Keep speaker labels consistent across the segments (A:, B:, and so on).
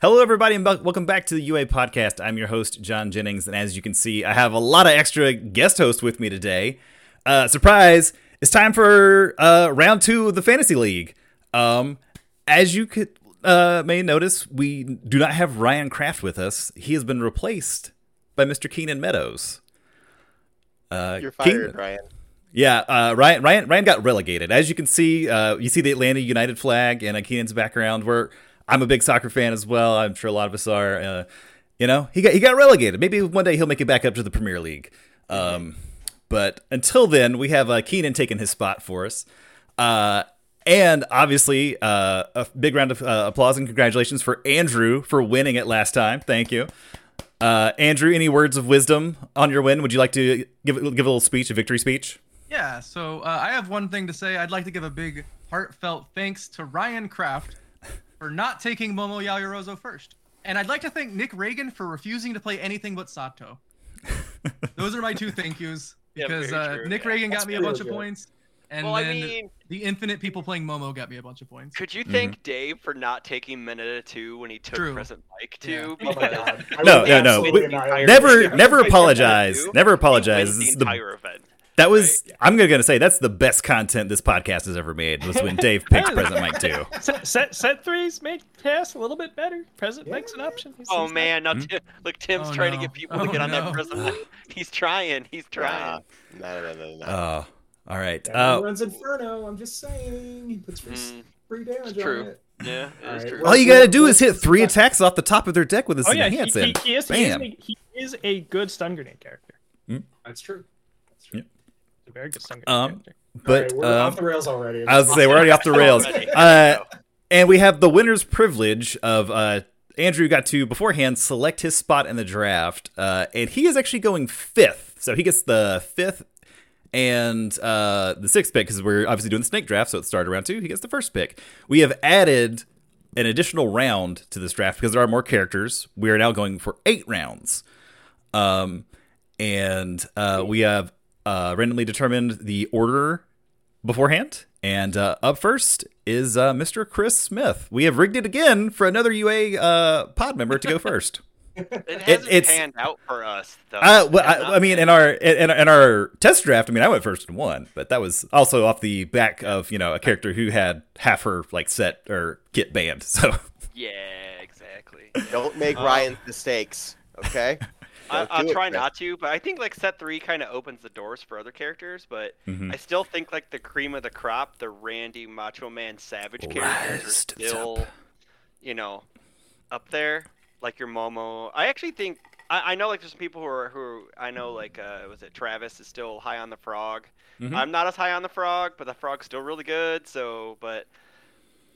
A: Hello, everybody, and bu- welcome back to the UA Podcast. I'm your host, John Jennings, and as you can see, I have a lot of extra guest hosts with me today. Uh, surprise! It's time for uh, round two of the Fantasy League. Um, as you could, uh, may notice, we do not have Ryan Kraft with us. He has been replaced by Mr. Keenan Meadows. Uh,
B: You're
A: Keenan-
B: fired, Ryan.
A: yeah, uh, Ryan, Ryan, Ryan got relegated. As you can see, uh, you see the Atlanta United flag and uh, Keenan's background. Where I'm a big soccer fan as well. I'm sure a lot of us are. Uh, you know, he got he got relegated. Maybe one day he'll make it back up to the Premier League. Um, but until then, we have uh, Keenan taking his spot for us. Uh, and obviously, uh, a big round of uh, applause and congratulations for Andrew for winning it last time. Thank you. Uh, Andrew, any words of wisdom on your win? Would you like to give give a little speech, a victory speech?
C: Yeah, so uh, I have one thing to say. I'd like to give a big heartfelt thanks to Ryan Kraft for not taking Momo Yaoyorozo first. And I'd like to thank Nick Reagan for refusing to play anything but Sato. Those are my two thank yous
B: Yeah,
C: because
B: very
C: uh,
B: true.
C: Nick Reagan
B: That's
C: got me a
B: pretty
C: bunch of
B: good.
C: points, and
D: Well, I
C: then
D: mean-
C: the infinite people playing Momo got me a bunch of points.
D: Could
A: Mm-hmm.
D: you thank Dave for not taking Mineta 2 when he took
C: True.
D: Present Mike
C: Yeah.
D: 2?
E: Oh my God. I
A: No,
E: was
A: no, no.
E: absolutely
A: We-
E: annihilated.
A: never uh, never
D: Like,
A: apologize
D: you-
A: never
D: He
A: apologize
D: wins
A: This is
D: the
A: the,
D: entire event.
A: that was i'm gonna, gonna say that's the best content this podcast has ever made was when dave picked present mike 2
E: set, set set threes made pass a little bit better. Present makes an option. He's-
D: Oh
E: he's not-
D: man, now Tim, look, Tim's
C: Oh,
D: trying
C: no.
D: to get people
C: Oh,
D: to get on
C: no.
D: that Present Mike. He's trying. He's trying.
B: Nah, no, no, no, no.
A: oh all right
E: Everyone
A: uh,
E: runs Inferno. I'm just saying he puts free,
D: Mm.
E: free damage
D: It's true.
E: on it.
D: yeah,
E: All
D: it's
E: right,
D: true.
A: all you gotta do is hit three attacks off the top of their deck with a
E: Oh
A: single
E: yeah,
A: hand.
E: he,
A: hands
E: he, he is, he, is
A: Bam.
E: a, he is a good stun grenade character.
A: Mm.
E: That's true. That's true.
A: Yep.
E: He's A very good stun grenade
A: Um,
E: character.
A: but
E: Alright, we're
A: um,
E: off the rails already.
A: I was gonna say we're already off the rails.
D: Already.
A: Uh, and we have the winner's privilege of uh, Andrew got to beforehand select his spot in the draft, uh, and he is actually going fifth, so he gets the fifth and uh, the sixth pick because we're obviously doing the snake draft, so it started round two. He gets the first pick. We have added an additional round to this draft because there are more characters. We are now going for eight rounds. Um, and uh, we have uh, randomly determined the order beforehand. And uh, up first is uh, Mr. Chris Smith. We have rigged it again for another UA uh, pod member to go first.
D: It hasn't
A: it's-
D: panned out for us, though.
A: Uh, well,
D: It has
A: I,
D: not
A: I mean, in our in, in our test draft, I mean, I went first and won, but that was also off the back of you know a character who had half her like set or kit banned. So
D: panned- Yeah, exactly.
B: Don't make
D: Uh,
B: Ryan's mistakes, okay?
D: I,
B: Don't
D: I'll
B: do it,
D: try
B: man.
D: not to, but I think like set three kind of opens the doors for other characters. But
A: Mhm.
D: I still think like the cream of the crop, the Randy Macho Man Savage characters are
A: Rise to the
D: still,
A: top.
D: you know, up there. Like your Momo. I actually think I, I know like there's people who are who I know like uh was it Travis is still high on the frog.
A: Mhm.
D: I'm not as high on the frog, but the frog's still really good. So, but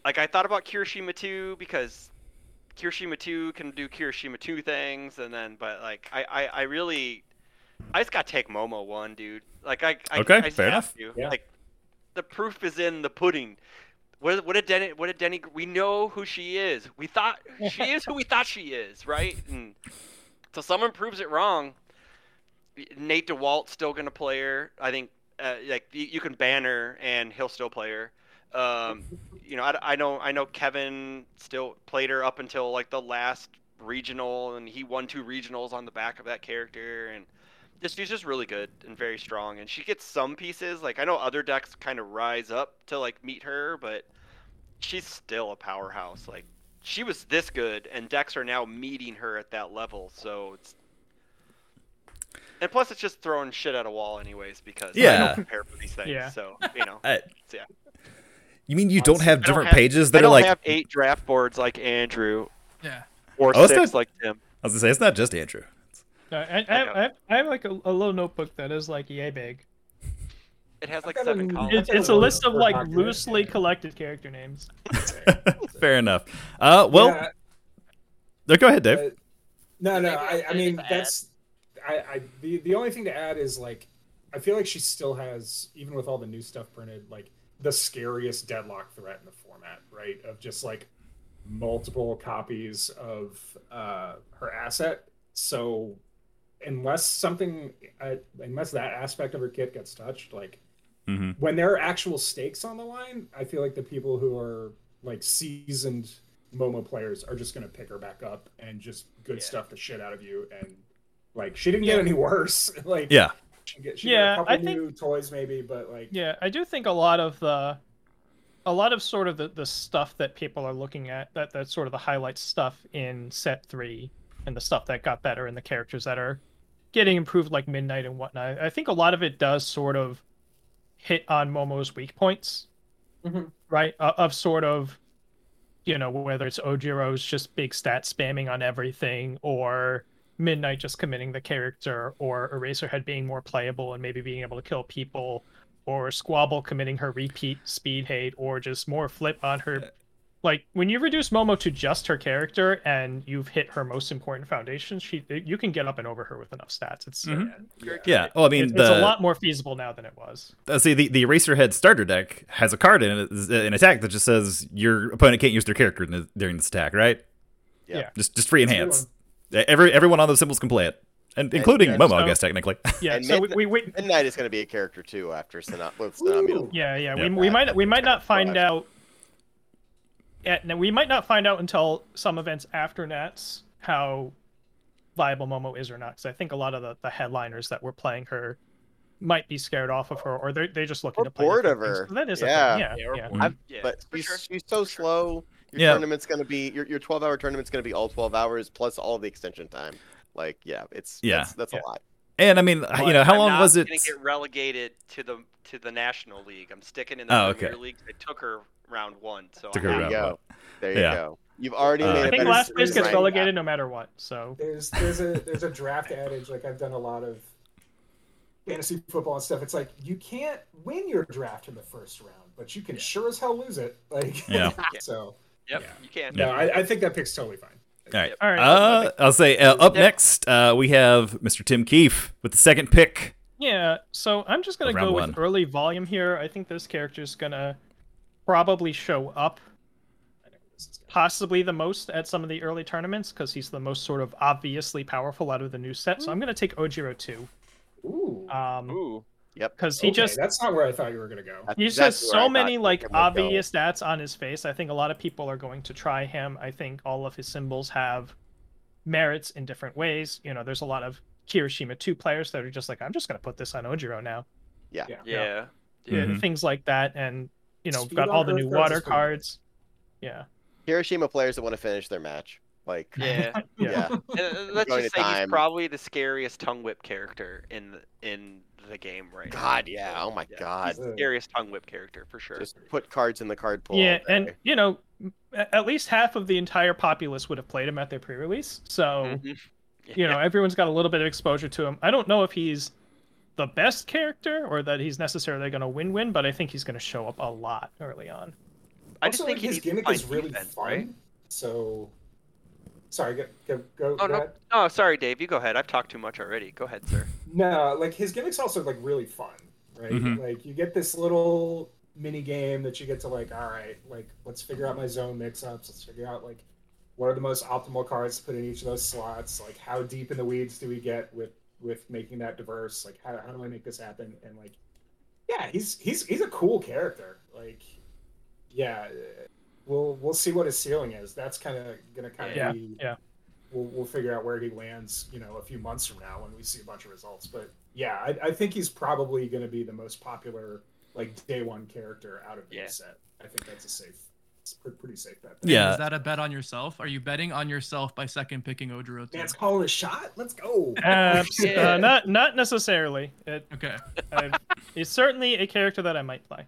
D: like I thought about Kirishima too because Kirishima 2 can do Kirishima 2 things, and then, but like, I, I, I really, I just gotta take Momo 1, dude. Like, I, I
A: Okay,
D: I just
A: fair
D: have to.
E: Yeah.
D: Like, the proof is in the pudding. What, what a Denny, what a Denny, we know who she is. We thought, she is who we thought she is, right? And so someone proves it wrong. Nate DeWalt's still gonna play her. I think, uh, like, you, you can ban her, and he'll still play her. Um, you know, I, I know I know Kevin still played her up until like the last regional, and he won two regionals on the back of that character. And this she's just really good and very strong. And she gets some pieces. Like I know other decks kind of rise up to like meet her, but she's still a powerhouse. Like she was this good, and decks are now meeting her at that level. So it's and plus it's just throwing shit at a wall anyways because I
A: Yeah.
D: don't prepare for these things.
E: Yeah.
D: So you know.
A: Uh,
D: Yeah.
A: You mean you don't have
D: I don't
A: different
D: have-
A: pages
D: I
A: that are
D: don't
A: like?
D: have eight draft boards like Andrew
C: Yeah.
D: or
A: Oh, it's
D: six
A: not-
D: like Tim.
A: I was gonna say it's not just Andrew.
E: No, I, I, have, I, have, I have like a, a little notebook that is like yay big.
D: It has like
E: I've got
D: seven
E: a-
D: columns.
E: It's, it's a
D: Oh,
E: list of
D: no.
E: like
B: document.
E: loosely collected character names.
A: Fair enough. Uh, well,
E: Yeah,
A: no, go ahead, Dave.
E: Uh, No,
D: Maybe
E: no. I, I
D: anything
E: mean,
D: to add?
E: that's. I, I the the only thing to add is like, I feel like she still has, even with all the new stuff printed, like the scariest deadlock threat in the format, right? Of just like multiple copies of uh, her asset. So, unless something, uh, unless that aspect of her kit gets touched, like
A: Mhm.
E: when there are actual stakes on the line, I feel like the people who are like seasoned Momo players are just gonna pick her back up and just good
D: Yeah.
E: stuff the shit out of you. And like she didn't get any worse. like
A: Yeah.
E: she, get, she
F: Yeah,
E: got a couple
F: I think-
E: new toys maybe, but like
F: Yeah, I do think a lot of the, a lot of sort of the, the stuff that people are looking at that that's sort of the highlight stuff in set three and the stuff that got better and the characters that are getting improved like midnight and whatnot. I think a lot of it does sort of hit on Momo's weak points,
E: Mhm.
F: right? Uh, of sort of, you know, whether it's Ojiro's just big stat spamming on everything or Midnight just committing the character or Eraserhead being more playable and maybe being able to kill people or Squabble committing her repeat speed hate or just more flip on her. Like when you reduce Momo to just her character and you've hit her most important foundation, she you can get up and over her with enough stats. It's
A: Mhm.
D: Very good.
A: Yeah. Well, I mean,
F: it's,
A: the
F: it's a lot more feasible now than it was.
A: Uh, see, the, the Eraserhead starter deck has a card in it, uh, an attack that just says your opponent can't use their character in the, during this attack, right?
B: Yeah.
F: Yeah.
A: Just just free enhance. Every everyone on those symbols can play it, and including
B: yeah,
A: Momo, I
F: so-
A: guess technically.
F: Yeah,
B: And
F: so
B: Midnight-
F: we, we, we
B: Midnight is going to be a character too after Sana- with Tsunami.
E: Ooh.
F: yeah, yeah,
A: Yeah.
F: we, we might we might not find
B: Five.
F: out. At, we might not find out until some events after Nats how viable Momo is or not. Because I think a lot of the, the headliners that were playing her might be scared off of her, or they're they're just looking
B: Or
F: to play
B: bored
F: different
B: of
F: things.
B: her.
F: So that is a thing,
B: Yeah.
F: yeah,
D: Yeah, or
F: yeah.
D: bored.
A: Mhm.
D: Yeah,
B: But
D: for
B: she's,
D: sure.
B: she's so slow. Your
A: Yeah.
B: tournament's going to be your your 12 hour tournament's going to be all 12 hours plus all the extension time. Like yeah, it's
A: Yeah.
B: that's, that's
F: Yeah.
B: a lot.
A: and I mean,
D: But
A: you know, how
D: I'm
A: long
D: not
A: was it?
D: Gonna get relegated to the to the National League. I'm sticking in the
A: Oh,
D: Premier
A: okay.
D: League. I took her round one, so
A: Took her
D: I'm
B: There
D: happy.
B: you
A: round one.
B: go. There you
A: Yeah.
B: go. You've already
A: Uh, I
B: made. a
F: I think
B: better
F: last place
B: series
F: gets
B: right
F: relegated no matter what. So
E: there's there's a there's a draft adage like I've done a lot of fantasy football and stuff. It's like you can't win your draft in the first round, but you can sure as hell lose it. Like
A: Yeah.
E: so
D: Yep,
E: Yeah.
D: you can.
E: no, I, I think that pick's totally fine.
A: All right.
F: all right,
A: Uh, I'll say uh, up
D: Yeah.
A: next uh, we have Mr. Tim Keefe with the second pick.
F: Yeah, so I'm just gonna
A: Of round
F: go
A: one.
F: with early volume here. I think this character's gonna probably show up
E: I know where this is going.
F: possibly the most at some of the early tournaments because he's the most sort of obviously powerful out of the new set. So I'm gonna take Ojiro too,
E: Ooh,
F: um,
D: Ooh.
F: because he
E: okay,
F: just
E: that's not where I thought you were gonna go.
B: That's
F: he just has
B: exactly where I
F: so
B: thought
F: many
B: you were
F: like
B: gonna go.
F: obvious stats on his face. I think a lot of people are going to try him. I think all of his symbols have merits in different ways. You know, there's a lot of Kirishima 2 players that are just like, I'm just gonna put this on Ojiro now.
D: Yeah.
F: Yeah,
A: Mhm.
F: uh, things like that, and you know,
E: Speed
F: got
E: on
F: all the
E: Earth
F: new
E: cards
F: water
E: is pretty good.
F: cards. Yeah.
B: Hiroshima players that want to finish their match. Like
D: Yeah.
F: Yeah.
B: yeah.
D: Uh, uh, Let's
B: Going to
D: just say he's
B: time.
D: probably the scariest tongue whip character in the, in the game right now.
B: God, yeah. Oh my
D: Yeah.
B: God.
D: He's the scariest tongue whip character for sure.
B: Just put cards in the card pool.
F: yeah,
B: all
F: and
B: day.
F: you know, a- at least half of the entire populace would have played him at their pre-release. So,
D: Mhm.
F: you know, everyone's got a little bit of exposure to him. I don't know if he's the best character or that he's necessarily going to win-win, but I think he's going to show up a lot early on.
D: I just
E: also,
D: think
E: like,
D: he
E: his
D: needs to
E: gimmick
D: find
E: is really
D: defense,
E: fun.
D: right?
E: So, sorry, go go go.
D: Oh
E: go
D: no,
E: ahead.
D: no, sorry, Dave. You go ahead. I've talked too much already. Go ahead, sir.
E: No, like his gimmick's also like really fun, right?
A: Mhm.
E: Like you get this little mini game that you get to like, all right, like let's figure out my zone mix-ups. Let's figure out like what are the most optimal cards to put in each of those slots. Like how deep in the weeds do we get with with making that diverse? Like how how do I make this happen? And like, yeah, he's he's he's a cool character. Like, yeah, uh, we'll we'll see what his ceiling is. That's kind of gonna kind of
F: Yeah,
E: be
F: yeah.
E: we'll, we'll figure out where he lands, you know, a few months from now when we see a bunch of results. But yeah, I, I think he's probably going to be the most popular, like day one character out of the
D: Yeah.
E: set. I think that's a safe, it's pre- pretty safe bet.
A: Yeah.
C: Is that a bet on yourself? Are you betting on yourself by second picking Ojiro? too?
E: That's calling a shot. Let's go.
F: Uh,
D: Yeah.
F: uh, not not necessarily. It,
C: Okay.
F: I, it's certainly a character that I might play.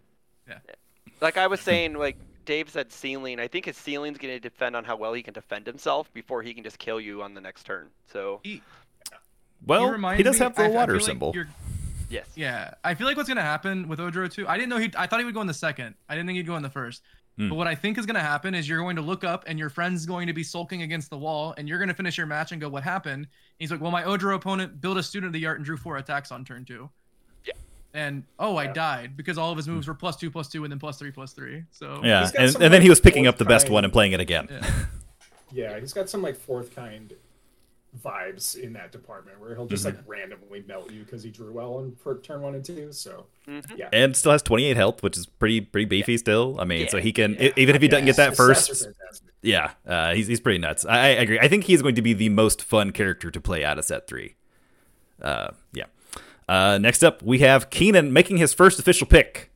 D: Like I was saying, like Dave said, ceiling. I think his ceiling's going to depend on how well he can defend himself before he can just kill you on the next turn. So
C: He,
A: Well,
C: remind
A: he does
C: me-
A: have the
C: I- I
A: water
C: feel like
A: symbol.
C: you're-
D: yes.
C: Yeah, I feel like what's gonna happen with Odro too. I didn't know he. I thought he would go in the second. I didn't think he'd go in the first.
A: Hmm.
C: But what I think is gonna happen is you're going to look up and your friend's going to be sulking against the wall, and you're gonna finish your match and go, "What happened?" And he's like, "Well, my Odro opponent built a student of the art and drew four attacks on turn two.
D: Yeah.
C: And oh, I
E: Yeah.
C: died because all of his moves were plus two, plus two, and then plus three, plus three. So
A: Hmm. yeah,
E: He's got
A: and,
E: some,
A: and then he was
E: like,
A: picking up the best
E: fourth
A: one and playing it again.
C: Yeah.
E: yeah, he's got some like fourth kind vibes in that department where he'll just
A: Mm-hmm.
E: like randomly melt you because he drew well in for turn one and two. So yeah,
A: and still has 28 health, which is pretty pretty beefy still. I mean, so he can e- even if he doesn't get that
E: His stats are
A: first.
E: fantastic.
A: Yeah, uh, he's he's pretty nuts. I, I agree. I think he's going to be the most fun character to play out of set three. Uh, yeah. Uh, next up, we have Keenan making his first official pick.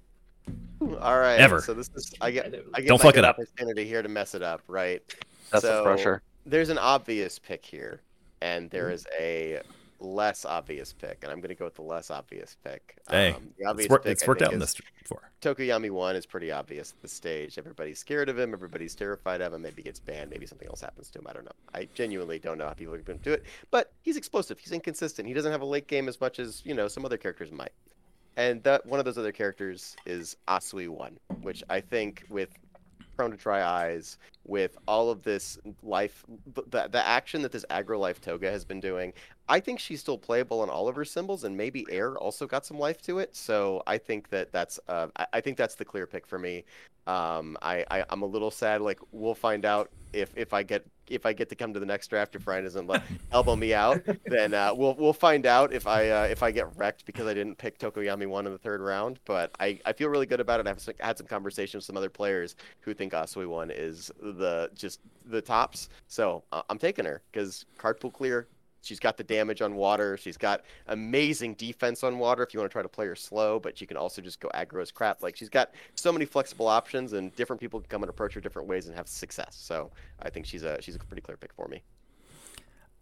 B: All right.
A: Ever.
B: So this is I get I get
A: Don't
B: my
A: fuck
B: good
A: it up.
B: Opportunity here to mess it up, right?
D: That's the
B: So,
D: pressure.
B: There's an obvious pick here, and
A: Mm-hmm.
B: there is a less obvious pick, and I'm gonna go with the less obvious pick. Um,
A: Hey,
B: the
A: It's,
B: obvious
A: wor-
B: pick,
A: it's
B: I
A: worked
B: think,
A: out in
B: is-
A: this before.
B: Tokuyami one is pretty obvious at this stage. Everybody's scared of him. Everybody's terrified of him. Maybe he gets banned. Maybe something else happens to him. I don't know. I genuinely don't know how people are going to do it. But he's explosive. He's inconsistent. He doesn't have a late game as much as you know some other characters might. And that one of those other characters is Asui one, which I think with prone to dry eyes, with all of this life, the, the action that this aggro life toga has been doing, I think she's still playable on all of her symbols, and maybe air also got some life to it. So I think that that's uh, I, I think that's the clear pick for me. Um, I, I I'm a little sad. Like we'll find out if if I get if I get to come to the next draft if Ryan doesn't let, elbow me out, then uh, we'll we'll find out if I uh, if I get wrecked because I didn't pick Tokoyami one in the third round. But I, I feel really good about it. I've s- had some conversations with some other players who think Asui one is the just the tops. So uh, I'm taking her because card pool clear. She's got the damage on water. She's got amazing defense on water if you want to try to play her slow, but she can also just go aggro as crap. Like she's got so many flexible options, and different people can come and approach her different ways and have success. So I think she's a she's a pretty clear pick for me.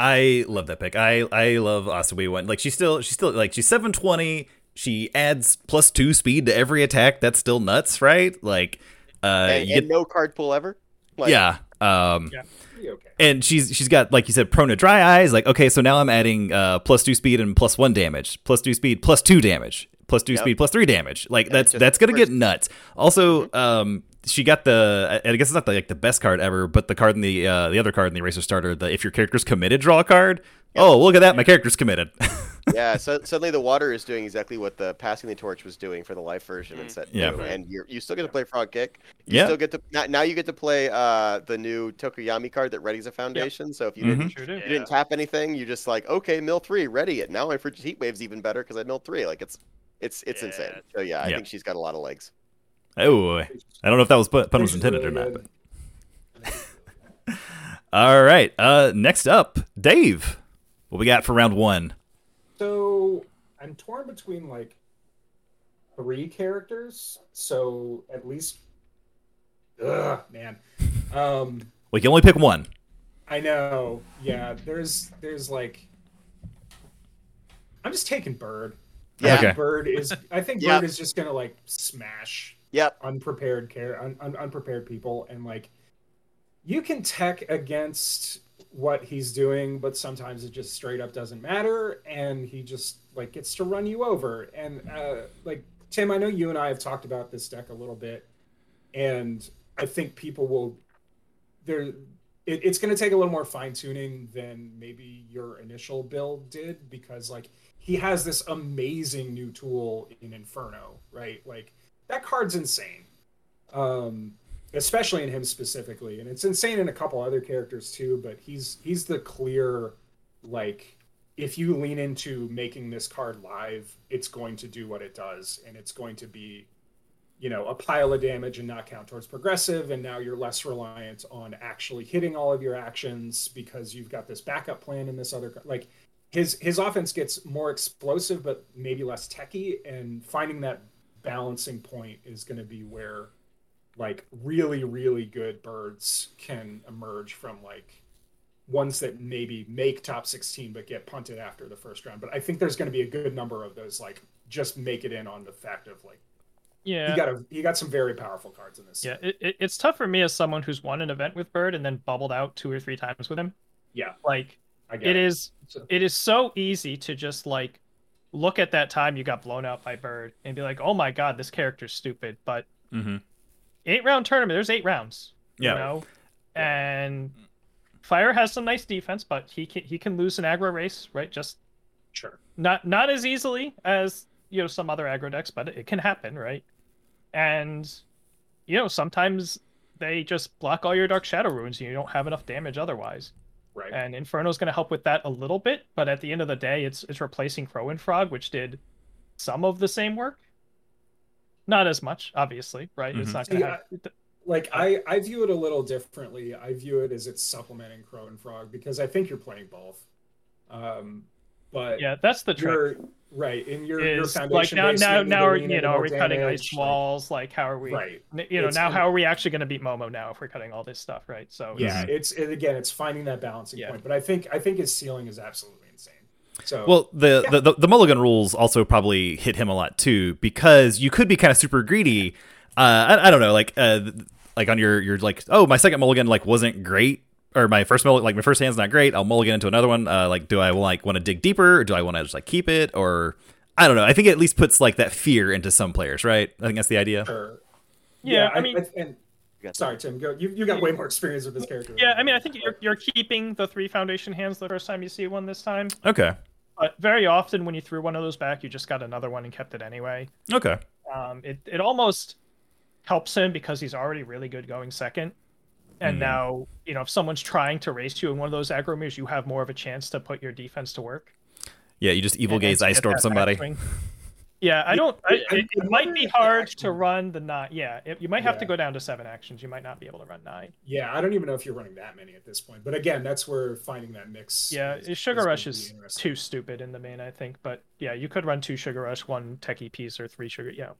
A: I love that pick. I I love Asumi one. Like she's still she's still like she's seven twenty. She adds plus two speed to every attack. That's still nuts, right? Like, uh,
B: and,
A: you
B: and
A: get-
B: no card pool ever. Like,
A: yeah. Um,
E: Pretty okay.
A: and she's she's got like you said prone to dry eyes like okay so now i'm adding uh plus two speed and plus one damage plus two speed plus two damage plus two
B: Yep.
A: speed plus three damage like that's
B: just
A: that's gonna get
B: first-
A: nuts also um she got the i I guess it's not the, like the best card ever but the card in the uh the other card in the eraser starter the if your character's committed draw a card oh look at that my character's committed
B: yeah. So suddenly the water is doing exactly what the passing the torch was doing for the life version and set.
A: Yeah.
B: two, and you're you still get to play frog kick. You
A: Yeah.
B: still get to now, now you get to play uh, the new Tokuyami card that readies a foundation. So if you
A: Mm-hmm.
B: didn't
F: Sure do.
B: You didn't tap anything. You just like, okay, mill three, ready it. Now my frigid heat wave's even better because I milled three. Like it's, it's, it's insane.
D: Yeah.
B: So yeah, I
A: Yeah.
B: think she's got a lot of legs.
A: oh i don't know if that was pun pun was
E: She's
A: intended
E: really
A: or not
E: good.
A: but. all right uh next up dave what we got for round one
E: uh, So I'm torn between like three characters. So at least, ugh, man. Um,
A: we can only pick one
E: I know. Yeah, there's there's like I'm just taking Bird.
B: Yeah.
A: Okay.
E: Bird is I think
B: Yeah.
E: Bird is just going to like smash
B: Yep.
E: unprepared care un, un, unprepared people and like you can tech against what he's doing but sometimes it just straight up doesn't matter and he just like gets to run you over and uh like tim i know you and i have talked about this deck a little bit and i think people will there it, it's going to take a little more fine tuning than maybe your initial build did because like he has this amazing new tool in inferno right like that card's insane um especially in him specifically and it's insane in a couple other characters too but he's he's the clear like if you lean into making this card live it's going to do what it does and it's going to be you know a pile of damage and not count towards progressive and now you're less reliant on actually hitting all of your actions because you've got this backup plan in this other co- like his his offense gets more explosive but maybe less techy and finding that balancing point is going to be where like really really good birds can emerge from like ones that maybe make top 16 but get punted after the first round but i think there's going to be a good number of those like just make it in on the fact of like
F: Yeah.
E: he got a he got some very powerful cards in this
F: Yeah,
E: set.
F: it, it, it's tough for me as someone who's won an event with Bird and then bubbled out two or three times with him.
E: Yeah.
F: Like
E: i get
F: it is
E: So-
F: it is so easy to just like look at that time you got blown out by Bird and be like, "Oh my god, this character's stupid." But
A: mm-hmm.
F: eight round tournament, there's eight rounds.
A: Yeah.
F: You know? And Fire has some nice defense, but he can he can lose an aggro race, right? Just
E: sure
F: not not as easily as you know some other aggro decks, but it can happen, right? And you know sometimes they just block all your dark shadow runes, and you don't have enough damage otherwise.
E: right?
F: and Inferno's going to help with that a little bit. But at the end of the day, it's it's replacing Crow and Frog, which did some of the same work, not as much, obviously, right? It's
A: Mhm.
F: not going to have
E: like I, I view it a little differently. I view it as it's supplementing Crow and Frog because I think you're playing both. Um, but
F: yeah. That's the
E: you're
F: trick.
E: right in your your
F: Is like
E: foundation
F: now
E: base,
F: now
E: need
F: now
E: to
F: are
E: lean
F: you
E: into
F: know are
E: more
F: we cutting
E: damage,
F: ice
E: like-
F: walls? Like how are we?
E: Right.
F: n- You know
E: It's-
F: now how are we actually going to beat Momo now if we're cutting all this stuff, right? So
E: Yeah,
A: Mhm.
E: it's and again, it's finding that balancing
F: Yeah.
E: point. But I think I think his ceiling is absolutely insane. So
A: Well, the, the, the the mulligan rules also probably hit him a lot too because you could be kind of super greedy. Uh, I, I don't know, like uh, th- like on your your like oh my second mulligan like wasn't great or my first mulligan like my first hand's not great. I'll mulligan into another one. Uh, like do I like want to dig deeper or do I want to just like keep it or I don't know. I think it at least puts like that fear into some players, right? I think that's the idea.
E: or-
F: Yeah, I mean-
E: and,
B: got
E: sorry, Tim, go. You you got way more experience with this character. than
F: Yeah, I mean, I
E: do.
F: think you're you're keeping the three foundation hands the first time you see one this time,
A: Okay.
F: but very often when you threw one of those back, you just got another one and kept it anyway.
A: Okay.
F: Um, it it almost helps him because he's already really good going second,
E: Mm-hmm.
F: and
A: Hmm.
F: now you know if someone's trying to race you in one of those aggro moves, you have more of a chance to put your defense to work.
A: Yeah, you just evil
F: and- and
A: gaze
F: to
A: ice
F: get
A: storm
F: that
A: somebody.
F: backswing. Yeah, I don't. I,
E: I- I
F: it, it might
E: wonder
F: be
E: if they
F: hard to
E: actually-
F: run the nine. Yeah, it, you might have to
E: Yeah.
F: go down to seven actions. You might not be able to run nine.
E: Yeah, I don't even know if you're running that many at this point. But again, that's where finding that mix.
F: Yeah,
E: is-
F: Sugar
E: is
F: Rush
E: gonna be
F: is
E: interesting.
F: too stupid in the main, I think. But yeah, you could run two Sugar Rush, one Techie Piece, or three Sugar. Yeah,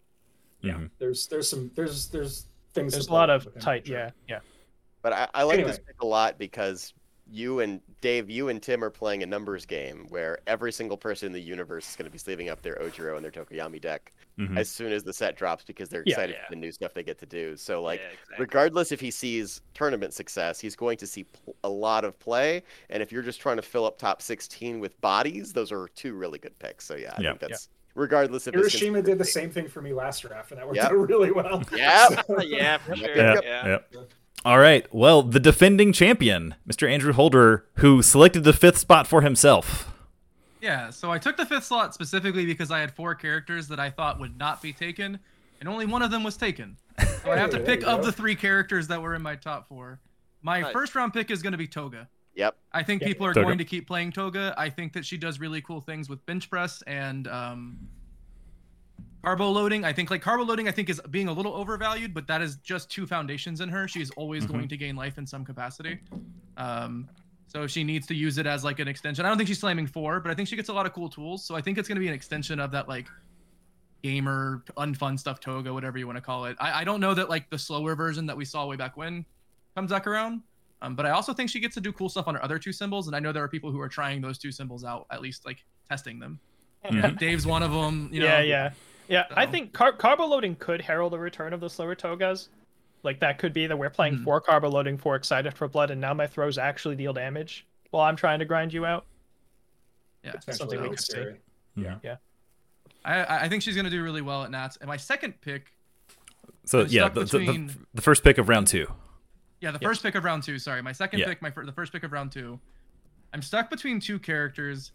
E: Yeah,
A: Mhm.
E: there's there's some there's there's things.
F: there's
E: to
F: a lot
E: play
F: of
E: with him,
F: tight.
E: sure.
F: Yeah, yeah.
B: But I, I like this
E: Anyway.
B: pick a lot because you and Dave, you and Tim are playing a numbers game where every single person in the universe is going to be sleeving up their Ojiro and their Tokoyami deck
A: Mhm.
B: as soon as the set drops because they're
F: Yeah.
B: excited
D: Yeah.
B: for the new stuff they get to do. So like.
D: Yeah, exactly.
B: Regardless if he sees tournament success, he's going to see pl- a lot of play. And if you're just trying to fill up top 16 with bodies, those are two really good picks. So yeah, I
A: Yeah.
B: think that's regardless if it's
E: Hiroshima did the
B: considered-
E: same thing for me last draft, and that worked
B: Yep.
E: out really well.
B: Yep.
E: So-
D: Oh, yeah, for sure.
A: Yeah,
D: Yeah.
A: Yep. All right. Well, the defending champion, Mr. Andrew Holder, who selected the fifth spot for himself.
C: Yeah, so I took the fifth slot specifically because I had four characters that I thought would not be taken, and only one of them was taken. So I Oh, have to
E: Hey,
C: pick
E: there you
C: of
E: go.
C: the three characters that were in my top four. My
D: Nice.
C: first round pick is going to be Toga.
B: Yep.
C: I think
F: Yeah.
C: people are
A: Toga.
C: going to keep playing Toga. I think that she does really cool things with bench press and um, carbo loading. I think like carbo loading, I think is being a little overvalued, but that is just two foundations in her. She is always
A: Mhm.
C: going to gain life in some capacity. Um, so she needs to use it as like an extension. I don't think she's slamming four, but I think she gets a lot of cool tools. So I think it's going to be an extension of that like gamer unfun stuff toga whatever you want to call it I, I don't know that like the slower version that we saw way back when comes back around um, but i also think she gets to do cool stuff on her other two symbols and i know there are people who are trying those two symbols out at least like testing them
A: Mhm.
C: dave's one of them you know um,
F: yeah, yeah, yeah. I
C: So-
F: think car- carbo loading could herald a return of the slower togas. Like that could be that we're playing
C: Mhm.
F: four carbo loading, four excited for blood, and now my throws actually deal damage while I'm trying to grind you out.
C: yeah
E: Potentially
F: something we
E: really
F: could see.
E: scary.
C: I- I, I think she's going to do really well at nats and my second pick
A: So
C: I'm
A: yeah,
C: stuck
A: the, the, the,
C: between-
A: the first pick of round two.
C: Yeah, the
F: Yeah.
C: first pick of round two. Sorry, my second
A: Yeah.
C: pick, my fir- the first pick of round two. I'm stuck between two characters.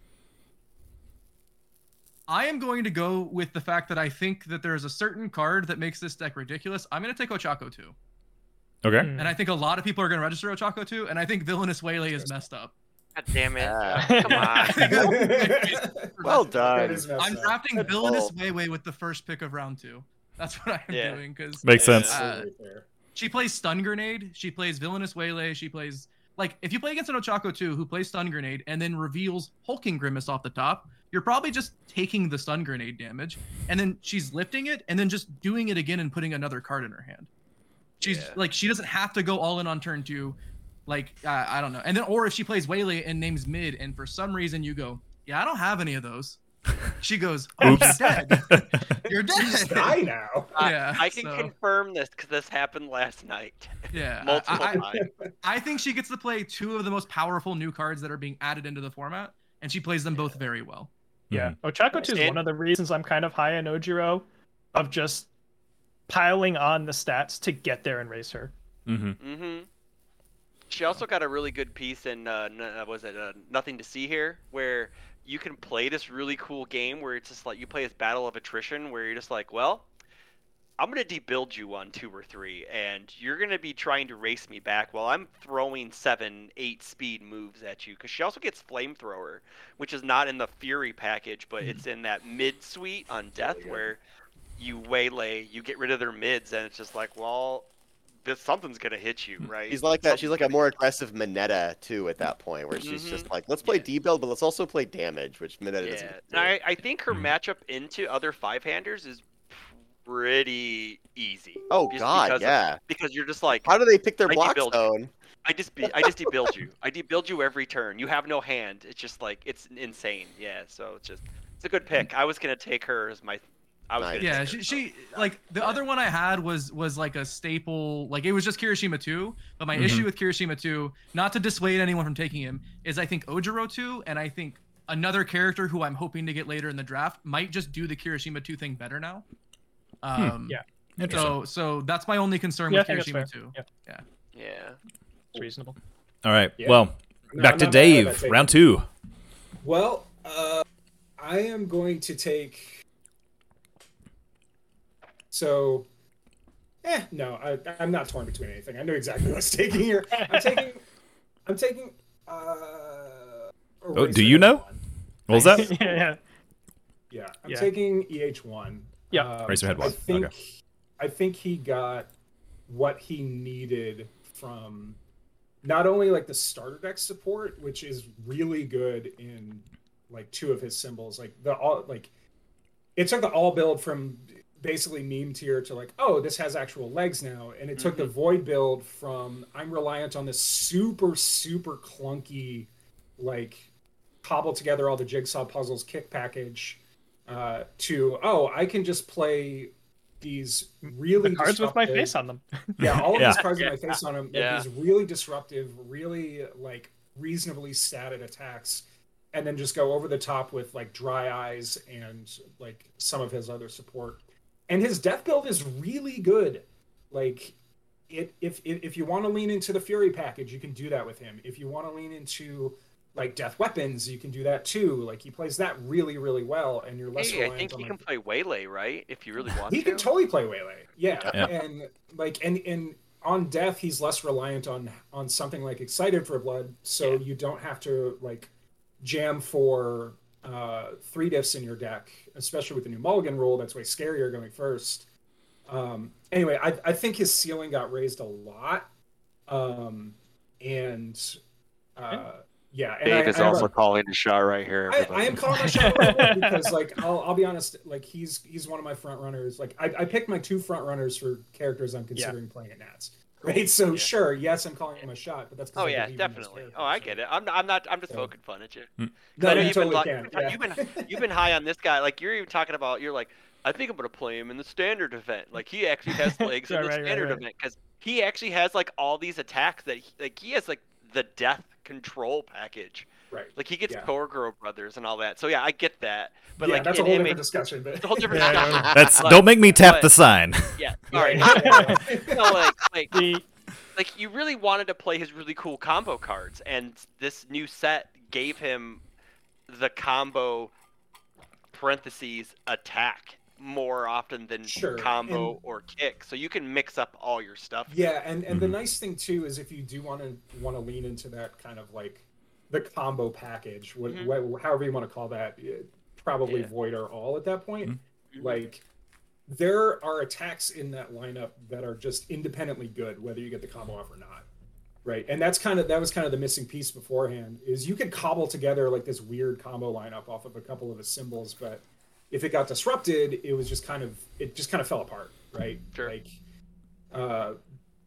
C: I am going to go with the fact that I think that there is a certain card that makes this deck ridiculous. I'm going to take Ochako 2.
A: Okay.
E: Mm.
F: Hmm.
C: And I think a lot of people are going to register Ochako 2, and I think Villainous Waylay is messed up.
D: God damn it.
B: Ah.
D: Come on.
B: Well
E: That
B: done.
E: is messed
C: I'm
E: up.
C: drafting
B: Good
C: Villainous
B: call.
C: Wayway with the first pick of round two. That's what I'm
D: Yeah.
C: doing because
A: Makes
D: Yeah.
A: sense.
E: Absolutely fair.
C: She plays stun grenade. She plays villainous waylay. She plays like if you play against an Ochako too, who plays stun grenade and then reveals hulking grimace off the top, you're probably just taking the stun grenade damage, and then she's lifting it and then just doing it again and putting another card in her hand. She's
D: Yeah.
C: like she doesn't have to go all in on turn two, like uh, I don't know. And then or if she plays waylay and names mid, and for some reason you go, yeah, I don't have any of those. She goes, oh,
A: Oops.
C: you're dead. You're dead.
E: Die now.
C: Yeah,
D: I can
C: so,
D: confirm this because this happened last night
C: yeah. I-
D: multiple
C: I-
D: times.
C: I think she gets to play two of the most powerful new cards that are being added into the format, and she plays them both very well.
F: Yeah, Ochako 2 is
D: And-
F: one of the reasons I'm kind of high on Ojiro, of just piling on the stats to get there and race her.
A: Mm-hmm.
D: hmm She also got a really good piece in uh, n- uh, was it uh, Nothing to See Here, where you can play this really cool game where it's just like you play this battle of attrition, where you're just like, well, I'm gonna debuild you on two or three, and you're gonna be trying to race me back while I'm throwing seven, eight speed moves at you. Because she also gets flamethrower, which is not in the fury package, but it's in that mid suite on death where you waylay, you get rid of their mids, and it's just like, well, this something's gonna hit you, right?
B: She's like that. She's like a
D: Something's
B: more aggressive Mineta too at that point, where she's just like, let's play
D: Mm-hmm. Yeah.
B: D build, but let's also play damage, which Mineta
D: Yeah,
B: doesn't.
D: and
B: do.
D: I, I think her matchup into other five handers is pretty easy.
B: Oh
D: Just
B: God,
D: because of-
B: yeah.
D: because you're just like
B: How do they pick their
D: I
B: block
D: debuild.
B: zone?
D: I just be, I just debuild you. I debuild you every turn. You have no hand. It's just like it's insane. Yeah, so it's just it's a good pick. I was gonna take her as my. I was
B: Nice.
D: gonna
C: yeah
D: take
C: she,
D: her,
C: she like the other one i had was was like a staple like it was just kirishima 2 but my
A: Mhm.
C: issue with kirishima 2 not to dissuade anyone from taking him is i think ojiro 2 and i think another character who i'm hoping to get later in the draft might just do the kirishima 2 thing better now um
F: yeah.
A: Interesting.
C: so so that's my only concern
F: Yeah, I
C: with
F: think that's fair.
C: kirishima 2
F: Yeah,
D: but- Yeah.
F: it's reasonable.
A: All right.
E: Yeah.
A: Well,
E: No,
A: back
E: I'm
A: to
E: not mad about
A: Dave.
E: taking-
A: Round two.
E: Well, uh, I am going to take. So, eh, no, I, I'm not torn between anything. I know exactly what I was taking here. I'm taking. I'm taking. Uh,
A: Oh, do you know? What was that?
F: yeah, yeah.
E: Yeah, I'm
F: Yeah.
E: taking EH1.
F: Yeah.
E: Um,
A: Eraserhead
E: I
A: one,
E: think
A: okay.
E: I think he got what he needed from not only like the starter deck support, which is really good in like two of his symbols, like the all like it took the all build from basically meme tier to like oh this has actual legs now and it
F: Mm-hmm.
E: took the void build from i'm reliant on this super super clunky like cobble together all the jigsaw puzzles kick package uh, to oh I can just play these really
F: The cards with my
E: disruptive-
F: face on them.
E: yeah all of
A: Yeah.
E: these cards with my face on them like,
D: Yeah.
E: these really disruptive really like reasonably statted attacks and then just go over the top with like dry eyes and like some of his other support and his death build is really good like it if if, if you want to lean into the fury package you can do that with him if you want to lean into like death weapons you can do that too like he plays that really really well and you're less
D: Hey, I
E: reliant
D: think
E: on
D: you
E: like,
D: can play Waylay, right? If you really want
E: he
D: to.
E: can totally play waylay yeah.
A: Yeah.
E: and like and and on death he's less reliant on on something like excited for blood so you don't have to like jam for uh three diffs in your deck especially with the new mulligan rule that's way scarier going first um anyway i i think his ceiling got raised a lot um and uh yeah and I, I have a-
D: calling a shot right here.
E: I, I am calling my shot right now because, like, I'll, I'll be honest, like he's he's one of my front runners. Like, I, I picked my two front runners for characters I'm considering playing at Nats. Right, so
D: Yeah.
E: sure, yes, I'm calling him a shot, but that's
D: Oh yeah, definitely. Oh, I get it. I'm not, I'm not. I'm just
E: So-
D: poking fun at you.
E: No,
D: I know
E: you
D: you've been
E: totally
D: like-
E: can.
D: you've
E: Yeah.
D: been- You've been high on this guy. Like you're even talking about. You're like, I think I'm gonna play him in the standard event. Like he actually has legs in
F: Right,
D: the
F: right, right,
D: standard
F: right.
D: event because he actually has like all these attacks that he, like he has like the death control package.
E: right.
D: Like he gets
E: Yeah.
D: Power Girl Brothers and all that. So yeah, I get that. But
E: yeah,
D: like
E: that's a
D: in
E: whole
D: him,
E: different
D: it-
E: discussion.
D: it's
E: But
D: a whole different.
F: Yeah, yeah, yeah.
A: That's
D: But-
A: don't make me tap
D: but-
A: the sign.
D: Yeah. Sorry.
E: Yeah.
D: so like like
F: The
D: like you really wanted to play his really cool combo cards and this new set gave him the combo parentheses attack more often than
E: Sure,
D: combo
E: and-
D: or kick so you can mix up all your stuff
E: Yeah, and and the
A: Mhm.
E: nice thing too is if you do want to want to lean into that kind of like the combo package, what,
D: Mhm.
E: what, however you want to call that, eh, probably
D: Yeah.
E: void or all at that point.
D: Mhm.
E: Like there are attacks in that lineup that are just independently good, whether you get the combo off or not. Right, and that's kind of that was kind of the missing piece beforehand is you could cobble together like this weird combo lineup off of a couple of his symbols, but if it got disrupted, it was just kind of it just kind of fell apart, right?
D: Sure.
E: Like, uh,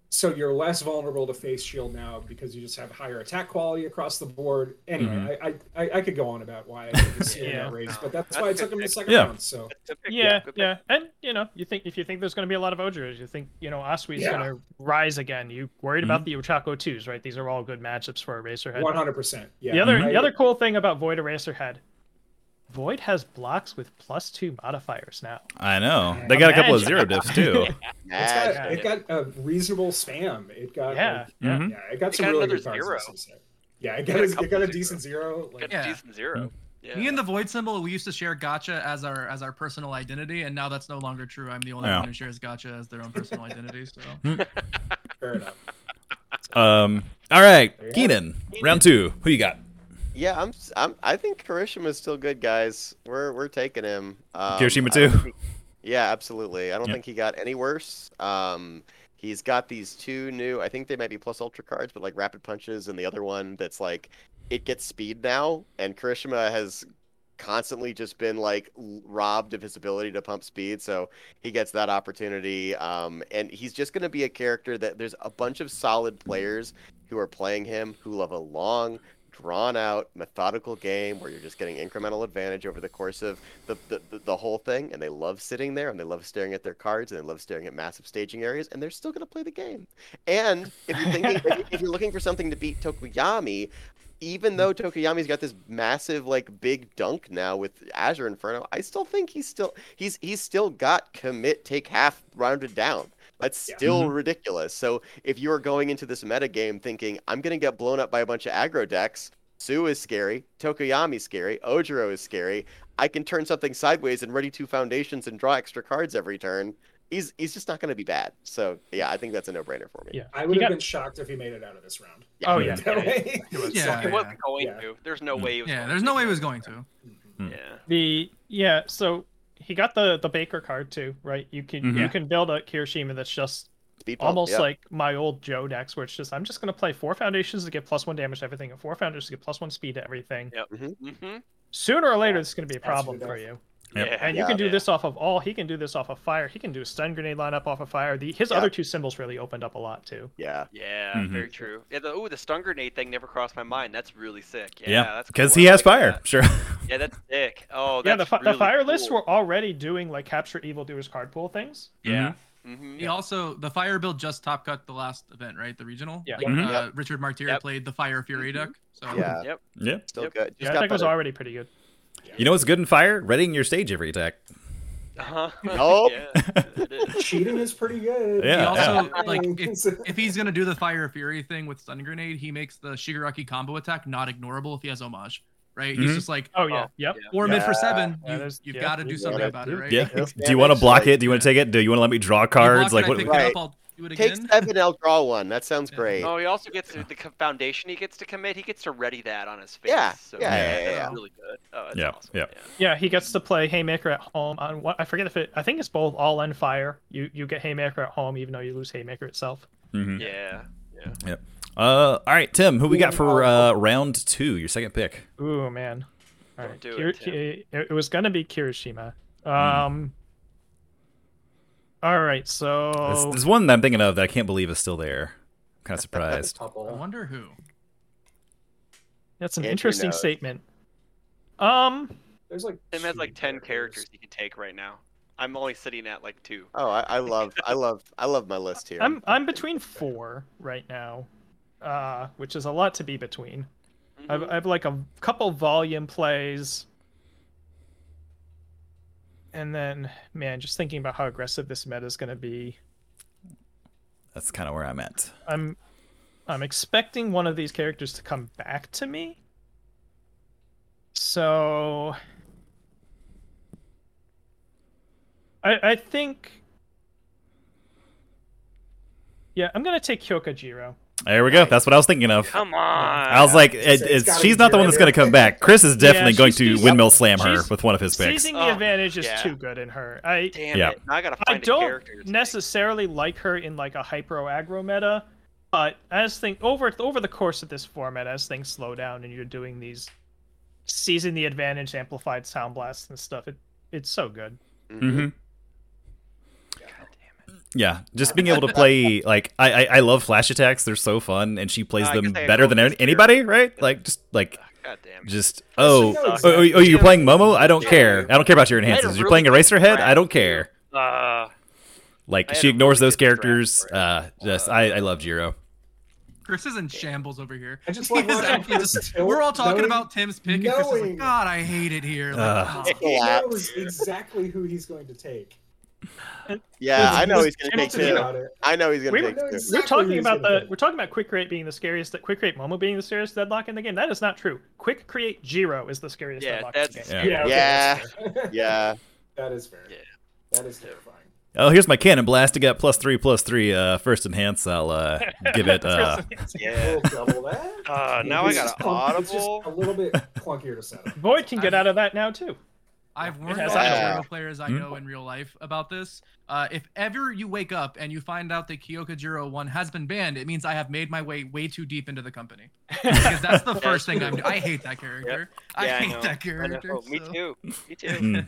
E: so you're less vulnerable to face shield now because you just have higher attack quality across the board. Anyway,
F: Mm-hmm.
E: I, I I could go on about why I think the ceiling
F: Yeah.
E: got raised, but
D: No,
E: that's why I
D: that's
E: took him in the
D: good.
E: second
A: Yeah.
E: round. So
D: Good pick,
F: yeah,
D: good pick.
F: yeah, and you know, you think if you think there's going to be a lot of Ojiros, you think you know Asui's
E: Yeah.
F: going to rise again. You worried about the Ochako twos, right? These are all good matchups for Eraserhead.
E: one hundred percent. Yeah.
F: The other
E: I-
F: the other cool thing about Void Eraserhead, Void has blocks with plus two modifiers now.
A: I know. They got a couple of zero diffs too.
E: It's got,
B: Mad.
F: Yeah.
E: It got a reasonable spam. It got
F: Yeah,
E: like,
F: yeah.
C: Mm-hmm.
A: Mhm.
E: yeah, it got
D: It
E: some
D: got
E: really
D: another
E: good cards. in
D: zero.
E: this set. Yeah, it
D: Got
E: got,
D: a
E: a, it
D: couple
E: got a
D: zero.
E: decent zero.
D: Got
E: Like,
D: a
C: Yeah. Mm-hmm.
D: decent zero Yeah.
C: Me and the void symbol, we used to share gotcha as our as our personal identity, and now that's no longer true. I'm the only
A: Yeah.
C: one who shares gotcha as their own personal identity. So
E: Fair enough.
A: Um, all right,
E: There you go.
A: Keenan, round two. Who you got?
B: Yeah, I'm. s- I'm. I think Hiroshima is still good, guys. We're we're taking him. Um,
A: Hiroshima
B: I don't
A: too.
B: think he- yeah, absolutely. I don't
A: Yeah.
B: think he got any worse. Um, he's got these two new. I think they might be plus ultra cards, but like rapid punches, and the other one that's like it gets speed now. And Kirishima has constantly just been like l- robbed of his ability to pump speed, so he gets that opportunity. Um, and he's just going to be a character that there's a bunch of solid players who are playing him who love a long drawn out methodical game where you're just getting incremental advantage over the course of the, the, the, the whole thing and they love sitting there and they love staring at their cards and they love staring at massive staging areas and they're still going to play the game and if you're thinking if- if you're looking for something to beat tokuyami even though Tokuyami's got this massive like big dunk now with Azure Inferno, I still think he's still he's he's still got commit take half rounded down. That's
E: Yeah.
B: still ridiculous. So if you are going into this meta game thinking I'm gonna get blown up by a bunch of aggro decks, Sue is scary, Tokuyami's scary, Ojiro is scary. I can turn something sideways and ready two foundations and draw extra cards every turn. He's he's just not gonna be bad. So yeah, I think that's a no brainer for me.
F: Yeah.
E: I
F: He
E: would have
F: got-
E: been shocked if he made it out of this round.
F: Oh yeah. yeah, yeah.
C: yeah,
D: He
C: yeah.
D: wasn't going
E: Yeah.
D: to. There's no way he was.
C: yeah,
D: going
C: there's
D: to.
C: no way he was going to.
D: Yeah.
F: The yeah, so he got the the baker card too, right? You can you
A: Mhm.
F: can build a Kirishima that's just
B: Speed
D: Oh,
B: bump,
F: almost
B: yeah.
F: like my old Joe decks, where it's just I'm just gonna play four foundations to get plus one damage to everything, and four foundations to get plus one speed to everything.
D: Mm-hmm.
F: Sooner or later, it's gonna be a
E: That's what
F: problem
E: it
F: for
E: does.
F: you.
A: Yep.
D: Yeah.
F: And you can do
D: Yeah.
F: this off of all. He can do this off of fire. He can do a stun grenade lineup off of fire. The his
B: Yeah.
F: other two symbols really opened up a lot too.
B: yeah.
D: Yeah,
C: Mm-hmm.
A: Mhm.
D: very true. Yeah, the, ooh, the stun grenade thing never crossed my mind. That's really sick. Yeah,
A: Yeah,
D: that's
A: because
D: cool.
A: he
D: I
A: has
D: like
A: fire.
D: that.
A: Sure.
D: Yeah, that's sick. Oh,
F: yeah,
D: that's
F: the, fi-
D: really
F: the fire
D: cool.
F: lists were already doing like capture evildoers card pool things.
D: Yeah. Mhm.
C: He also the fire build just top cut the last event, right? The regional.
F: Yeah.
C: Like,
A: Mhm.
C: uh, Richard Martyr
D: Yep.
C: played the fire fury
D: Mhm.
C: deck. So
B: Yeah.
A: Mm-hmm. Yeah.
B: Still
D: Yep.
B: good. Just
F: Yeah,
B: got
F: that deck was
B: better.
F: already pretty good.
A: You know what's good in fire? Readying your stage every attack.
D: Uh-huh.
B: Nope.
D: Yeah, it is.
E: Cheating is pretty good.
A: Yeah.
C: He also
D: Yeah.
C: like if, if he's gonna do the fire fury thing with stun grenade, he makes the Shigaraki combo attack not ignorable if he has homage, right?
A: Mhm.
C: He's just like
F: Oh yeah, yep.
C: or mid for seven.
F: Yeah,
C: you,
F: there's-
C: you've
F: yeah,
C: got to
F: you
C: do
F: gotta
C: something
F: do-
C: about it, right?
A: Yeah.
C: If you
B: Feels
A: Do you want to
B: damage,
A: block
B: like-
A: it? Do you want to take it? Do you want to let me draw cards? Like
C: block it, I
A: what?
C: pick
B: Right.
C: it up, I'll do it
B: Take
C: again.
B: seven, I'll draw one. That sounds great.
D: Oh, he also gets the co- foundation. He gets to commit. He gets to ready that on his face.
B: Yeah,
D: So,
B: yeah,
A: yeah,
D: that's
B: yeah.
D: really good. Oh, that's
A: Yeah,
D: awesome.
A: yeah.
F: Yeah, he gets to play Haymaker at home on what I forget if it I think it's both all and fire. You you get Haymaker at home even though you lose Haymaker itself.
A: Mhm.
D: Yeah. yeah.
A: Uh, all right, Tim. Who we got for uh, round two? Your second pick.
F: Ooh man. All right.
D: do it,
F: Kir- it, it was gonna be Kirishima. Um All right,
A: There's,
F: so
A: there's one that I'm thinking of that I can't believe is still there. I'm kind of surprised.
C: I
E: Couple.
C: wonder who.
F: that's an
B: Andrew
F: interesting
B: knows.
F: statement. Um
E: There's like
D: Tim has
E: two
D: like ten characters he can take right now. I'm only sitting at like two.
B: Oh, I, I love, I love, I love my list here.
F: I'm I'm between four right now, uh, which is a lot to be between. I've
D: Mhm.
F: I've like a couple volume plays, and then man, just thinking about how aggressive this meta is going to be.
A: That's kind of where I'm at.
F: I'm I'm expecting one of these characters to come back to me. So I I think yeah, I'm gonna take Kyokajiro.
A: There we go. That's what I was thinking of.
D: Come on.
A: I was like, it,
E: it's
A: it's,
E: gotta
A: she's
E: be
A: not the one
E: Jared.
A: that's going to come back. Chris is definitely
F: Yeah,
A: going
F: she's-
A: to
F: she's-
A: windmill slam her
F: she's-
A: with one of his picks.
F: Seizing the
D: Oh,
F: advantage is
D: yeah.
F: too good in her. I
D: Damn
A: Yeah.
D: it! Now I gotta
F: I
D: find a
F: don't
D: character. to take.
F: necessarily like her in like a hyper aggro meta, but as thing over over the course of this format, as things slow down and you're doing these seizing the advantage, amplified sound blasts and stuff, it it's so good.
B: Mhm.
A: Mhm. Yeah, just being able to play like I, I I love flash attacks. They're so fun, and she plays
D: I
A: them
D: guess I had
A: better than
D: Golden
A: any- anybody, right? Like just like
D: God damn it.
A: just oh
E: know
A: oh,
E: exactly-
A: oh, oh, you're playing Momo. I don't
D: Yeah.
A: care. I don't care about your
D: had a
A: enhancers. You're
D: really
A: playing
D: good
A: Eraserhead.
D: draft,
A: I don't care.
D: Uh,
A: Like
D: I had
A: she
D: a
A: ignores
D: really
A: those
D: good draft
A: characters.
D: for it.
A: Uh, just I I love Jiro.
C: Chris is in shambles over here.
E: I just love
C: He is
E: watching
C: actually
E: Chris
C: just-
E: know-
C: we're all talking
E: knowing-
C: about Tim's pick, and Chris is
E: knowing.
C: like, God, I hate it here. Like,
A: Ugh.
C: "Oh."
E: He
B: Yeah.
E: knows exactly who he's going to take.
B: Yeah, I know he's
F: It
B: gonna
F: was
B: take
F: Hamilton,
B: two.
E: Got it.
B: I know he's gonna
F: We
B: take
E: know
B: two.
E: exactly
F: We're talking
E: who's
F: about
E: gonna
F: the
E: win.
F: we're talking about quick rate being the scariest quick rate Momo being the scariest deadlock in the game. That is not true. Quick create Jiro is the scariest
D: Yeah,
F: deadlock in
D: that's-
F: the game.
A: Yeah.
E: okay,
B: Yeah.
E: that's fair.
B: Yeah,
E: that is fair.
D: Yeah.
E: That is terrifying.
A: Oh, here's my cannon blast. It got plus three, plus three. Uh, first enhance. I'll uh, give it. Uh,
D: Yeah.
E: We'll double that.
D: Uh, now I
E: It's
D: got
E: just
D: an
E: clunky- It's just
D: audible.
E: a little bit clunkier to set up.
F: Void can get out of that now too.
C: I've warned
F: has
C: all the
B: eyes.
C: Euro players I
A: Hmm?
C: know in real life about this. Uh, if ever you wake up and you find out that Kyoka Jiro 1 has been banned, it means I have made my way way too deep into the company. Because that's the first thing I'm doing. I hate that character. I
D: Yeah, I
C: hate
D: know.
C: that
D: I know.
C: character.
D: Me
C: so-
D: too. Me
F: Mm.
D: too.
A: hmm.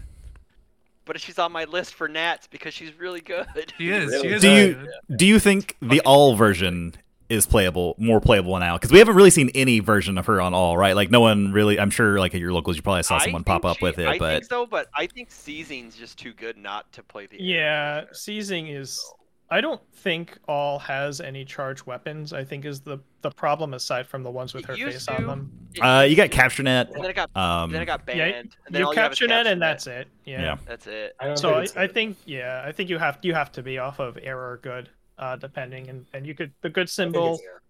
D: but she's on my list for Nats because she's really good.
C: She is.
B: Really
C: She is.
A: Do
C: really
A: you-
C: good.
A: Do you think the all version is playable, more playable now? Because we haven't really seen any version of her on all, right? Like no one really. I'm sure, like at your locals, you probably saw
D: I
A: someone
D: think
A: pop up
D: she-
A: with it,
D: I
A: but
D: think so, but I think Season's just too good not to play the.
F: Yeah, seizing is. I don't think all has any charge weapons. I think is the the problem aside from the ones with
D: It
F: her
D: used
F: face
D: to.
F: on them.
A: uh, you got capture net.
D: And then it got.
A: Um,
D: then it got banned.
F: yeah,
D: and then
F: You
D: all have is
F: capture net and
D: CaptureNet.
F: that's it. Yeah.
A: Yeah.
D: That's it.
E: I don't
F: So I,
E: think it's
F: I
E: good.
F: think yeah, I think you have you have to be off of error or good, uh, depending and and you could the
E: I
F: good
E: think
F: symbol.
E: it's air.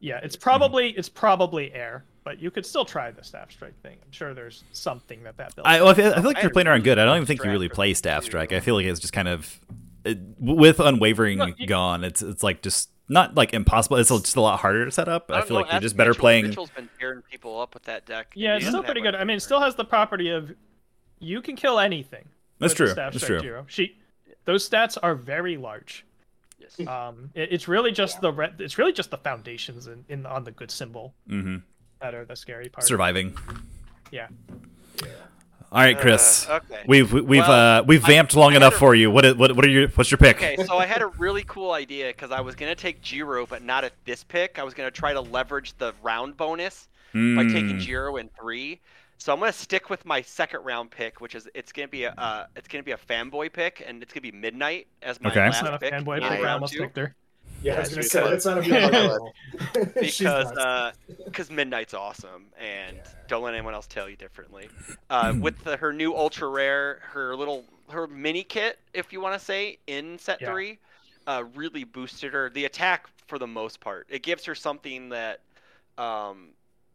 F: Yeah, it's probably it's probably air, but you could still try the staff strike thing. I'm sure there's something that that builds.
A: I, well, I feel I feel like
D: I
A: you're playing around good. I don't even think you
D: Strike
A: really
D: or
A: play
D: something
A: staff
D: too.
A: strike. I feel like it's just kind of it, with unwavering
F: Look, you-
A: gone. It's it's like just not like impossible. It's just a lot harder to set up. I,
D: don't
A: feel
D: know,
A: like you're
D: Oh, ask
A: just better
D: Mitchell.
A: playing.
D: Mitchell's been tearing people up with that deck.
F: yeah,
D: He
F: it's
D: doesn't
F: still
D: have
F: pretty
D: much
F: good. I mean, it
D: effort.
F: still has the property of you can kill anything.
A: That's
F: with
A: true.
F: the Staff
A: That's
F: strike
A: true.
F: Jiro. She, those stats are very large.
D: Yes.
F: Um, it- it's really just the re- it's really just the foundations in, in on the good symbol
A: hmm
F: that are the scary part.
A: Surviving.
F: Yeah.
A: All right, Chris.
D: Uh, okay.
A: We've we've
D: Well,
A: uh, we've
D: I-
A: vamped long
D: I
A: enough
D: had a-
A: for you. What, is- what what are your what's your pick?
D: Okay, so I had a really cool idea because I was gonna take Jiro, but not at this pick. I was gonna try to leverage the round bonus by taking
A: Hmm.
D: Jiro in three. So I'm gonna stick with my second round pick, which is it's gonna be a uh, it's gonna be a fanboy pick, and it's gonna be Midnight as my
A: Okay. It's
F: It's
D: last
F: not a
D: pick.
F: fanboy,
D: in
F: but
B: I
F: I
D: round
F: almost
D: two,
F: picked her.
E: Yeah, I was
D: Yeah,
E: gonna
D: she's
E: say
D: fun.
E: that's not a good level. She's
D: because
E: nuts.
D: because Midnight's awesome, and don't let anyone else tell you differently.
F: Hmm.
D: Uh, with the, her new ultra rare, her little her mini kit, if you want to say, in set
F: Yeah.
D: three, uh, really boosted her the attack for the most part. It gives her something that um,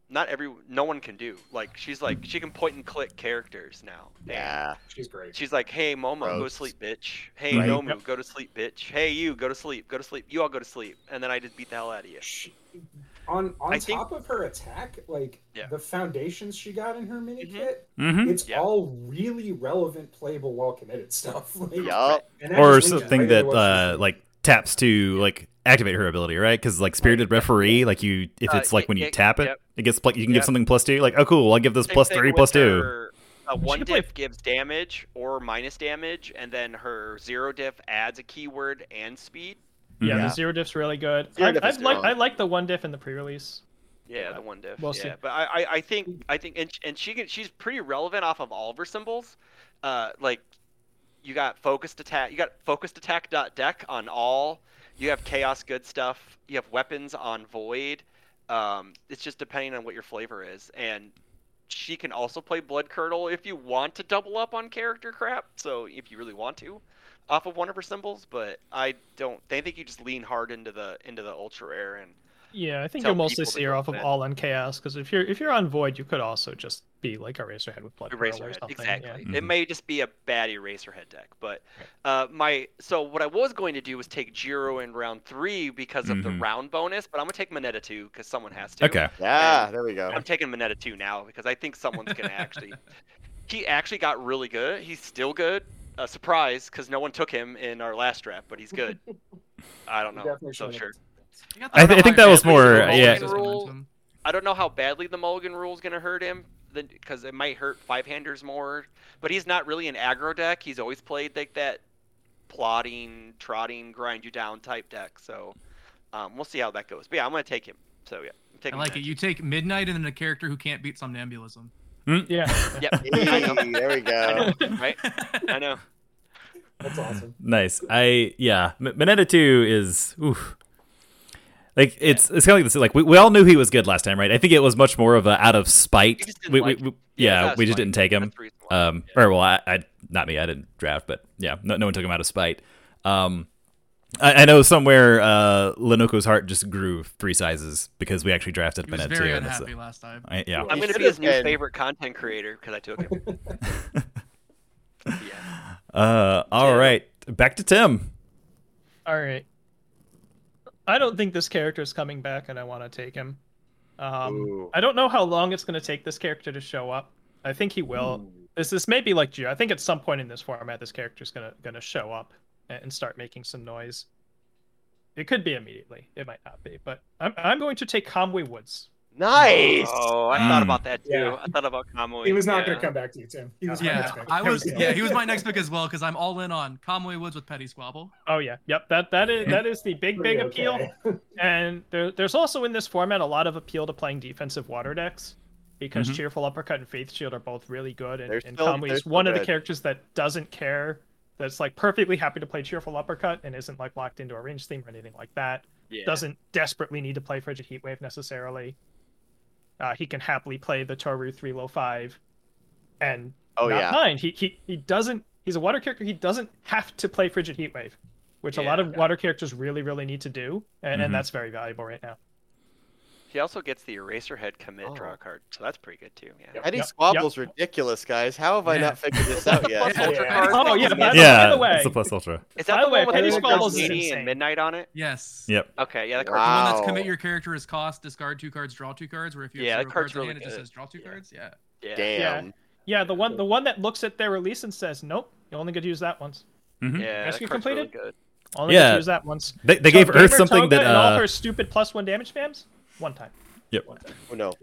D: not every no one can do. Like she's like she can point and click characters now. and
B: yeah.
E: she's great.
D: She's like, hey, Momo, go to
B: Gross.
D: sleep, bitch. Hey,
A: Right.
D: Nomu,
F: Yep.
D: go to sleep, bitch. Hey, you, go to sleep, go to sleep. You all go to sleep. And then I just beat the hell out of you.
E: She, on on
D: I think-
E: top of her attack, like
D: Yeah.
E: the foundations she got in her mini
D: Mhm.
E: kit,
A: Mhm.
E: it's
D: Yeah.
E: all really relevant, playable, well committed stuff. Like,
B: Yup.
E: and that
A: Or
E: just leads right
A: something
E: into
A: that
E: what she's
A: uh,
E: doing.
A: like taps to like activate her ability, right? Because like spirited referee, like you if
D: Uh,
A: it's like when
D: yeah,
A: you tap it,
D: yep.
A: it gets like you can give
D: Yep.
A: something plus two. Like oh cool, I'll give this
D: Same
A: plus
D: thing
A: three
D: with
A: plus two.
D: her, uh,
F: She
D: one
F: could play-
D: diff gives damage or minus damage, and then her zero diff adds a keyword and speed.
F: Yeah,
A: Yeah.
F: the zero diff's really good.
B: Zero
F: I,
B: diff
F: I
B: is
F: like
B: strong.
F: I like the one diff in the pre-release.
D: Yeah,
F: Yeah,
D: the one diff.
F: we'll
D: yeah,
F: see.
D: but I, I, I think, I think, and, and she can, she's pretty relevant off of all of her symbols. Uh, like, you got focused attack, you got focused attack dot deck on all. You have chaos good stuff. You have weapons on void. Um, it's just depending on what your flavor is, and she can also play blood curdle if you want to double up on character crap. So if you really want to, off of one of her symbols. But I don't. I think you just lean hard into the into the ultra air and.
F: Yeah, I think
D: Tell
F: you'll mostly
D: people to
F: see her
D: go
F: off of
D: with it.
F: all on chaos because if you're if you're on void, you could also just be like a racerhead with blood Pearl or
D: Eraserhead,
F: something.
D: exactly.
A: yeah.
D: It may just be a bad Eraserhead deck, but uh, my so what I was going to do was take Jiro in round three because of the
A: Mhm.
D: round bonus, but I'm gonna take Mineta two because someone has to.
A: Okay.
B: Yeah, there we go.
D: I'm taking Mineta two now because I think someone's gonna actually. He actually got really good. He's still good. A surprise because no one took him in our last draft, but he's good. I don't
E: He
D: know.
E: definitely
D: So
E: should've.
D: sure.
C: You got
A: I th- I think that
C: Valkyrie
A: was
C: Atlas
A: more-
C: Revolt
A: yeah.
C: system
D: Rule-
C: into him.
D: I don't know how badly the Mulligan rule is going to hurt him, because it might hurt five handers more. But he's not really an aggro deck. He's always played like that plotting, trotting, grind you down type deck. So um, we'll see how that goes. But yeah, I'm going to take him. So yeah, I'm
C: I
D: taking
C: like it. You take Midnight and then a character who can't beat somnambulism.
F: Yeah,
D: Yep. I know.
B: Hey, there we go.
D: I know, right? I know.
E: That's awesome.
A: Nice. I yeah. M- Mineta two is oof. Like it's it's kind of like this. Like we, we all knew he was good last time, right? I think it was much more of a out of spite.
D: We just didn't
A: We,
D: like
A: we,
D: him.
A: we- yeah,
D: Yeah,
A: we just
D: that's
A: didn't take him.
D: That's the reason why.
A: Um, or well, I, I not me, I didn't draft, but yeah, no, no one took him out of spite. Um, I, I know somewhere uh, Lenoko's heart just grew three sizes because we actually drafted
C: He was
A: Bennett
C: very
A: too. and that's-
C: unhappy last time.
A: I, yeah,
D: I'm
B: He
D: gonna be
B: should've
D: his new
B: been-
D: favorite content creator because I took him. yeah.
A: Uh, all
D: Yeah.
A: right, back to Tim.
F: All right. I don't think this character is coming back, and I want to take him. Um,
B: Ooh.
F: I don't know how long it's going to take this character to show up. I think he will.
E: Hmm.
F: This this may be like Gio. I think at some point in this format, this character's gonna gonna show up a- and start making some noise. It could be immediately. It might not be, but I'm I'm going to take Conway Woods.
B: Nice.
D: Oh, I thought
A: Mm.
D: about that too.
E: Yeah.
D: I thought about Conway.
E: He was not
D: yeah.
E: going to come back to you, Tim. He was my
C: Yeah,
E: next pick.
C: I was.
E: Hands
C: Yeah,
E: down.
C: he was my next pick as well because I'm all in on Conway Woods with Petty Squabble.
F: Oh yeah, yep. That that is that is the big
E: Pretty
F: big appeal.
E: okay.
F: And there, there's also in this format a lot of appeal to playing defensive water decks because
A: Mhm.
F: Cheerful Uppercut and Faith Shield are both really good. And,
B: Mm-hmm. They're
F: and
B: still- they're
F: Conway's
B: still
F: one of the
B: good.
F: characters that doesn't care, that's like perfectly happy to play Cheerful Uppercut and isn't like locked into a range theme or anything like that.
D: Yeah.
F: Doesn't desperately need to play Frigid Heat Wave necessarily. Uh, he can happily play the Toru 305 and
B: Oh
F: not
B: yeah.
F: mind. He, he he doesn't. He's a water character. He doesn't have to play Frigid Heat Wave, which a lot
D: Yeah.
F: of water characters really really need to do, and,
A: Mhm.
F: and that's very valuable right now.
D: He also gets the Eraserhead commit
B: Oh.
D: draw card, so that's pretty good too. Yeah.
B: Eddie
F: Yep,
B: Squabble's ridiculous, guys. How have I
C: Yeah.
B: not figured this out yet?
D: Plus Ultra
E: Yeah.
D: card.
F: Oh, yeah,
D: Commit.
F: by the-
A: yeah,
F: by the way-
A: it's the plus ultra.
D: Is
F: by
D: that
F: the
D: the
F: way,
D: one with
B: Petty
D: the
B: Squabbles is
D: 80
F: insane.
D: and Midnight on it?
C: Yes.
A: Yep.
D: Okay, yeah, that card's
C: The one that's
B: Wow.
C: commit your character is cost, discard two cards, draw two cards. Where if you have
D: Yeah, that
C: zero
D: card's
C: cards in
D: really
C: hand, it just
D: good.
C: says draw two
D: Yeah.
C: cards. Yeah.
D: Yeah.
B: Damn.
F: Yeah, the one the one that looks at their release and says, "Nope, you only get to use that once.
A: Mhm.
D: Yeah,
F: Hmm? Rescue
D: that card's really
F: completed?
D: good.
F: Only get
A: Yeah.
F: to use that once."
A: They, they gave
F: So
A: Earth
F: Gamer
A: something
F: Toga
A: that
F: and all
A: uh,
F: her stupid plus one damage spams one time.
B: Oh no.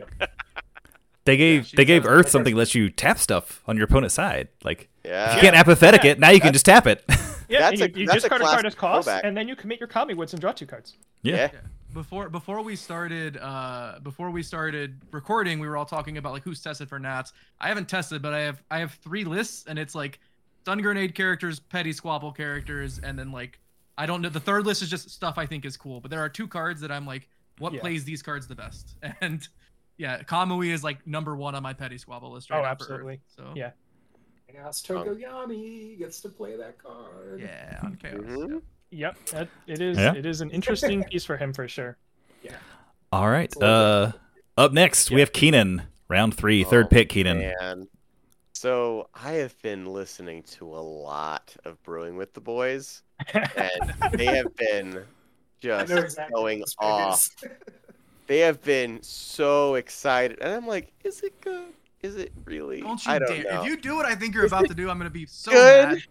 A: they gave
C: she
A: they gave
C: said-
A: Earth something that lets you tap stuff on your opponent's side. Like if
B: Yeah.
A: you can't apathetic it. Now you can just tap it.
F: Yeah, and
B: That's
F: you,
B: a-
F: you
B: that's
F: just
B: a
F: card a card
B: classic
F: as cost,
B: throwback.
F: and then you commit your Kami Woods and draw two cards.
A: yeah.
C: Before before we started uh before we started recording, we were all talking about like who's tested for Nats. I haven't tested, but I have I have three lists, and it's like stun grenade characters, petty squabble characters, and then like I don't know. The third list is just stuff I think is cool, but there are two cards that I'm like, what
F: Yeah.
C: plays these cards the best? And yeah, Kamui is like number one on my petty squabble list right
F: Oh,
C: now. for
F: absolutely.
C: Earth, so
F: Yeah.
E: Chaos Togoyami gets to play that card.
C: yeah, on chaos.
B: Mhm.
C: yeah.
F: Yep, that, it is.
A: Yeah.
F: It is an interesting piece for him for sure.
A: All right.
E: It's a little
A: Uh, up next we
F: Yeah.
A: have Keenan, round three,
B: Oh,
A: third pick. Keenan.
B: Man. So I have been listening to a lot of Brewing with the Boys, and they have been
E: I
B: just
E: know exactly
B: going
E: what this pick
B: off.
E: is.
B: They have been so excited, and I'm like, is it good? Is it really?
C: Don't you
B: I don't
C: dare!
B: know.
C: If you do what I think you're about to do, I'm gonna be so
B: good?
C: mad.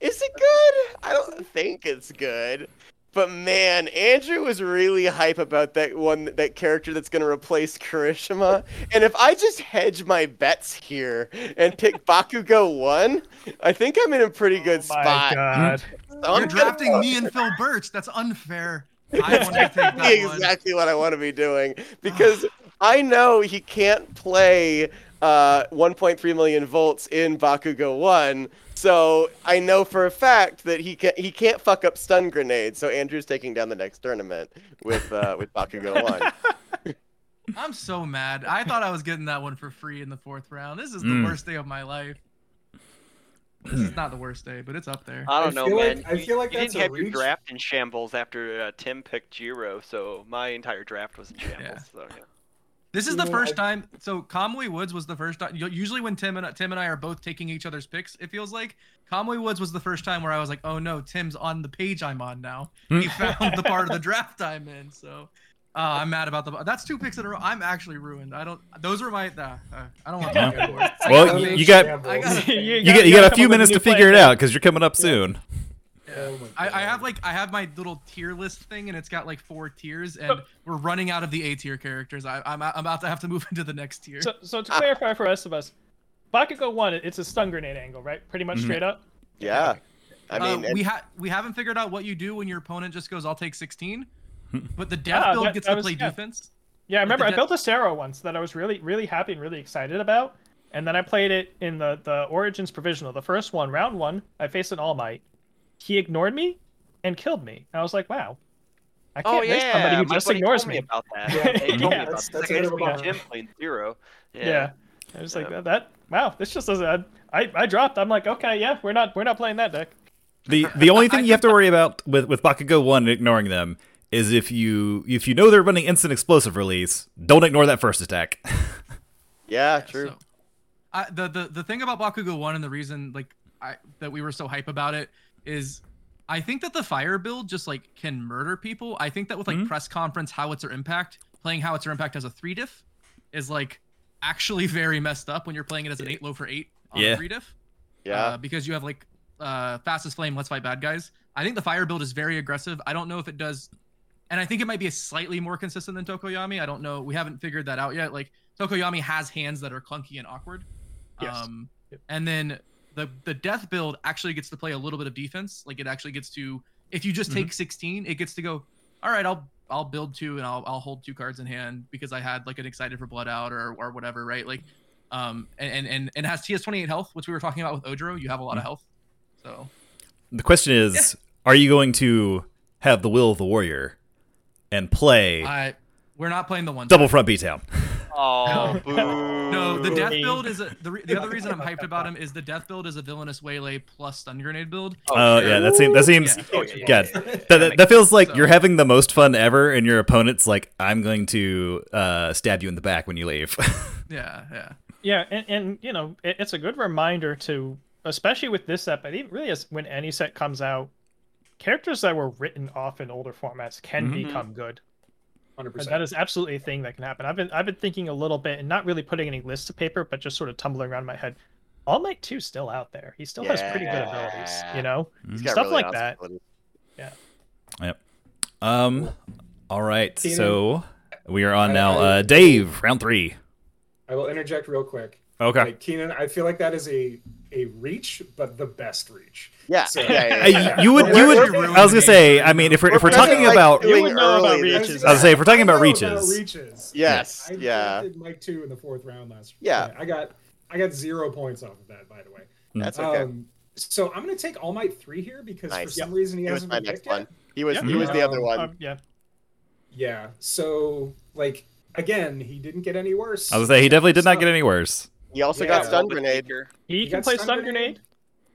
B: Is it good? I don't think it's good. But man, Andrew was really hype about that one, that character that's going to replace Karishima. And if I just hedge my bets here and pick Bakugo 1, I think I'm in a pretty good
F: Oh My
B: spot.
F: God.
B: So
C: You're
B: I'm gonna
C: drafting
B: go-
C: me and Phil Birch. That's unfair. I want to take that
B: That's
C: one.
B: exactly what I want to be doing because I know he can't play uh, 1.3 million volts in Bakugo 1. So I know for a fact that he can he can't fuck up stun grenades. So Andrew's taking down the next tournament with uh, with Bakugo 1.
C: I'm so mad. I thought I was getting that one for free in the fourth round. This is the
A: Mm.
C: worst day of my life. This is not the worst day, but it's up there.
D: I don't
E: I
D: know,
E: feel
D: man.
E: like- I
D: You-
E: feel like
D: you
E: that's
D: didn't
E: a
D: have your
E: reach.
D: draft in shambles after uh, Tim picked Jiro, so my entire draft was in shambles. So, yeah.
C: This is
E: You
C: the
E: know,
C: first
E: I-
C: time. So Conway Woods was the first time. Usually, when Tim and Tim and I are both taking each other's picks, it feels like Conway Woods was the first time where I was like, "Oh no, Tim's on the page I'm on now. He found the part of the draft I'm in." So uh, I'm mad about the. That's two picks in a row. I'm actually ruined. I don't. Those were my. Uh, uh, I don't want to talk anymore.
A: Well,
E: Togoyami
A: you- you got-
E: shambles.
C: I got-
A: You get you
F: gotta
A: got a
F: come
A: few
F: up with
A: minutes
F: new
A: to
F: plan.
A: figure it out because you're coming up soon.
E: Oh my
C: I, I
E: God.
C: have like I have my little tier list thing, and it's got like four tiers, and we're running out of the A tier characters. I, I'm, I'm about to have to move into the next tier.
F: So, so
D: Ah.
F: to clarify for the rest of us, Bakugo one, it's a stun grenade angle, right? Pretty much
D: Mm-hmm.
A: Mhm.
F: straight up.
B: yeah. I mean,
C: uh,
B: and-
C: we ha- we haven't figured out what you do when your opponent just goes, "I'll take 16," but the death
F: Ah,
C: build
F: that-
C: gets
F: that
C: to
F: was-
C: play
F: yeah.
C: defense.
F: Yeah, I
C: With the
F: remember I
C: de-
F: built a Sarah once that I was really, really happy and really excited about, and then I played it in the the Origins provisional, the first one, round one. I faced an All Might. He ignored me, and killed me. And I was like, wow. I
D: Oh
F: can't miss
D: yeah,
F: somebody who
D: my
F: just
D: buddy
F: ignores
D: told me
F: me.
D: about that.
E: Yeah,
D: They told me
F: yeah,
D: about
E: that's-
D: that.
E: that's
D: I just
E: what I'm
D: played
E: about.
D: Jim playing zero.
F: Yeah.
D: Yeah.
F: I was
D: Yeah.
F: like that, that. Wow, this just doesn't. I, I I dropped. I'm like, okay, yeah, we're not we're not playing that deck.
A: The the only thing you have to worry about with with Bakugo one and ignoring them is if you if you know they're running instant explosive release, don't ignore that first attack.
B: Yeah, true.
C: So, I, the the the thing about Bakugo One and the reason like I that we were so hype about it is, I think that the fire build just like can murder people. I think that with like press conference howitzer impact, playing howitzer impact as a three diff, is like actually very messed up when you're playing it as an eight low for eight on
A: Yeah.
C: a three diff.
B: Yeah.
C: uh, because you have like uh, fastest flame, let's fight bad guys. I think the fire build is very aggressive. I don't know if it does, and I think it might be a slightly more consistent than Tokoyami. I don't know. We haven't figured that out yet. Like Tokoyami has hands that are clunky and awkward.
F: Yes.
C: Um,
F: Yep.
C: And then the the death build actually gets to play a little bit of defense. Like it actually gets to if you just
F: Mm-hmm.
C: take 16, it gets to go. All right, I'll I'll build two and I'll I'll hold two cards in hand because I had like an excited for blood out or or whatever. Right, like um and and and, and it has TS 28 health, which we were talking about with Odro. You have a lot of
F: Mm-hmm.
C: health, so
A: The question is, are you going to have the will of the warrior and play
C: I we're not playing the one.
A: double front B town?
D: Oh, boo.
C: No, the death
F: Ooh.
C: build is a, the re- the other reason I'm hyped about him is the death build is a villainous waylay plus stun grenade build.
A: Oh
D: sure.
A: yeah, that seems that seems
C: Yeah.
B: Oh, yeah, yeah,
A: God.
B: yeah, yeah.
A: That, that, that feels like
C: So-
A: you're having the most fun ever, and your opponent's like, "I'm going to uh, stab you in the back when you leave."
C: Yeah, yeah.
F: Yeah, and, and you know, it, it's a good reminder to, especially with this set, but even really as when any set comes out, characters that were written off in older formats can
A: Mhm.
F: become good.
E: Hundred
F: And
E: percent.
F: that is absolutely a thing that can happen. I've been I've been thinking a little bit and not really putting any lists to paper, but just sort of tumbling around in my head. All Might 2 's still out there. He still has pretty good abilities,
B: Yeah.
F: you know?
B: He's
A: Mhm.
B: got
F: Stuff
B: really
F: like
B: awesome
F: that.
B: abilities.
A: um, all right,
E: Steven.
A: so we are on
E: I-
A: now.
E: I-
A: Uh, Dave, round three.
E: I will interject real quick.
A: Okay.
E: Like Keenan, I feel like that is a a reach, but the best reach.
B: Yeah.
E: So-
B: yeah, yeah,
A: Uh,
B: yeah,
A: you-
B: yeah.
A: you would, you
E: We're-
A: would.
E: we're-
A: I was gonna say. I mean, if we're if we're
B: We're kinda,
A: talking
B: like,
A: about,
B: doing
F: You would know
B: early
F: about
B: this-
F: reaches.
A: I was gonna say, if we're talking
E: I
A: about
E: know about
A: reaches,
E: reaches.
B: Yes.
E: I
B: Yeah.
E: drafted Mike two in the fourth round last.
B: Yeah.
E: I got I got zero points off of that, by the way.
B: That's okay.
E: Um, so I'm gonna take All Might three here because for
B: Nice.
E: some reason he
B: he was
E: hasn't
B: my
E: been
B: next
E: picked
B: one.
E: yet.
B: He was
F: Yeah.
B: he was the other
E: Um,
B: one.
F: Um, yeah.
E: Yeah. So like again, he didn't get any worse.
A: I was gonna say he definitely did not get any worse.
B: He also
E: Yeah.
B: got stun
D: Well, the
B: grenade.
D: teacher.
F: He,
E: He
F: can
E: got
F: play Stun Grenade.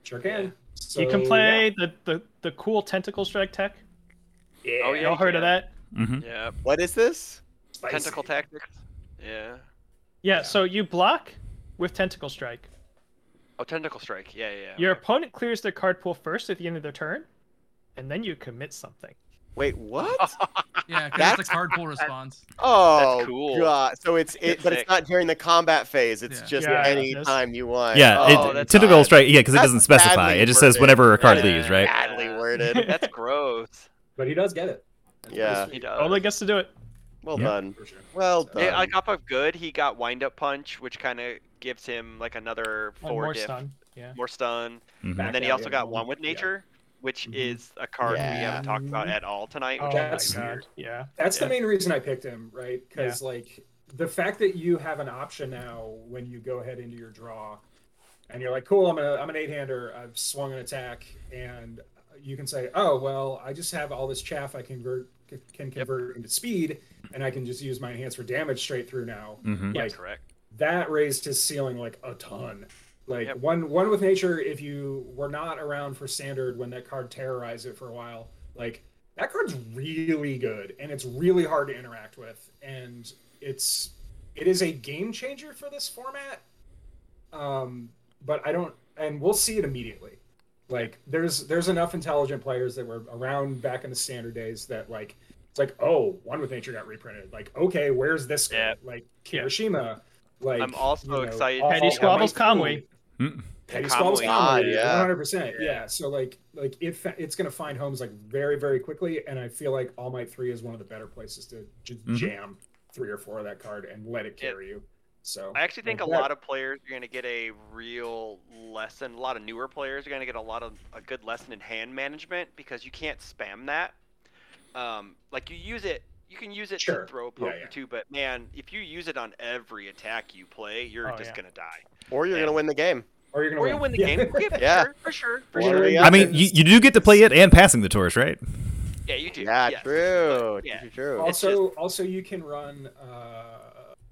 E: Sure can. So,
F: he can
E: yeah.
F: play the, the, the cool Tentacle Strike tech.
D: Oh yeah.
F: Y'all heard of
D: yeah.
F: that?
A: hmm
D: Yeah.
B: What is this?
E: Spicy.
D: Tentacle tactics. Yeah.
F: Yeah,
E: Yeah.
F: so you block with Tentacle Strike.
D: Oh, tentacle strike. Yeah, yeah.
F: Your
D: okay.
F: opponent clears their card pool first at the end of their turn, and then you commit something.
B: Wait, what?
C: Yeah, because
B: That's-
C: it's a card pull response.
B: Oh,
D: cool.
B: God. So it's it, but it's
D: Sick.
B: not during the combat phase. It's
C: Yeah.
B: just
F: Yeah.
B: any
F: Yes.
B: time you want.
A: Yeah,
D: Oh,
A: it,
D: that's
A: tentacle
D: odd.
A: strike. Yeah, because it
B: That's
A: doesn't specify.
B: badly
A: It just says
B: worded.
A: whenever a card
D: Yeah.
A: leaves, right?
B: Badly worded.
D: That's gross.
E: But he does get it.
B: Yeah.
D: He does.
F: Only gets to do it.
B: Well
A: Yeah.
B: done.
E: For sure.
B: Well
E: Yeah,
B: done.
D: Yeah, on top of good, he got wind up punch, which kind of gives him like another
F: One
D: four
F: more
D: diff,
F: stun. Yeah.
D: more stun,
A: Mhm.
E: Back
D: and then he
E: out,
D: also
E: yeah.
D: got one with
E: Yeah.
D: nature, which
E: Mhm.
D: is a card we
B: Yeah.
D: haven't talked about at all tonight.
F: Oh
D: Which
F: my
E: That's-
F: god. Yeah.
E: That's
F: Yeah.
E: the main reason I picked him, right? Because like the fact that you have an option now when you go ahead into your draw, and you're like, "Cool, I'm a I'm an eight hander. I've swung an attack," and you can say, "Oh well, I just have all this chaff I convert can convert into speed, and I can just use my enhance for damage straight through now."
A: Mhm.
D: yeah,
E: Like
D: correct.
E: that raised his ceiling like a ton. Like
D: Yep.
E: one one with nature, if you were not around for standard when that card terrorized it for a while, like that card's really good and it's really hard to interact with. And it's it is a game changer for this format. Um, but I don't and we'll see it immediately. Like there's there's enough intelligent players that were around back in the standard days that like it's like, oh, one with nature got reprinted. Like, okay, where's this guy?
D: Yeah.
E: Like
F: Yeah.
E: Hiroshima. Like
D: I'm also
E: you know,
D: excited-
E: all-
F: Petty
E: all-
F: Squabbles
E: all-
F: Conway.
A: Mm.
E: Petty
D: Conway.
E: Squabbles
B: Ah,
E: Conway.
B: yeah.
E: One hundred percent.
D: Yeah.
E: Yeah. So like, like it, fa- it's gonna find homes like very, very quickly, and I feel like All Might Three is one of the better places to just
B: Mm-hmm.
A: Mhm.
E: jam three or four of that card and let it
D: Yeah.
E: carry you.
F: Oh,
E: So
D: I actually think a
E: like
D: lot
E: that-
D: of players are going to get a real lesson. A lot of newer players are going to get a lot of a good lesson in hand management because you can't spam that. Um, like you use it, you can use it
E: Sure.
D: to throw a
E: Yeah,
D: poke
E: yeah.
D: or two, but man, if you use it on every attack you play, you're
F: Oh,
D: just
F: yeah.
D: going to die.
B: Or you're gonna win the game.
E: or you're gonna
D: Or you win the
E: Yeah.
D: game. Yeah, for
B: Yeah.
D: sure, for sure, for
B: Or
D: sure.
B: you're
A: I
B: gonna-
A: mean, you, you do get to play it and passing the torch, right?
D: Yeah, you do.
B: Yeah,
D: yes.
B: true.
D: yeah.
B: True, true.
D: It's
E: Also, also you can run. Uh,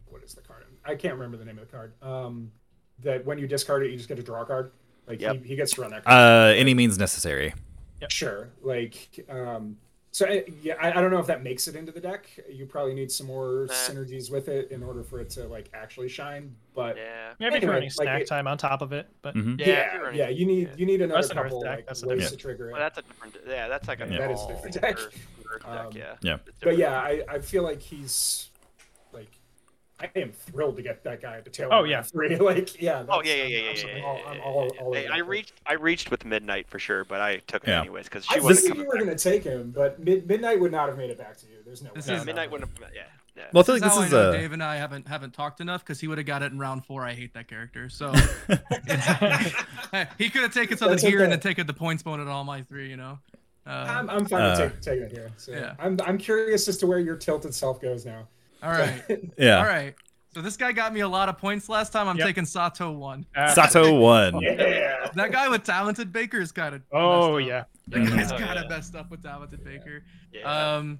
E: what is the card? I can't remember the name of the card. Um, that when you discard it, you just get a draw card. Like
B: Yep.
E: he, he gets to run that card.
A: Uh, any means necessary.
E: Sure. Like, um, so I, yeah, I, I don't know if that makes it into the deck. You probably need some more
D: Nah.
E: synergies with it in order for it to like actually shine. But yeah,
D: Yeah.
F: Maybe if
E: Anyway,
F: you're running
E: like
F: snack
E: it-
F: time on top of it, but
A: Mhm.
D: Yeah. if you're
E: yeah,
D: running-
E: you need
D: yeah.
E: you need another
F: That's an Earth
E: couple
F: deck,
E: like,
F: that's a
E: ways
A: different-
E: to trigger it.
D: Well, that's a different. Yeah, that's like a
A: Yeah.
E: That is different
D: all
E: deck.
D: Earth- Earth deck,
E: Um,
D: yeah.
A: Yeah.
D: It's
E: but
D: different.
E: yeah, I, I feel like he's like I am thrilled to get that guy at the tail.
F: Oh,
E: end of
F: yeah.
E: three. Like yeah.
D: Oh
E: that's-
D: yeah, yeah,
E: I'm-
D: yeah,
E: I'm
D: yeah,
E: something
D: yeah,
E: all-
D: yeah,
E: I'm
D: yeah,
E: all-
D: yeah.
E: all
D: Hey,
E: over
D: I
E: that.
D: reached, I reached with midnight for sure, but I took it
A: Yeah.
D: anyways because she
E: I
D: wasn't
E: figured
D: coming
E: you were
D: back.
E: going to take him, but Mid- Midnight would not have made it back to you. There's no
C: This
E: way.
C: is-
D: yeah, midnight wouldn't have. Yeah, yeah.
A: Well, I feel like
C: this
A: this
C: is how I
A: is
C: know
A: a
C: Dave and I haven't haven't talked enough because he would have got it in round four. I hate that character. So he could have taken something
E: That's
C: here and then
E: okay.
C: taken the points bonus on all my three. You know. Uh,
E: I'm, I'm fine
A: Uh,
E: with take, taking it here. So
C: yeah.
E: I'm, I'm curious as to where your tilted self goes now.
C: all right. All
A: yeah.
C: right. So this guy got me a lot of points last time. I'm
F: Yep.
C: taking Sato one.
F: uh,
A: Sato one.
E: yeah.
C: That guy with talented Baker is kind of.
F: oh yeah,
C: That guy's
D: Oh,
C: kind of
D: yeah.
C: messed up with talented Baker.
D: yeah.
C: Um,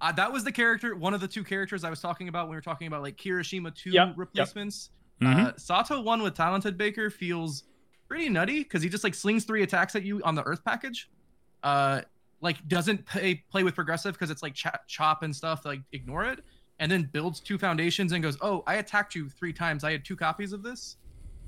C: uh, that was the character, one of the two characters I was talking about when we were talking about like Kirishima two
F: Yep, yep.
C: replacements.
A: Mhm.
C: Uh, Sato one with talented Baker feels pretty nutty because he just like slings three attacks at you on the Earth package. Uh, like doesn't play play with progressive because it's like cha- chop and stuff. Like ignore it, and then builds two foundations and goes, "Oh, I attacked you three times. I had two copies of this.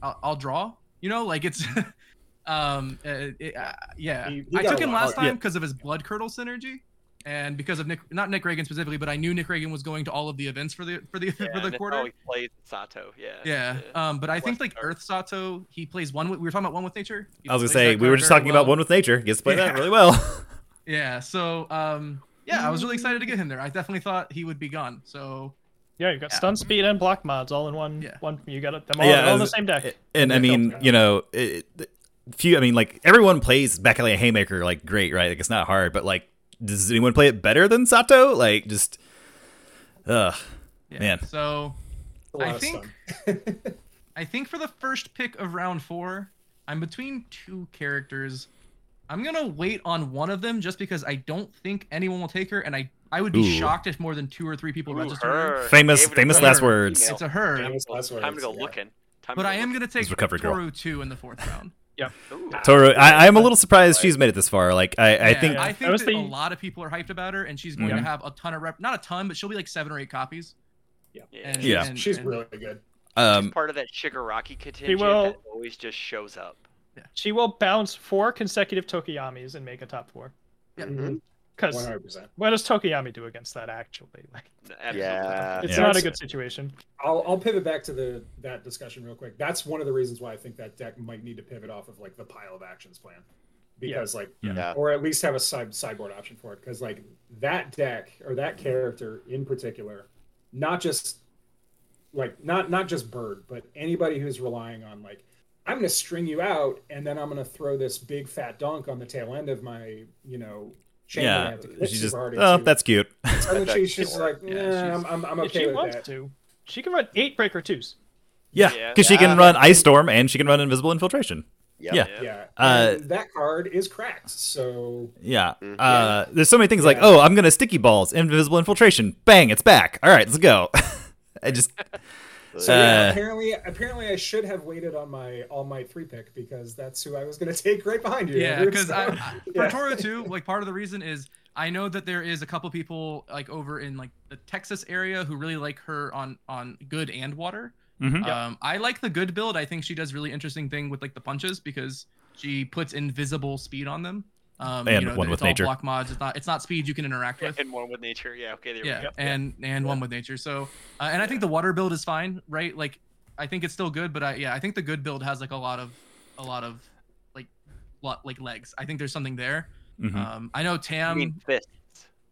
C: I'll, I'll draw." You know, like it's. um uh, it, uh, yeah
E: He- he
C: i
E: got
C: took
E: a
C: him
E: lot.
C: last
A: Yeah.
C: time because of his blood curdle synergy and because of Nick, not Nick Reagan specifically, but I knew Nick Reagan was going to all of the events for the for the
D: yeah,
C: for
D: and
C: the
D: that's
C: quarter.
D: how he plays Sato. Yeah.
C: yeah. Um, but I think
D: Western
C: like Earth Sato, he plays one. With, we were talking about one with nature. He
A: I was gonna
C: plays
A: say
C: that
A: we were
C: card
A: just
C: very
A: talking
C: well.
A: about one with nature. Gets to play that
C: Yeah.
A: really well.
C: Yeah. So um, yeah, I was really excited to get him there. I definitely thought he would be gone. So
F: yeah. You've got
C: Yeah.
F: stun speed and block mods all in one.
C: Yeah.
F: One. You got them all,
A: Yeah,
F: they're all in the
A: as-
F: same deck.
A: and I mean, you know, it, it- few. I mean, like everyone plays Beckley Haymaker like great, right? Like it's not hard, but like, does anyone play it better than Sato? Like, just, ugh,
C: yeah.
A: Man.
C: So
E: A lot
C: I
E: of
C: think-
E: stun.
C: I think for the first pick of round four, I'm between two characters. I'm gonna wait on one of them just because I don't think anyone will take her, and I I would be
A: Ooh.
C: shocked if more than two or three people
D: Ooh,
C: register her.
D: her.
A: Famous-
D: David
A: famous
D: Oyelowo.
A: last words.
D: Email.
C: It's a her.
E: That was last
D: Time to go
E: words, yeah.
D: looking. Time
C: But
D: to
C: I
D: go
C: am gonna take
A: It's recovered girl.
C: Toru too in the fourth round.
D: looking. Ooh.
A: Toru. I, I'm a little surprised she's made it this far. Like, I, I
C: Yeah,
A: think,
C: I
F: I
C: think
F: was
C: that a
F: thinking-
C: lot of people are hyped about her, and she's going to
A: Yeah.
C: have a ton of rep. Not a ton, but she'll be like seven or eight copies.
D: Yeah.
C: And,
A: Yeah.
C: and-
E: She's
C: and-
E: really good.
D: She's
A: um,
D: part of that Shigaraki contingent
F: will-
D: that always just shows up.
F: She will bounce four consecutive Tokiyamis and make a top four.
C: Yeah.
D: Mm-hmm.
E: Mhm.
F: Because
E: 100%.
F: what does Tokiyami do against that? Actually, like
D: Absolutely.
B: Uh, Yeah.
F: it's
A: Yeah.
F: not a good situation.
E: I'll, I'll pivot back to the that discussion real quick. That's one of the reasons why I think that deck might need to pivot off of like the pile of actions plan, because like,
B: Yeah.
E: or at least have a side sideboard option for it, because like that deck or that character in particular, not just like not not just Bird, but anybody who's relying on like I'm going to string you out, and then I'm going to throw this big fat dunk on the tail end of my you know. chamber I
A: yeah,
E: have to commit
A: she's
E: super
A: just,
E: hard
A: oh,
E: into."
A: that's cute.
E: Suddenly
B: That
E: she's
B: could
E: just
B: work.
E: like,
C: Yeah,
E: "Nah,
C: she's-
E: I'm, I'm, I'm
F: if she
E: okay with
F: wants
E: that.
F: to, she can run eight breaker twos.
A: Yeah,
D: Yeah.
A: because she
B: Yeah.
A: can run Ice Storm and she can run Invisible Infiltration.
B: Yep.
A: Yeah.
E: Yeah,
A: Uh,
E: and that card is cracked, so
A: Yeah.
B: Mhm.
A: Uh, there's so many things like,
E: Yeah.
A: oh, I'm gonna sticky balls, invisible infiltration, bang, it's back. All right, let's go. I just
E: So yeah,
A: Uh,
E: apparently, apparently, I should have waited on my All Might three pick because that's who I was going to take right behind you.
C: Yeah,
E: Andrew,
C: because
E: so-
C: for
E: yeah.
C: Toro too, like part of the reason is I know that there is a couple people like over in like the Texas area who really like her on on good and water.
A: Mhm.
C: Um, I like the good build. I think she does really interesting thing with like the punches because she puts invisible speed on them. Um, you
A: And
C: know,
A: one
C: it's
A: with
C: all
A: nature.
C: block mods. It's not it's not speed you can interact with.
D: And one with nature. Yeah. Okay. There
C: yeah
D: we go.
C: and and one with nature so uh, and i think the water build is fine right like i think it's still good but i yeah i think the good build has like a lot of a lot of like lot like legs i think there's something there
F: Mm-hmm.
A: mhm.
C: um i know
D: I
C: tam
D: mean, fist.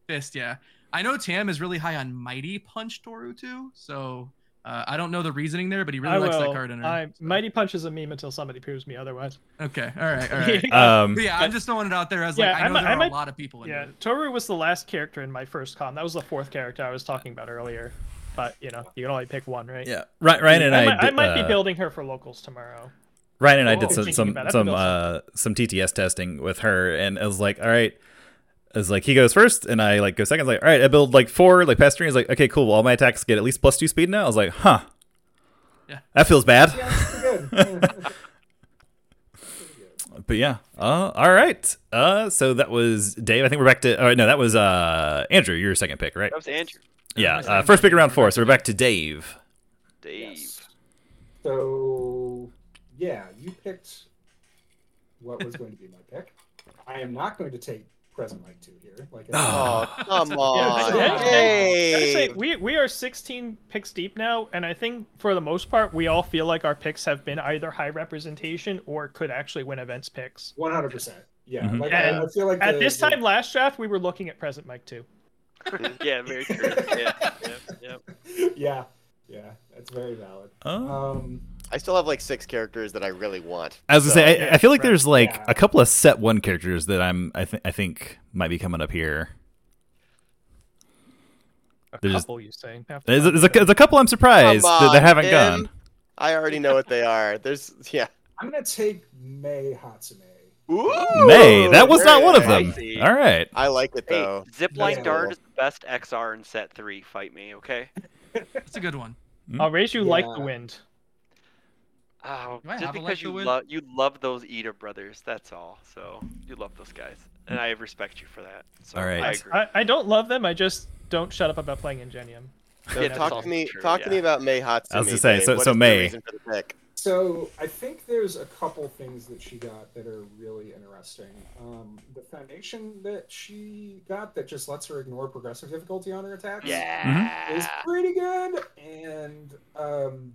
C: fist yeah i know tam is really high on mighty punch toru too so uh, i don't know the reasoning there but he really
F: I
C: likes that
F: will-
C: card in her
F: I
C: so-
F: mighty punch is a meme until somebody proves me otherwise.
C: okay all right all right
F: Uh,
A: um,
C: But yeah i'm just throwing it out there as like
F: Yeah,
C: i know
F: I might-
C: there
F: I
C: are
F: might-
C: a lot of people in
F: yeah,
C: yeah.
F: Toru was the last character in my first con. That was the fourth character I was talking about earlier. But you know, you can only pick one, right?
A: yeah. Ry- Ryan and
F: I,
A: I,
F: might, I
A: did,
F: might be
A: uh,
F: building her for locals tomorrow.
A: Ryan and I
F: Oh,
A: did some
F: thinking
A: some uh,
F: about it. I have to
A: some
F: build
A: uh, some TTS testing with her, and I was like, all right, As like he goes first, and I like go second. It's like, all right, I build like four, like past three. He's like, okay, cool. Well, all my attacks get at least plus two speed now. I was like, huh.
C: Yeah.
A: That feels bad.
E: Pretty good.
A: But yeah. Uh, all right. Uh, so that was Dave. I think we're back to. Oh no, that was uh Andrew. Your second pick, right?
D: That was Andrew.
A: Yeah.
C: my
A: Uh,
C: second
A: first pick
C: pick.
A: around four. So we're back to Dave.
D: Dave.
E: Yes. So, yeah, you picked what was going to be my pick. I am not going to take present like two here. Like,
A: Oh.
B: Come
F: Yeah,
B: on.
F: that's- I'd say
B: Hey.
F: we we are 16 picks deep now, and I think for the most part, we all feel like our picks have been either high representation or could actually win events picks.
E: one hundred percent. Yeah,
A: Mhm.
E: like I, I feel like
F: At
E: the-
F: this
E: the-
F: time last draft, we were looking at present Mike too.
D: yeah, very true. Yeah, yeah, yeah.
E: yeah, yeah, that's very valid.
A: Oh.
E: Um,
B: I still have like six characters that I really want.
A: I was gonna
B: So,
A: say, I, I feel like
F: right.
A: there's like
E: Yeah.
A: a couple of set one characters that I'm, I think, I think might be coming up here.
F: A
A: There's just-
F: couple, you saying? After
A: There's,
F: that.
A: there's, a, there's a couple I'm surprised
B: Come
A: that they
B: on,
A: haven't
B: Tim.
A: gone.
B: I already know what they are. There's yeah.
E: I'm gonna take May Hatsume.
B: Ooh,
A: May, that was not
B: very
A: one of
B: nice.
A: them.
D: see.
A: All right.
B: I like it
D: Hey,
B: though.
D: Zipline
E: Yeah.
D: Dart is the best XR in set three. Fight me, okay?
C: That's a good one.
F: I'll raise you like the
E: Yeah.
F: wind.
D: Oh,
C: Do I
D: just
C: have a
D: because
C: Lego
D: you
C: win?
D: love you love those Ida brothers, that's all. So you love those guys, and I respect you for that. So
A: All right.
D: I agree.
F: I, I don't love them. I just don't shut up about playing Ingenium.
B: No,
D: Yeah, that's
B: talk
D: also
B: to me.
D: true,
B: talk to
D: yeah.
B: me about May Hatsumi.
A: I was gonna say,
B: babe.
A: so-
B: What
A: so
B: is the
A: May.
B: reason for the pick?
E: So I think there's a couple things that she got that are really interesting. Um, the foundation that she got that just lets her ignore progressive difficulty on her attacks.
B: Yeah.
E: is pretty good and um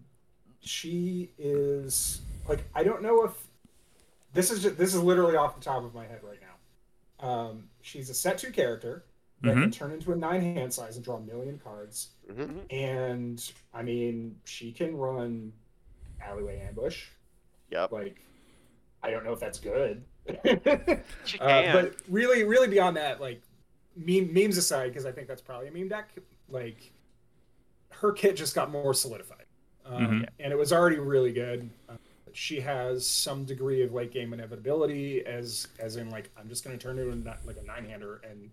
E: she is like i don't know if this is this is literally off the top of my head right now um she's a set two character that can turn into a nine hand size and draw a million cards
B: Mhm.
E: and i mean she can run alleyway ambush
B: Yep.
E: like i don't know if that's good
D: She
E: uh,
D: can.
E: but really, really beyond that, like meme, memes aside, because I think that's probably a meme deck. Like her kit just got more solidified, um,
A: Mhm.
E: and it was already really good. Um, she has some degree of late game inevitability, as as in like I'm just going to turn into a, ni- like a nine hander and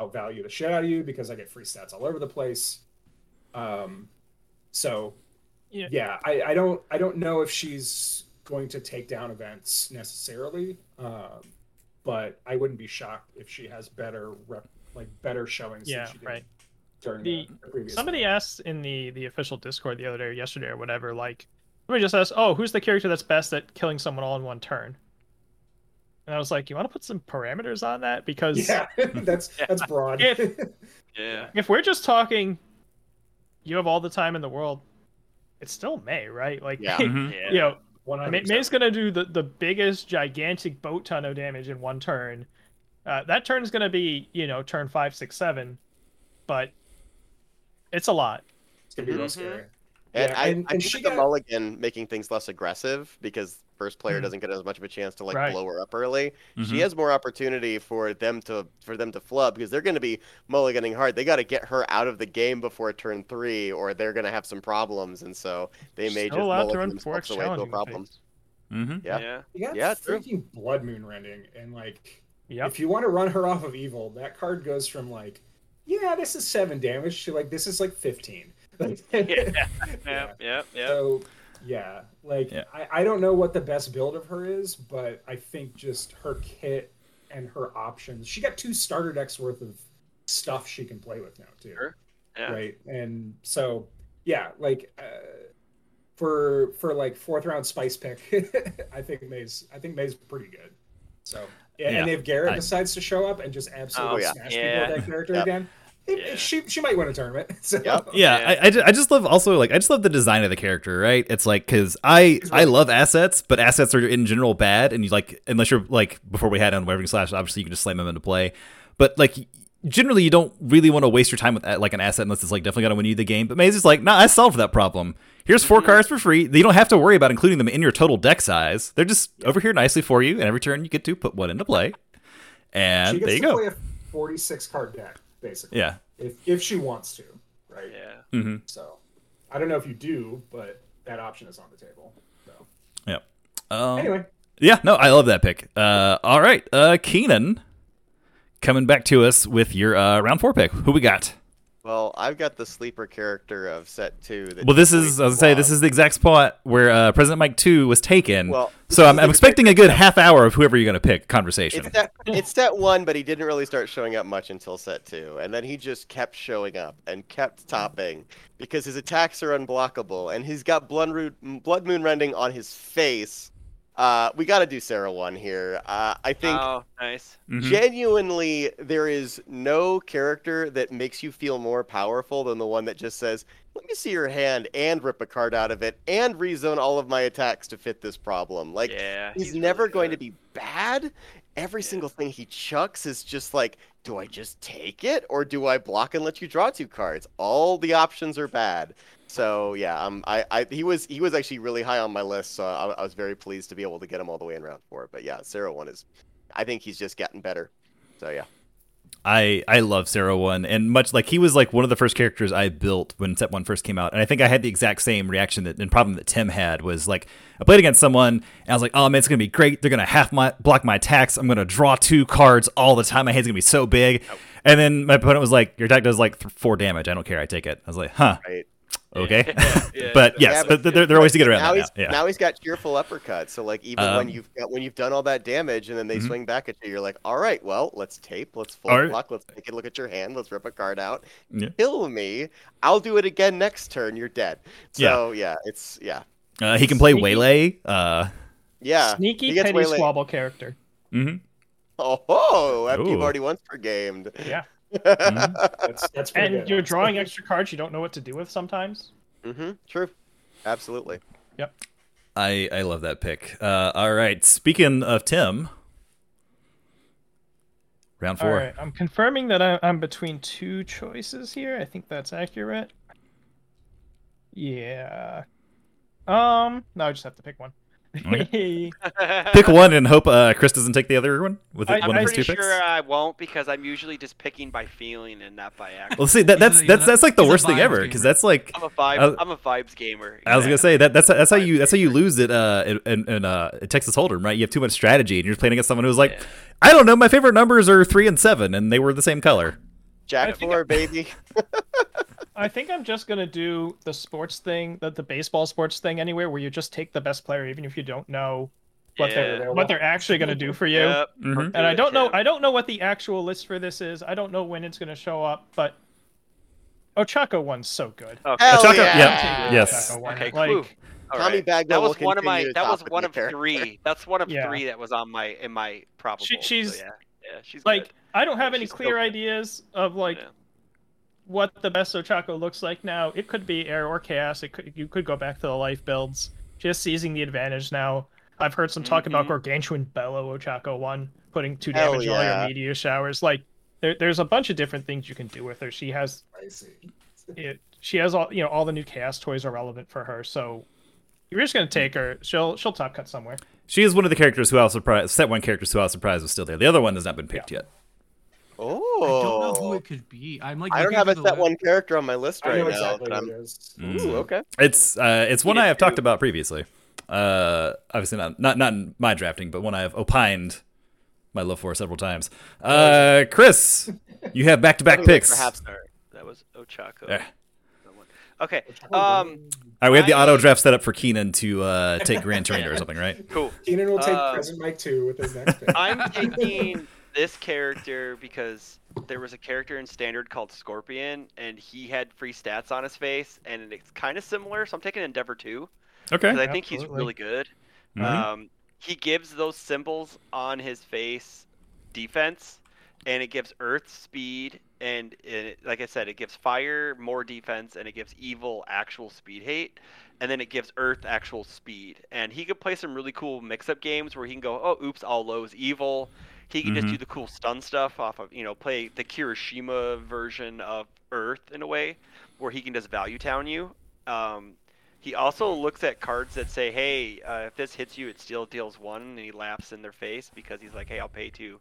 E: outvalue the shit out of you because I get free stats all over the place. Um, so
F: Yeah.
E: yeah, I, I don't I don't know if she's going to take down events necessarily, um, but I wouldn't be shocked if she has better rep, like better showings.
F: Yeah,
E: than she did
F: right.
E: During
F: The-
E: the, the previous
F: Somebody asked in the the official Discord the other day, or yesterday, or whatever. Like, somebody just asked, "Oh, who's the character that's best at killing someone all in one turn?" And I was like, "You want to put some parameters on that because
E: yeah, that's that's broad.
F: If-
D: yeah.
F: if we're just talking, you have all the time in the world. It's still May, right? Like,
B: Yeah.
A: Mhm.
D: Yeah.
F: you know,
E: One
F: I mean,
E: hundred.
F: May's gonna do the, the biggest gigantic boat ton of damage in one turn. Uh, that turn's gonna be you know turn five, six, seven, but it's a lot.
E: It's gonna be real
D: Mhm.
E: scary.
B: Mm-hmm. And
E: Yeah,
B: I,
E: and-
B: I
E: and
B: think
E: she
B: that the
E: got-
B: mulligan making things less aggressive because first player
A: Mm-hmm.
F: Mhm.
B: doesn't get as much of a chance to like
F: Right.
B: blow her up early. She
A: Mhm.
B: has more opportunity for them to for them to flub because they're going to be mulliganing hard. They got to get her out of the game before turn three, or they're going to have some problems. And so they
F: Still
B: may just
F: allowed to
B: mulligan
F: run four
B: themselves away to a
F: challenging
B: problem.
F: phase.
A: Mhm.
B: Yeah.
D: yeah.
E: You got
B: Yeah, true.
E: freaking blood moon rending, and like
F: Yep.
E: if you want to run her off of evil, that card goes from like yeah, this is seven damage to like this is like fifteen.
D: Yeah.
E: Yeah.
D: Yeah. Yeah. Yeah.
E: So yeah, like
A: Yeah.
E: I, I don't know what the best build of her is, but I think just her kit and her options. She got two starter decks worth of stuff she can play with now too.
D: Sure. Yeah.
E: Right. And so yeah, like uh, for for like fourth round spice pick, I think May's I think May's pretty good. So yeah, and
A: Yeah,
E: if Garrett
A: I-
E: decides to show up and just absolutely
B: Oh, yeah.
E: smash
D: Yeah.
E: people with that character
B: Yep.
E: again, it- it-
D: Yeah.
E: she she might win a tournament. So
B: Yep.
A: Yeah,
D: Yeah.
A: I, I, ju- I just love also like I just love the design of the character, right? It's like because I I love assets, but assets are in general bad, and you like unless you're like before we had on Wavering Slash, obviously you can just slam them into play, but like generally you don't really want to waste your time with uh, like an asset unless it's like definitely gonna win you the game. But Maze is like, nah, I solved that problem. Here's
E: Mhm.
A: 4 cards for free. that You don't have to worry about including them in your total deck size. They're just over here nicely for you, and every turn you get to put one into play,
E: She
A: and
E: gets
A: there you
E: to
A: go.
E: play a 46 card deck, basically.
A: yeah.
E: If, if she wants to, right?
D: Yeah.
A: Mm-hmm.
E: So I don't know if you do, but that option is on the table. So
A: Yeah. Um,
E: anyway,
A: Yeah, no, I love that pick. Uh, all right, uh, Keenan, coming back to us with your uh, round four pick. Who we got?
B: Well, I've got the sleeper character of set two. That
A: Well, this
B: you
A: is,
B: really
A: I was gonna say,
B: love.
A: this is the exact spot where uh, President Mike 2 was taken.
B: Well,
A: so
B: this
A: I'm,
B: is
A: I'm
B: the-
A: expecting a good half hour of whoever you're going to pick conversation.
B: It's set, it's set one, but he didn't really start showing up much until set two, and then he just kept showing up and kept topping because his attacks are unblockable, and he's got blood, Roo- blood moon rending on his face. Uh, we got to do Sarah one here. Uh, I think
D: Oh, nice.
A: Mhm.
B: genuinely there is no character that makes you feel more powerful than the one that just says let me see your hand and rip a card out of it and rezone all of my attacks to fit this problem like
D: yeah.
B: he's,
D: really
B: never going to
D: good.
B: be bad every single thing he chucks is just like do i just take it or do i block and let you draw two cards all the options are bad so yeah um, I, I he was he was actually really high on my list so I, I was very pleased to be able to get him all the way in round four but yeah sarah one is I think he's just gotten better. So yeah.
A: I I love Sarah one and much like he was like one of the first characters I built when set one first came out and I think I had the exact same reaction that and problem that Tim had was like I played against someone and I was like oh man it's gonna be great they're gonna half my block my attacks I'm gonna draw two cards all the time my hand's gonna be so big and then my opponent was like your attack does like th- four damage I don't care I take it I was like huh
B: Right.
A: okay
D: Yeah,
A: but
D: yeah,
A: yes
B: but-
A: but there, there are ways to get around
B: Now
A: that
B: he's
A: now. yeah
B: now he's got cheerful uppercuts. So like even
A: Um,
B: when you've got, when you've done all that damage and then they
A: Mhm.
B: swing back at you, you're like, all right, well, let's tape, let's full
A: All right.
B: block, let's take a look at your hand, let's rip a card out,
A: Yeah.
B: kill me. I'll do it again next turn. You're dead. So yeah, it's yeah,
A: uh, he can play
F: Sneaky.
A: waylay uh
B: yeah.
F: Sneaky
B: he gets
F: petty
B: way late.
F: squabble character.
A: mhm.
B: Oh, oh after you've
A: Ooh.
B: already once per gamed.
F: Yeah.
A: Mm-hmm.
E: That's, that's pretty
F: And
E: good.
F: you're drawing extra cards you don't know what to do with sometimes.
B: hmm True. Absolutely.
A: I I love that pick. Uh, all right. Speaking of Tim, round
F: All
A: four.
F: right, I'm confirming that I- I'm between two choices here. I think that's accurate. Yeah. Um. No, I just have to pick one.
A: Pick one and hope uh, Chris doesn't take the other one with
F: I-
A: one
D: I'm
A: of these
D: pretty
A: two
D: sure uh,
A: picks.
D: I won't because I'm usually just picking by feeling and not by action.
A: well, see that that's
C: He's a-
A: that's that's like the
C: he's a
A: worst thing
C: vibes
A: ever because
C: gamer.
A: that's like
D: I'm a vibe.
A: I was-
D: I'm a vibes gamer.
A: I was gonna
D: exactly.
A: say that that's that's how you that's how you lose it uh in- in, in uh in Texas Hold'em right you have too much strategy and you're playing against someone who's like
D: Yeah.
A: I don't know my favorite numbers are three and seven and they were the same color
B: Jack
F: think
B: four, baby.
F: I think I'm just gonna do the sports thing, the, the baseball sports thing, anywhere where you just take the best player, even if you don't know what
E: Yeah.
F: they're what they're actually gonna do for you.
D: Yep.
A: Mhm.
F: And I
D: it,
F: don't know.
D: Tim.
F: I don't know what the actual list for this is. I don't know when it's gonna show up, but Ochako one's so good.
D: Okay.
B: Hell
A: Ochako-
B: yeah.
A: yeah, yes.
F: Ochako one,
D: Okay,
F: like,
D: cool. All
B: Tommy
D: right.
B: Bagwell
D: That
B: will
D: was one of my.
B: continue to
D: That
B: top
D: was
B: with
D: one
B: the
D: of
B: character.
D: three. That's one of
F: Yeah.
D: three that was on my in my probable. so
F: she's-
D: yeah. Yeah, she's
F: like
D: good.
F: I don't have any
D: She's still
F: clear
D: good.
F: ideas of like
D: Yeah.
F: what the best Ochako looks like now. It could be air or chaos. It could you could go back to the life builds. Just seizing the advantage now. I've heard some talk
D: Mm-hmm.
F: about Gargantuan Bellow Ochako one, putting two
B: Hell
F: damage on
B: yeah.
F: your meteor showers. Like there, there's a bunch of different things you can do with her. She has
E: I see.
F: it, she has all you know all the new chaos toys are relevant for her. So you're just gonna take
D: Mm-hmm.
F: her. She'll she'll top cut somewhere.
A: she is one of the characters who I was surprised set one characters who I was surprised was still there the other one has not been picked yet
B: Oh.
C: I don't know who it could be. I'm like
B: I don't
C: looking
B: have a
C: through the
B: set
C: list.
B: one character on my list
E: I
B: right
E: know
B: now.
E: exactly
B: but
E: what
B: I'm-
E: it is.
A: Mm.
B: Ooh, okay.
A: It's uh, it's one
D: did
A: I have talked
D: too.
A: about previously. Uh, obviously not not not in my drafting, but one I have opined my love for several times. Uh, Chris, you have back to back picks.
B: Perhaps.
D: All right. That was Ochako.
A: Yeah.
D: That one. Okay.
E: Ochako
D: Um.
A: All right, Uh, we have the
D: I-
A: auto draft set up for Keenan to uh, take Grand Torino or something, right?
D: Cool.
E: Keenan will take
D: Uh,
E: present Mike two with his next pick.
D: I'm taking this character because there was a character in standard called Scorpion, and he had free stats on his face, and it's kind of similar. So I'm taking Endeavor too
A: Okay.
D: because I think he's
F: Absolutely.
D: really good.
A: Mhm.
D: Um, he gives those symbols on his face defense, and it gives Earth speed, and it, like I said, it gives fire more defense, and it gives evil actual speed hate, and then it gives Earth actual speed. And he could play some really cool mix-up games where he can go, oh, oops, all low is evil. He can just
A: Mhm.
D: do the cool stun stuff off of, you know, play the Kirishima version of Earth in a way, where he can just value town you. Um, he also looks at cards that say, "Hey, uh, if this hits you, it still deals one," and he laughs in their face because he's like, "Hey, I'll pay two.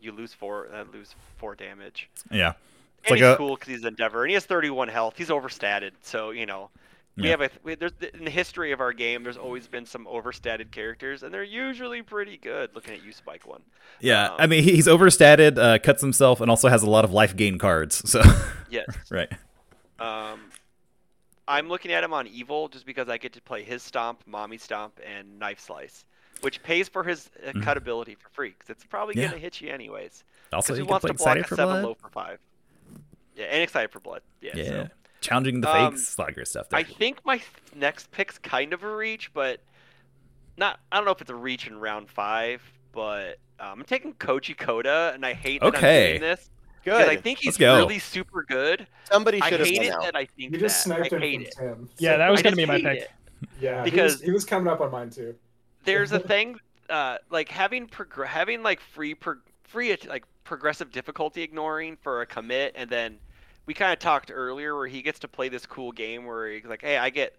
D: You lose four. Uh, lose four damage."
A: Yeah. It's like
D: and he's
A: a-
D: cool because he's Endeavor, and he has 31 health. He's overstatted, so you know We
A: Yeah.
D: have a we, there's in the history of our game. There's always been some overstated characters, and they're usually pretty good. Looking at you, Spike one.
A: Yeah,
D: Um,
A: I mean he- he's overstated, uh, cuts himself, and also has a lot of life gain cards. So
D: Yes.
A: right,
D: Um, I'm looking at him on evil just because I get to play his stomp, mommy stomp, and knife slice, which pays for his uh,
A: Mhm.
D: cut ability for free because it's probably
A: Yeah.
D: gonna hit you anyways.
A: also
D: Because
A: he
D: who
A: can
D: wants
A: play
D: to block
A: excited
D: a
A: for
D: seven
A: blood.
D: low for five? Yeah, and excited for blood. Yeah.
A: yeah,
D: So.
A: challenging the
D: Um,
A: fakes, a lot of great stuff. There.
D: I think my th- next pick's kind of a reach, but not. I don't know if it's a reach in round five, but um, I'm taking Koji Koda, and I hate that
A: Okay.
D: I'm doing this
B: Good.
D: because I think he's
A: Let's go.
D: really super good.
B: Somebody
D: I
B: should have
D: hate
B: been
D: it
B: out.
D: that I think
E: You just
D: that.
E: sniped
D: I
E: him
D: hate
E: from
D: it.
E: Tim.
F: Yeah, that was
D: I
F: going to
D: just
F: be my
D: hate
F: pick.
D: it.
E: yeah. he
D: because-
E: was, he was coming up on mine too.
D: There's a thing, uh, like having progr- having like free pro- free at- like progressive difficulty ignoring for a commit, and then we kind of talked earlier where he gets to play this cool game where he's like, hey, I get,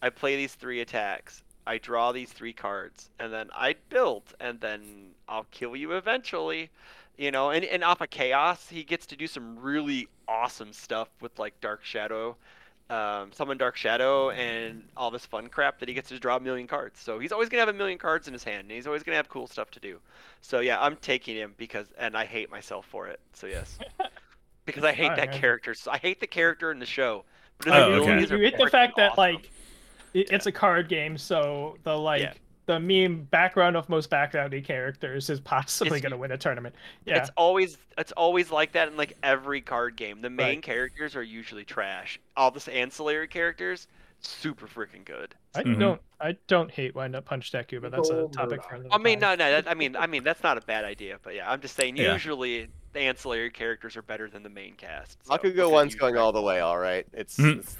D: I play these three attacks, I draw these three cards, and then I build, and then I'll kill you eventually. You know, and, and off of chaos, he gets to do some really awesome stuff with like Dark Shadow, um, summon Dark Shadow, and all this fun crap that he gets to draw a million cards. So he's always gonna have a million cards in his hand, and he's always gonna have cool stuff to do. So yeah, I'm taking him because, and I hate myself for it. So yes, because I hate that
F: Alright.
D: character. So I hate the character in the show. But his
A: Oh,
F: you,
A: okay.
D: abilities
F: you
D: are
F: hit the
D: freaking
F: fact that
D: awesome.
F: like it, it's a card game, so the like
D: Yeah.
F: the meme background of most backgroundy characters is possibly
D: It's-
F: going to win a tournament. Yeah,
D: It's always it's always like that in like every card game. The main
F: Right.
D: characters are usually trash. All this ancillary characters, super freaking good.
F: I
A: Mhm.
F: don't I don't hate wind up punch deku, but that's a
E: Gold
F: topic
E: Murdoch.
F: for another.
D: I mean,
F: time.
D: no, no, that, I mean, I mean that's not a bad idea. But yeah, I'm just saying.
A: Yeah.
D: Usually, the ancillary characters are better than the main cast. So
B: Bakugo
D: look at
B: one's
D: you,
B: going
D: Greg.
B: all the way. All right, it's,
A: Mhm.
B: it's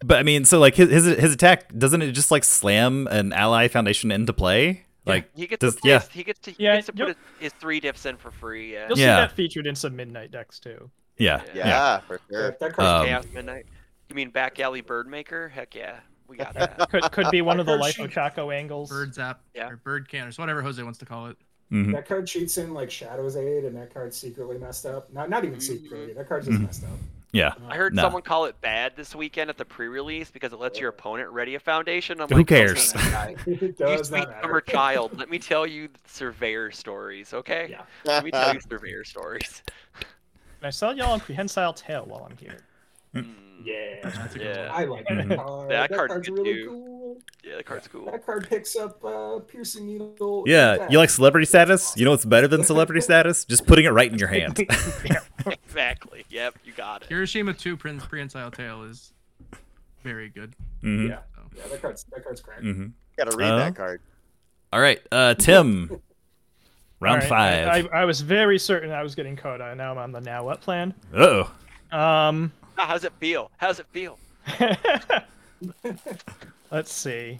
A: But I mean, so like his his, his attack doesn't it just like slam an ally foundation into play? Like
D: He gets
A: does-
D: to play
A: yeah.
D: his- he gets to he
F: Yeah,
D: gets to put
F: you'll-
D: his, his three diffs in for free. Yeah.
F: You'll
A: Yeah.
F: see that featured in some midnight decks too.
A: yeah,
B: yeah,
A: yeah.
B: for
E: Yeah,
B: sure.
E: that
A: Um,
E: card.
D: Chaos Midnight. You mean back alley bird maker? Heck yeah, we got that.
F: Could could be one of the
E: Or
F: life
E: she-
F: of Chaco angles.
C: Bird zap
D: Yeah.
C: or bird canners, whatever Jose wants to call it.
A: Mhm.
E: that card cheats in like Shadow's Aid, and that card's secretly messed up. Not not even secretly. That card's just
A: Mhm.
E: messed up.
A: yeah.
E: Um,
D: Mm-hmm. I heard
A: No.
D: someone call it bad this weekend at the pre-release because it lets your opponent ready a foundation. I'm
A: Who
D: like,
A: cares?
D: "Okay, guy,
E: it
D: you
E: does
D: sweet
E: not
D: summer
E: matter.
D: child. Let me tell you surveyor stories, okay?
E: Yeah.
D: Let me tell you surveyor stories.
F: Can I sell y'all on prehensile tail while I'm here?
D: Mm,
E: Yeah.
C: That's a good
D: Yeah.
C: one.
E: I like that
A: Mhm.
E: card.
D: Yeah, that
E: That,
D: card's
E: card's
D: good
E: really
D: too.
E: cool.
D: yeah, the card's cool.
E: That card picks up uh, piercing needle.
A: Yeah, you like celebrity status? You know what's better than celebrity status? Just putting it right in your hand.
D: Exactly. Yep, you got it.
C: Hiroshima 2 Prince Prehensile Tail is very good.
B: Oh,
A: Mhm.
E: Yeah. Yeah, that card's that card's cracked.
A: Mhm.
B: Gotta read
A: Uh,
B: that card.
A: All right, uh, Tim. Round
F: All right,
A: five.
F: I, I, I was very certain I was getting Coda, and now I'm on the now what plan.
A: oh,
F: Um,
D: Ah, How's it feel? How's it feel?
F: let's see.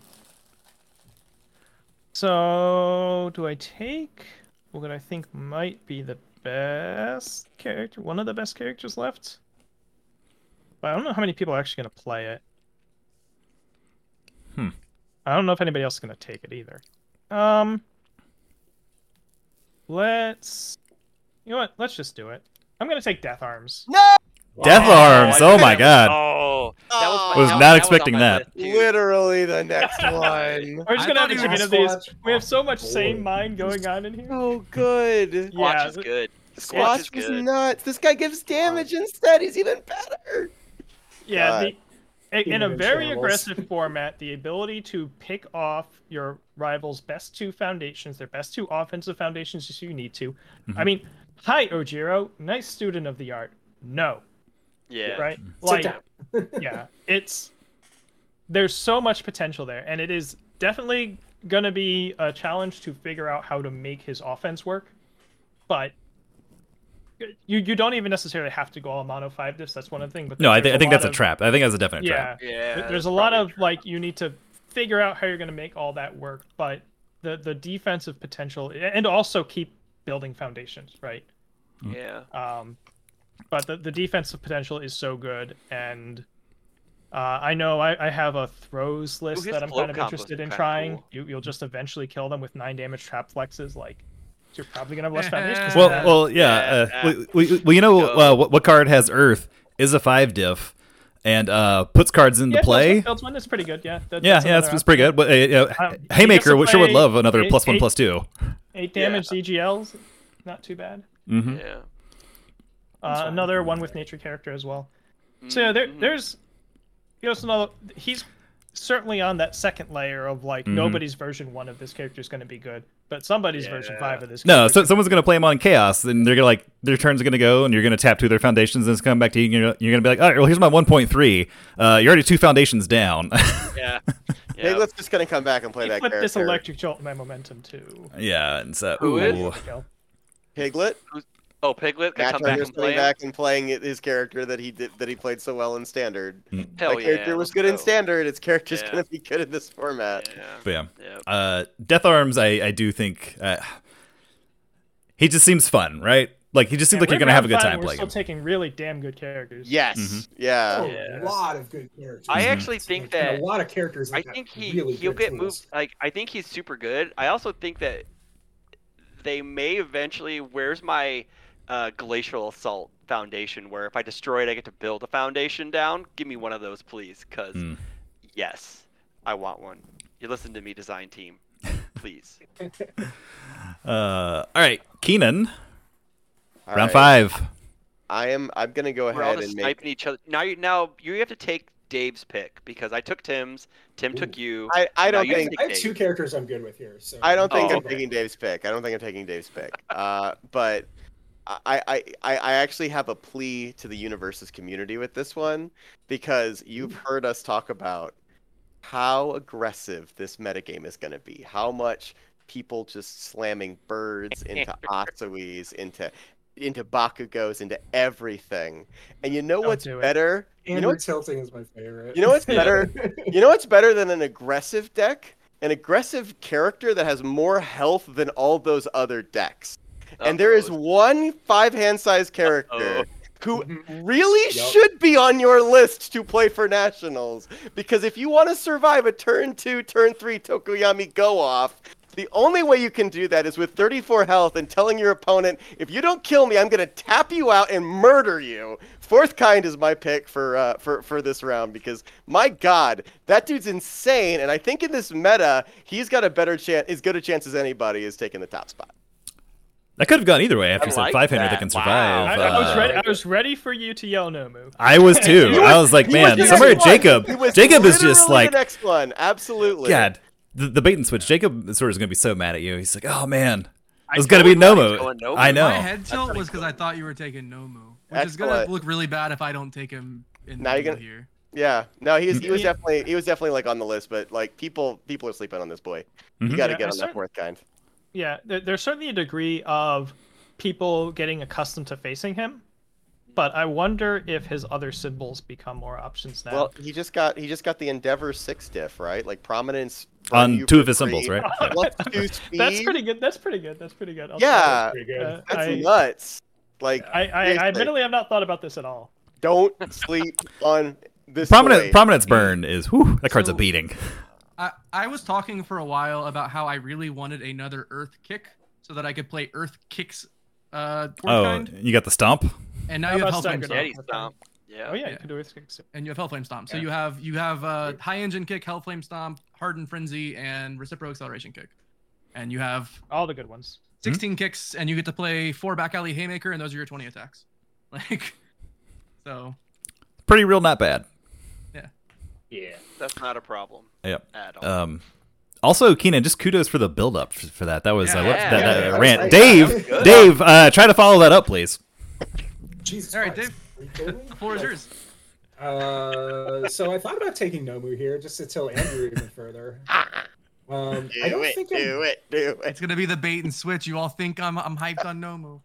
F: So, do I take what I think might be the best character, one of the best characters left? But I don't know how many people are actually going to play it.
A: Hmm.
F: I don't know if anybody else is going to take it either. Um, let's. You know what? Let's just do it. I'm going to take Death Arms.
A: Death Arms. Oh my God.
D: Oh, that was, my-
B: Was
D: that
A: not
D: was-
A: expecting that.
D: that. was on my list, dude.
B: Literally the next one.
F: We're just
C: I
F: gonna have
C: thought he
F: a chicken
E: was
F: of these.
E: Squatch.
F: We have so much same
E: Boy.
F: mind going on in here.
B: Oh, good.
F: Yeah,
D: Squatch is good. Squatch is
B: Squash was
D: good.
B: nuts. This guy gives damage instead. He's even better.
F: Yeah,
B: God.
F: the, in- in a
E: Human
F: very
E: shambles.
F: aggressive format, the ability to pick off your rival's best two foundations, their best two offensive foundations, if you need to. I mean, hi Ojiro, nice student of the art. No,
D: Yeah.
F: right?
E: Sit
F: Like,
E: down.
F: yeah, it's there's so much potential there, and it is definitely gonna be a challenge to figure out how to make his offense work. But you you don't even necessarily have to go all mono five diffs. That's one of the things. But
A: No, I,
F: there's
A: thi- I think
F: lot
A: that's a
F: of-
A: trap. I think that's a definite
F: Yeah,
A: trap.
D: Yeah.
F: there's
D: that's
F: a lot
D: probably
F: of like you need to figure out how you're gonna make all that work. But the the defensive potential and also keep building foundations, right?
D: true. Yeah.
F: Um, but the, the defensive potential is so good, and uh, I know I, I have a throws list
D: his
F: that I'm
D: float
F: kind of
D: combos
F: interested
D: are
F: in
D: kinda
F: trying.
D: cool.
F: You, you'll just eventually kill them with nine damage trap flexes. Like you're probably gonna have less foundations.
A: Well,
F: than that.
A: well, yeah.
D: Yeah,
A: uh, we, we, well, you know
D: Go.
A: uh, what, what card has Earth is a five diff, and uh, puts cards into
F: yeah,
A: play.
F: Fields one is pretty good. Yeah. That-
A: Yeah,
F: that's
A: yeah, that's,
F: another
A: that's pretty good. But, uh, uh,
F: Um, he
A: Haymaker
F: doesn't
A: sure would
F: play
A: love another
F: eight-
A: plus one
F: eight-
A: plus two.
F: option. Eight damage ZGLs, not too bad.
A: Mm-hmm.
D: Yeah.
F: Uh, another one with nature character as well. So yeah, there, there's, you know, it's another. He's certainly on that second layer of
A: Mm-hmm.
F: like nobody's version one of this character is going to be good, but somebody's version five of this.
A: No,
F: character-
A: so someone's gonna play him on chaos, and they're gonna like their turns are gonna go, and you're gonna tap two of their foundations, and it's coming back to you. And you're, you're gonna be like, all right, well, here's my 1.3. Uh, you're already two foundations down.
D: Yeah.
B: Maybe
D: Yeah.
B: let's just gonna come back and play
F: he
B: that
F: put
B: character.
F: this electric jolt in my momentum too.
A: yeah, and so
D: Who is?
A: ooh.
F: You know?
B: Piglet.
D: Oh, Piglet could
B: Matt
D: come back
B: Turner's
D: and
B: coming
D: play.
B: back and playing it- his character that he did that he played so well in standard.
D: Hell
B: that
D: yeah.
B: character was
D: let's
B: good in
D: go.
B: standard. Its character's
D: Yeah.
B: gonna be good in this format.
D: Yeah.
A: But yeah,
D: Yeah.
A: uh, Death Arms, I, I do think uh, he just seems fun, right? Like he just seems
F: And
A: like you're
F: we're
A: gonna have a
F: round
A: good
F: five,
A: time
F: We're
A: playing
F: still
A: him.
F: taking really damn good characters.
B: Yes. Yeah.
E: Oh,
D: Yeah.
E: A lot of good characters.
D: I actually think
E: And
D: that-
E: a lot of characters.
D: I
E: that got
D: think he
E: really
D: he'll
E: good
D: get
E: tools.
D: moved. Like I think he's super good. I also think that they may eventually. Where's my uh, glacial assault foundation? Where if I destroy it, I get to build a foundation down. Give me one of those, please, because
A: Mm.
D: yes, I want one. You listen to me, design team, please.
A: Uh, all right, Keenan,
B: All
A: round
B: right.
A: five.
B: I am. I'm gonna go
D: We're all
B: ahead
D: just
B: and make.
D: sniping each other. Now you now you have to take Dave's pick because I took Tim's. Tim took you.
B: I, I
D: Now
B: don't
D: you
B: think
D: take
E: I have
D: Dave.
E: two characters I'm good with here. So
B: I don't think
D: Oh,
B: I'm
D: okay.
B: taking Dave's pick. I don't think I'm taking Dave's pick. Uh, but I, I, I I actually have a plea to the universe's community with this one because you've
D: Mm.
B: heard us talk about how aggressive this metagame is going to be. How much people just slamming birds into Atsuis, into into Bakugos, into everything. And you know
F: Don't
B: what's
F: do it.
B: better?
E: Andrew
B: You know what's
E: Tilting is my favorite.
B: you know what's better? you know what's better than an aggressive deck? An aggressive character that has more health than all those other decks.
D: Oh,
B: And there is
D: Uh-oh.
B: one five hand size character
D: Uh-oh.
B: who
E: Mhm.
B: really
E: Yup.
B: should be on your list to play for nationals. Because if you want to survive a turn two, turn three Tokoyami go off, the only way you can do that is with 34 health and telling your opponent, if you don't kill me, I'm going to tap you out and murder you. Fourth kind is my pick for, uh, for, for this round because, my God, that dude's insane. And I think in this meta, he's got a better chance, as good a chance as anybody is taking the top spot.
A: That could have gone either way. After
D: I
A: you said
D: like
A: five hundred,
D: that.
A: that can
D: Wow.
A: survive.
F: I, I was
A: Uh,
F: ready. I was ready for you to yell Nomu.
A: I was too.
B: He
A: I
B: was-
A: was like,
B: he
A: man,
B: the
A: somewhere
B: next one.
A: Jacob.
B: He was
A: Jacob is just
B: literally
A: like,
B: the next one. Absolutely.
A: God, the, the bait and switch. Jacob sort of is gonna be so mad at you. He's like, oh man,
D: I
A: it's gonna be
D: totally thought he was
A: Nomo.
D: going Nomu.
A: I know.
C: My head tilt was because I thought you were taking Nomu, which is gonna
B: Excellent.
C: look really bad if I don't take him in
B: Now
C: the
B: you're
C: middle
B: gonna-
C: here.
B: Yeah. No, he was, he was
A: Mm-hmm.
F: Yeah.
B: definitely he was definitely like on the list, but like people people are sleeping on this boy.
A: Mhm.
B: You got to
F: Yeah,
B: get on
F: certain-
B: that fourth kind.
F: Yeah, there, there's certainly a degree of people getting accustomed to facing him, but I wonder if his other symbols become more options now.
B: Well, he just got he just got the Endeavor six diff right, like prominence for
A: On
B: you
A: two
B: for
A: of his
B: free,
A: symbols, right? Yeah.
B: plus two speed.
F: that's pretty good. That's pretty good. That's pretty good. I'll
B: Yeah,
E: Pretty good.
F: Uh,
B: that's
F: I-
B: nuts. Like,
F: I, I, I
B: seriously,
F: admittedly have not thought about this at all.
B: don't sleep on this
A: Prominent,
B: boy.
A: prominence burn is whew, that card's a
C: So-
A: beating.
C: I, I was talking for a while about how I really wanted another Earth kick so that I could play Earth kicks, uh, fourth
A: Oh,
C: kind,
A: you got the stomp.
C: and now
F: How
C: you have
F: about
C: Hellflame
F: Stagger
C: Stomp,
D: Yeti stomp. Yeah.
F: Oh yeah,
C: Yeah.
F: you can do it.
C: and you have Hellflame Stomp. So you have you have uh, high engine kick, Hellflame Stomp, Hardened Frenzy, and Reciprocal Acceleration kick, and you have
F: All the good ones.
C: 16 kicks, and you get to play four back alley haymaker, and those are your 20 attacks. Like, so
A: Pretty real, not bad.
E: Yeah.
D: That's not a problem
A: Yep.
D: at all.
F: Uh,
A: Um, also, Keenan, just kudos for the build up for, for that. That was uh, what-
D: Yeah.
A: that, that
B: Yeah, that
A: rant.
B: was-
A: Dave,
B: good.
A: Dave, uh, try to follow that up, please.
E: Jesus.
C: All right,
E: Christ. Are you kidding me?
C: the floor is yours.
E: Uh, so I thought about taking Nomu here just to tell Andrew even further. Um, I
B: Do
E: don't
B: it,
E: think I'm
B: do it, do it.
C: It's gonna be the bait and switch. You all think I'm I'm hyped on Nomu.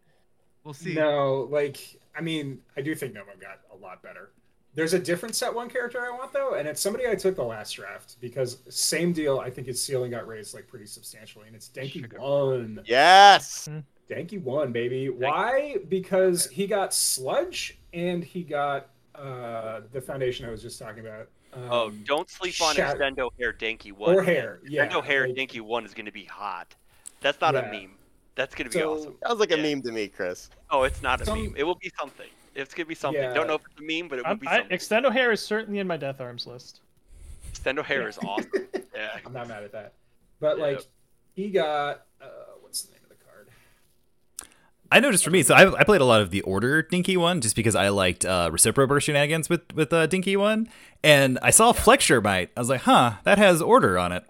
C: We'll see.
E: No, like I mean, I do think Nomo got a lot better. There's a different set one character I want though, and it's somebody I took the last draft because same deal. I think his ceiling got raised like pretty substantially, and it's Denki
C: Sugar.
E: one.
B: Yes.
E: Denki one, baby. Why? Because he got sludge and he got uh the foundation I was just talking about. Um,
D: Oh, don't sleep on
E: Shatter-
D: Extendo Hair Danky 1.
E: or hair. Yeah,
D: Extendo Hair
E: like-
D: Danky 1 is going to be hot. That's not
E: Yeah.
D: a meme. That's going to be
E: So-
D: awesome.
B: Sounds like a
D: Yeah.
B: meme to me, Chris.
D: Oh, it's not a
E: Some-
D: meme. It will be something. It's gonna be something. Don't know if it's a meme, but it
F: I'm,
D: would be
F: I,
D: something.
F: Extendo hair is certainly in my death arms list.
D: Stendo hair is awesome. Yeah.
E: I'm not mad at that. But
D: Yeah.
E: like, he got uh, what's the name of the card?
A: I know just for me, so I, I played a lot of the Order Dinky one just because I liked uh, Reciprober shenanigans with with uh, Dinky one, and I saw Flexure Bite. I was like, huh, that has Order on it.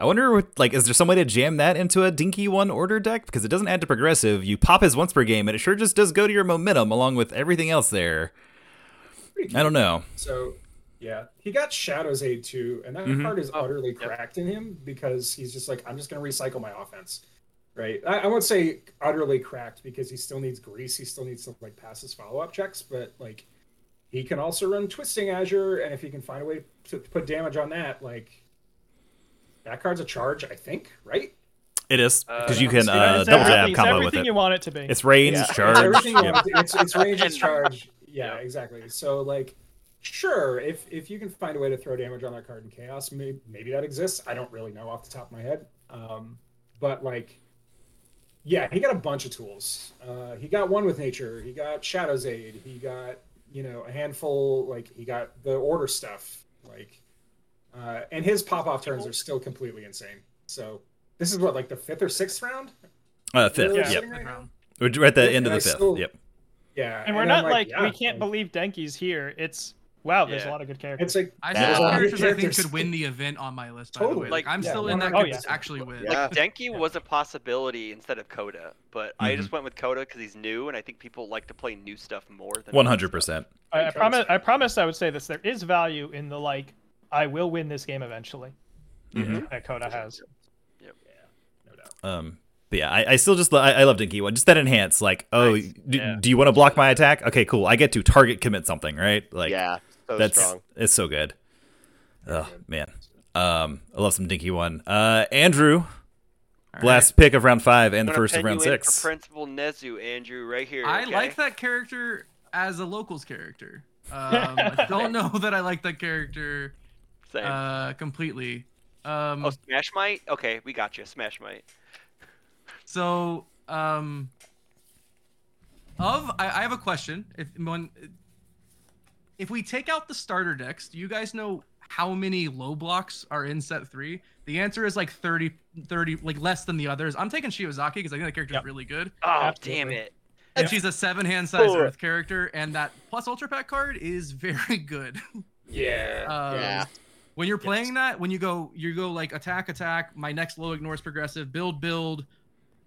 A: I wonder, what- like, is there some way to jam that into a Dinky one Order deck because it doesn't add to progressive. You pop his once per game, and it sure just does go to your momentum along with everything else there. I don't know.
E: So, yeah, he got Shadow's Aid too, and that card is utterly cracked in him because he's just like, I'm just going to recycle my offense, right? I, I won't say utterly cracked because he still needs grease, he still needs to like pass his follow up checks, but like he can also run Twisting Azure, and if he can find a way to put damage on that, like that card's a charge, I think, right?
A: It is because you
E: Uh,
A: can
E: it's
A: uh,
F: it's
A: double
F: everything-
A: jab
F: it's
A: combo with
F: everything
A: it.
F: you want it to be.
A: It's range,
E: Yeah. It's
A: charge.
E: everything you
A: yeah.
E: want to do. It's, it's range is charge. Yeah,
D: Yeah.
E: exactly. So like, sure, if if you can find a way to throw damage on that card in chaos, maybe, maybe that exists. I don't really know off the top of my head. Um, but like, yeah, he got a bunch of tools. Uh, he got one with nature. He got Shadow's Aid. He got you know a handful. Like he got the order stuff. Like, uh, and his pop off turns are still completely insane. So this is what like the fifth or sixth round.
A: Uh, fifth,
E: We're
A: yeah.
E: sitting right now?
A: We're at the end of
E: And I
A: the fifth.
E: still-
A: Yep.
E: Yeah,
F: and we're
E: I'm
F: not like,
E: yeah,
F: we can't
E: like,
F: believe Denki's here. It's wow, there's a
D: Yeah.
F: lot of good characters.
E: It's like
C: I
A: That
C: still
A: is-
C: have characters I think
E: Characters.
C: could win the event on my list. By the
E: Totally.
C: way, like I'm
E: Yeah.
C: still in that
E: Oh,
C: group
F: yeah.
C: to actually win.
B: Yeah.
D: Denki was a possibility instead of Coda, but I
A: Mm-hmm.
D: just went with Coda because he's new, and I think people like to play new stuff more than
A: One
D: old
A: hundred percent.
D: stuff.
F: I, I promise. I promise. I would say this. There is value in the like. I will win this game eventually.
A: Mm-hmm.
F: That Coda has.
A: Um, but yeah, I, I still just lo- I, I love Dinky one. Just that enhance, like, oh,
D: Nice.
A: do,
F: Yeah.
A: do you want to block my attack? Okay, cool. I get to target commit something, right? Like,
B: yeah, so
A: that's
B: strong.
A: it's so good. Oh man, um, I love some Dinky one. Uh, Andrew, last pick of round five and the
D: I'm gonna
A: first of
D: pen
A: round
D: you in for
A: six.
D: Principal Nezu, Andrew, right here.
C: I
D: okay?
C: like that character as a locals character. Um, I don't know that I like that character
D: Same.
C: uh, completely. Um,
D: oh, Smash Might. Okay, we got you, Smash Might.
C: So, um, of I, I have a question. If one, if we take out the starter decks, do you guys know how many low blocks are in set three? The answer is like 30, 30 like less than the others. I'm taking Shiozaki because I think that character
F: Yep.
C: is really good,
D: Oh, damn
F: Absolutely.
D: it!
C: and she's a seven hand size
B: Cool.
C: Earth character, and that plus Ultra Pack card is very good.
B: Yeah.
C: Um,
B: yeah.
C: when you're playing that when you go you go like attack attack my next low ignores progressive build build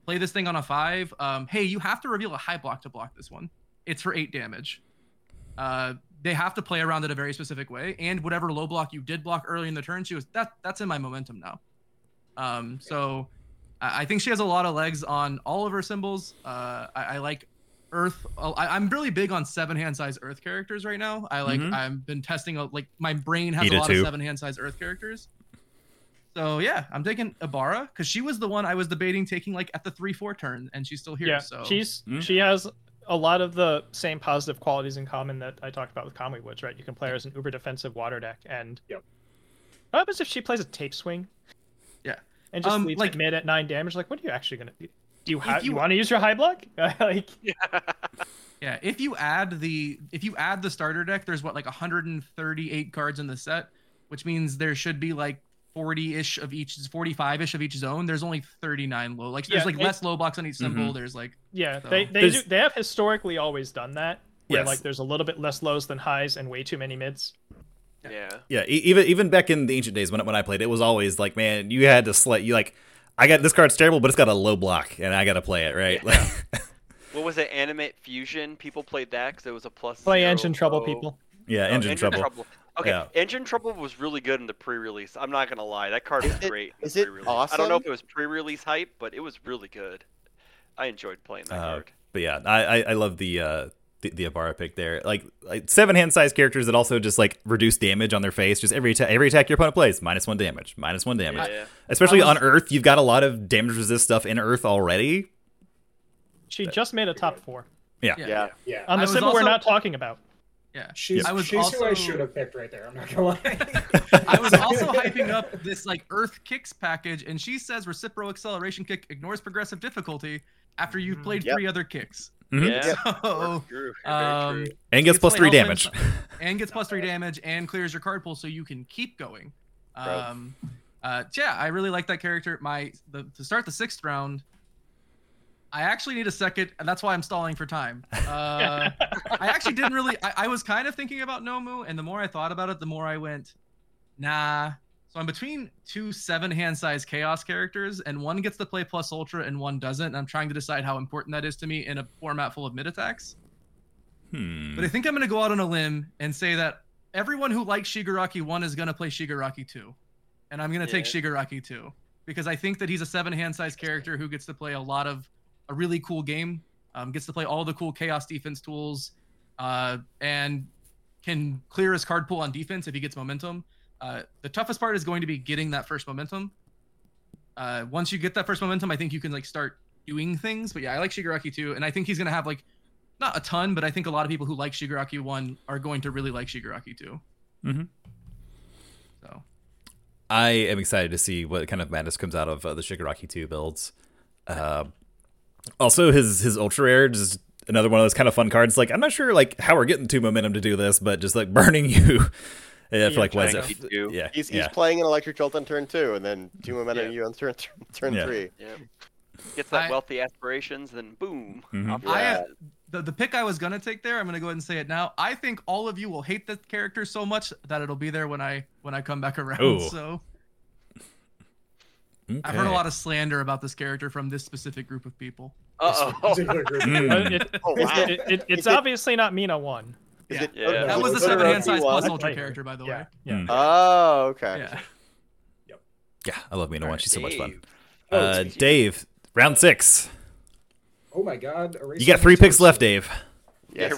C: play this thing on a five um, hey you have to reveal a high block to block this one it's for eight damage uh, they have to play around it a very specific way and whatever low block you did block early in the turn she was that that's in my momentum now um, so I, I think she has a lot of legs on all of her symbols uh, I, I like earth oh, I, i'm really big on seven hand size earth characters right now i like
A: Mhm.
C: i've been testing a, like my brain has
A: Ida
C: a lot
A: too.
C: of seven hand size earth characters so yeah i'm taking ibarra because she was the one i was debating taking like at the three four turn and she's still here
F: yeah.
C: so
F: She's
A: Mm.
F: she has a lot of the same positive qualities in common that I talked about with Conway Woods. Right. You can play her as an uber defensive water deck, and
E: Yep.
F: what happens if she plays a tape swing?
C: Yeah.
F: And just
C: Um,
F: leaves
C: like-
F: like mid at nine damage. Like, what are you actually gonna do? Do you,
C: If
F: ha- you,
C: you-
F: want to use your high block? like,
C: yeah if you add the if you add the starter deck there's what like 138 cards in the set which means there should be like 40-ish of each 45-ish of each zone there's only 39 low like
F: Yeah,
C: there's like
F: it-
C: less low blocks on each symbol
A: Mm-hmm.
C: there's like
F: Yeah,
C: So-
F: they they, do,
A: There's-
F: they have historically always done that. Where
A: Yes.
F: like there's a little bit less lows than highs and way too many mids.
D: Yeah.
A: Yeah, e- even even back in the ancient days when when I played, it was always like, man, you had to slay. You like, I got this card's terrible, but it's got a low block, and I got to play it, right? Like,
D: What was it? Animate Fusion. People played that because it was a plus.
F: Play
D: zero,
F: engine trouble,
D: so-
F: people.
A: yeah,
D: Oh,
A: engine, trouble.
D: Okay,
A: Yeah.
D: Engine Trouble was really good in the pre-release. I'm not gonna lie, that card
B: Is
D: was
B: it-
D: great. in
B: is it
D: pre-release. I don't know
B: awesome?
D: if it was pre-release hype, but it was really good. I enjoyed playing that
A: Uh,
D: card.
A: But yeah, I I, I love the uh the, the Ibarra pick there. Like, like seven hand size characters that also just like reduce damage on their face. Just every atta- every attack your opponent plays, minus one damage, minus one damage.
D: Yeah.
A: Especially
C: I was-
A: on Earth, you've got a lot of damage resist stuff in Earth already.
F: She just made a top four
C: yeah,
B: Yeah.
E: yeah.
C: I
F: on the
C: was
F: symbol we're
C: also-
F: not talking about.
C: yeah.
E: She's,
C: I was
E: she's who I
C: also-
E: should have picked right there. I'm not gonna lie.
C: I was also hyping up this like Earth Kicks package, and she says reciprocal acceleration kick ignores progressive difficulty. after you've played
B: Yep.
C: three other kicks.
A: Mhm.
D: Yeah.
C: So,
D: True.
C: Oh, um,
D: Very true.
A: and gets
C: It's
A: plus
C: only
A: three
C: health
A: damage.
C: and- and gets plus three damage and clears your card pool so you can keep going.
B: Bro.
C: Um, uh, yeah, I really like that character. My the, to start the sixth round, I actually need a second, and that's why I'm stalling for time. Uh, I actually didn't really. I, I was kind of thinking about Nomu, and the more I thought about it, the more I went, nah. So I'm between two seven hand size chaos characters, and one gets to play plus ultra, and one doesn't. And I'm trying to decide how important that is to me in a format full of mid attacks.
A: Hmm.
C: But I think I'm going to go out on a limb and say that everyone who likes Shigaraki 1 is going to play Shigaraki 2. And I'm going to take
D: Yeah.
C: Shigaraki 2 because I think that he's a seven hand size character who gets to play a lot of a really cool game, um, gets to play all the cool chaos defense tools, uh, and can clear his card pool on defense if he gets momentum. Uh, the toughest part is going to be getting that first momentum. Uh, once you get that first momentum, I think you can like start doing things. But yeah, I like Shigaraki 2, and I think he's going to have like not a ton, but I think a lot of people who like Shigaraki one are going to really like Shigaraki 2
A: Mhm.
C: So
A: I am excited to see what kind of madness comes out of uh, the Shigaraki two builds. Uh, also, his his ultra air is just another one of those kind of fun cards. Like I'm not sure like how we're getting to momentum to do this, but just like burning you. Yeah, for like what is
D: Shigaraki
A: it?
D: two.
A: Yeah,
B: He's, he's
A: yeah.
B: playing an electric jolt on turn two, and then two momentum
D: Yeah.
B: you on turn th- turn
A: Yeah.
B: three.
D: Yeah. Gets that
C: I-
D: wealthy aspirations, then boom.
A: Mhm.
D: off
C: I
D: that.
C: the the pick I was gonna take there, I'm gonna go ahead and say it now. I think all of you will hate this character so much that it'll be there when I when I come back around.
A: Ooh.
C: So Um, I've heard a lot of slander about this character from this specific group of people.
D: Uh-oh.
E: Particular group.
A: Mm.
F: Uh, it-
B: Oh,
F: it's-
B: wow.
F: it- it- it's
B: Is it-
F: obviously not Mina one.
B: Is
C: Yeah.
B: it-
D: Yeah.
B: oh,
C: That
B: no,
C: was the
B: it's
C: seven hand
B: Todoroki
C: size
B: one.
C: plus ultra
F: Later.
C: character, by the
F: Yeah,
C: way.
F: yeah.
A: Mm.
B: Oh, okay.
C: Yeah.
A: Yeah, I love Mina one. She's so much fun.
D: Dave.
E: Oh,
A: Uh,
E: it's-
A: Dave, round six.
E: oh my god.
A: You got three picks left, Dave.
B: Yes,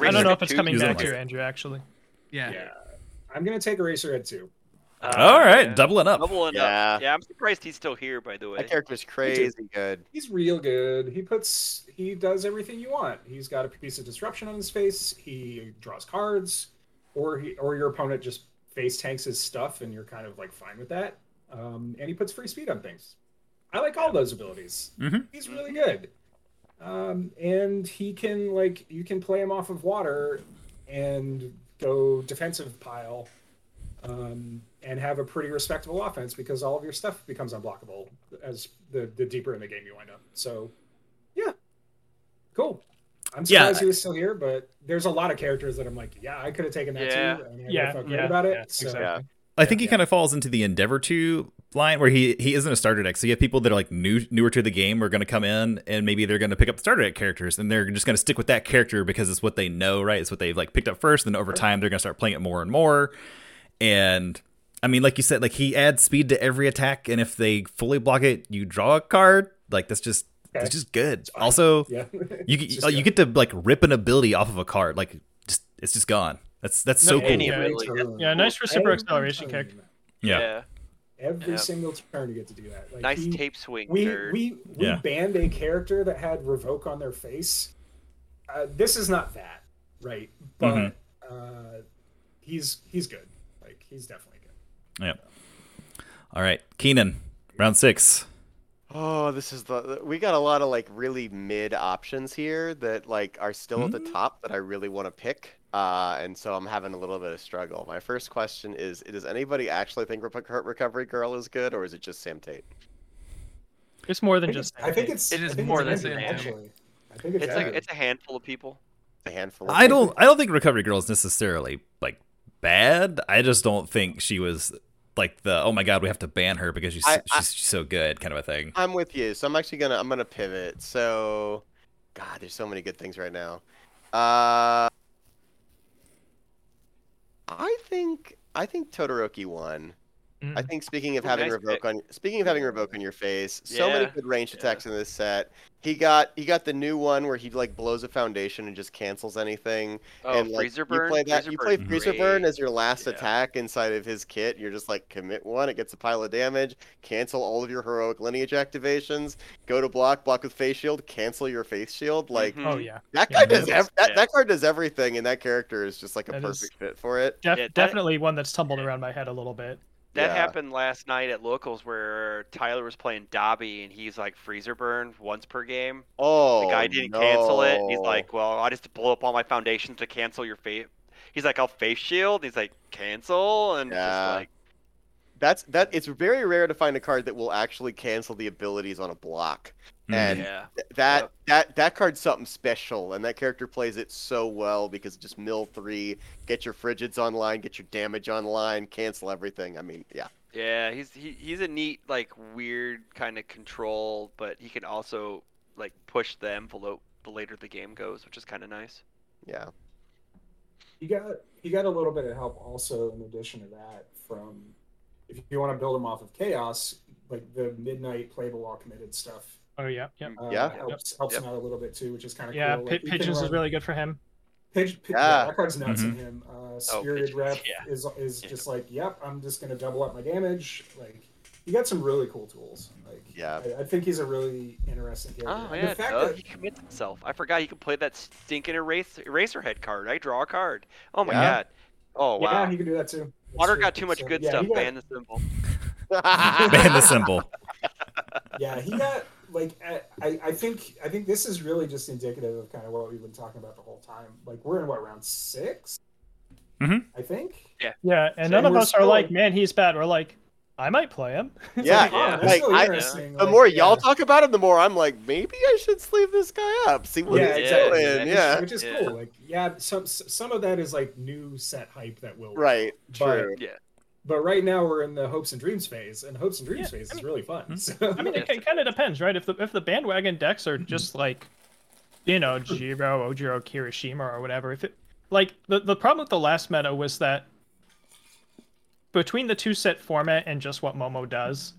D: Yeah,
F: I don't know if
D: Eraserhead
F: it's
D: 2.
F: coming
A: Use
F: back
A: it.
F: here, Andrew. Actually,
C: Yeah.
E: Yeah. I'm gonna take Eraserhead too.
D: Uh,
A: All right,
D: yeah.
A: doubling up.
D: Doubling
B: Yeah.
D: up. Yeah, I'm surprised he's still here, by the way.
B: That character's crazy good.
E: He's real good. He puts he does everything you want. He's got a piece of disruption on his face. He draws cards, or he or your opponent just face tanks his stuff, and you're kind of like fine with that. Um, and he puts free speed on things. I like all those abilities.
A: Mhm.
E: He's really good. Um, and he can like you can play him off of water and go defensive pile. Um, and have a pretty respectable offense because all of your stuff becomes unblockable as the, the deeper in the game you wind up. So, yeah, cool. I'm
A: Yeah.
E: surprised he was still here, but there's a lot of characters that I'm like, yeah, I could have taken that
D: Yeah.
E: too, and I would
F: Yeah,
E: have felt
F: yeah,
E: good about it.
F: yeah,
E: so,
F: exactly.
A: I think he
E: Yeah.
A: kind of falls into the Endeavor 2 line where he he isn't a starter deck. So you have people that are like new newer to the game are going to come in and maybe they're going to pick up the starter deck characters and they're just going to stick with that character because it's what they know, right? It's what they've like picked up first. Then over time they're going to start playing it more and more. And I mean, like you said, like he adds speed to every attack, and if they fully block it, you draw a card. Like that's just
E: Okay.
A: that's just good. Also,
E: yeah.
A: you
E: It's
A: get,
E: just
A: oh, you
E: good.
A: get to like rip an ability off of a card. Like just it's just gone. That's that's so
F: No,
A: cool.
D: any
A: Yeah.
D: of
E: Every
D: really
E: turn.
F: yeah, nice for super
E: Every
F: acceleration
E: turn.
F: kick.
D: Yeah.
E: Every
D: Yeah.
E: single turn you get to do that. Like,
D: Nice
E: he-
D: tape swing,
E: we
D: nerd.
E: we, we
A: Yeah.
E: banned a character that had revoke on their face. Uh, this is not that, right? But
A: Mhm.
E: uh, he's he's good. Like he's definitely good.
A: All right, Keenan, round six.
B: Oh, this is the we got a lot of like really mid options here that like are still at
A: Hmm.
B: the top that I really want to pick. Uh, and so I'm having a little bit of struggle. My first question is: Does anybody actually think Repo- Recovery Girl is good, or is it just Sam Tate?
F: It's more than
E: I think
F: just.
E: it's- I think it's
D: It is
E: I think
D: more
E: it's
D: than
E: Andrew,
D: Sam.
E: actually. I think it's,
D: It's like
E: Andrew.
D: it's a handful of people.
B: A handful. Of
A: I
B: people?
A: don't I don't think Recovery Girl is necessarily like bad. I just don't think she was like the oh my god we have to ban her because she's
B: I- I-
A: she's, she's so good kind of a thing.
B: I'm with you. So I'm actually gonna I'm gonna pivot. So, God, there's so many good things right now. Uh, I think I think Todoroki won. I
F: Mm.
B: think speaking of
D: Ooh,
B: having
D: nice
B: revoke
D: pick.
B: on speaking of having revoke on your face, so many
D: Yeah,
B: good ranged
D: yeah.
B: attacks in this set. He got he got the new one where he like blows a foundation and just cancels anything.
D: Oh,
B: and, like,
D: freezer burn.
B: You play that.
D: Freezer
B: you play
D: Burn's
B: freezer
D: great.
B: burn as your last
D: Yeah.
B: attack inside of his kit. You're just like commit one. It gets a pile of damage. Cancel all of your heroic lineage activations. Go to block. Block with face shield. Cancel your face shield. Like
D: Mhm.
F: Oh yeah,
B: that
F: Yeah,
B: guy
F: that
B: does
F: is-
B: ev- that,
D: yeah.
B: that card does everything, and that character is just like a
F: That is-
B: perfect fit for it.
F: Def-
D: Yeah, that-
F: definitely one that's tumbled around my head a little bit.
D: That
B: Yeah.
D: happened last night at locals where Tyler was playing Dobby and he's like freezer burn once per game.
B: Oh,
D: the guy didn't cancel it. He's
B: no.
D: like, well, I just blow up all my foundations to cancel your face. He's like, I'll face shield. He's like, cancel, and it's
B: Yeah.
D: just like,
B: that's that. It's very rare to find a card that will actually cancel the abilities on a block,
A: Hmm.
B: and
D: yeah,
B: th- that
D: Yep.
B: that that card's something special, and that character plays it so well because just mill three, get your frigids online, get your damage online, cancel everything. I mean, yeah,
D: yeah. He's he, he's a neat like weird kind of control, but he can also like push the envelope the later the game goes, which is kind of nice.
B: yeah.
E: You got you got a little bit of help also in addition to that from if you want to build them off of chaos, like the midnight playable all committed stuff.
F: Oh yeah,
D: Hmm.
F: yeah,
E: Uh,
B: Yeah.
E: helps helps
D: Yep.
E: him out a little bit too, which is kind of
F: yeah.
E: cool.
F: Pi
E: Like, you can
F: Pigeons is
E: run-
F: really Mm-hmm. good for him.
E: Pidge, Pidge,
B: Yeah.
E: yeah. that card's nuts in him. Uh, Spirited
D: Pidgeons,
E: Rep
D: Oh, yeah.
E: is is
D: Yeah.
E: just like, yep, I'm just gonna double up my damage. Like, you got some really cool tools. Like,
B: Yeah.
E: I, I think he's a really interesting character.
D: Oh
E: And
D: yeah,
E: the fact
D: duh,
E: that
D: he commits himself. I forgot he could play that stinking eraser eraserhead card. I draw a card. Oh my
B: Yeah.
D: god. Oh wow.
E: yeah, he can do that too. That's
D: Water
E: true.
D: got too much
E: So,
D: good
E: yeah, he
D: stuff.
E: got-
D: Ban the symbol.
A: Mm-hmm. Ban the symbol.
E: yeah, he got like I, I- I think I think this is really just indicative of kind of what we've been talking about the whole time. Like we're in what round 6
F: Mm-hmm.
A: Mhm.
E: I think.
F: Yeah, and
E: So
F: none of
E: we're
F: us are
E: still-
F: like, man, he's bad. We're like, I might play him.
E: Oh,
B: Yeah,
D: Yeah.
E: that's
B: like,
E: really
B: I-
E: interesting.
B: The
E: Like,
B: more
E: yeah.
B: y'all talk about him, the more I'm like, maybe I should sleeve this guy up, see what
E: Yeah,
B: he's
E: exactly.
B: doing.
D: Yeah.
B: Yeah,
E: which is
D: Yeah.
E: cool. Like yeah, some some of that is like new set hype that will
B: right.
E: But-
B: True.
E: But right now we're in the hopes and dreams phase, and hopes and dreams
F: Yeah,
E: phase
F: I
E: is
F: mean- mm-hmm.
E: really fun. So,
F: I mean, it, it kind of depends, right? If the if the bandwagon decks are just like, you know, Jiro, Ojiro, Kirishima, or whatever. If it like the the problem with the last meta was that between the two set format and just what Momo does,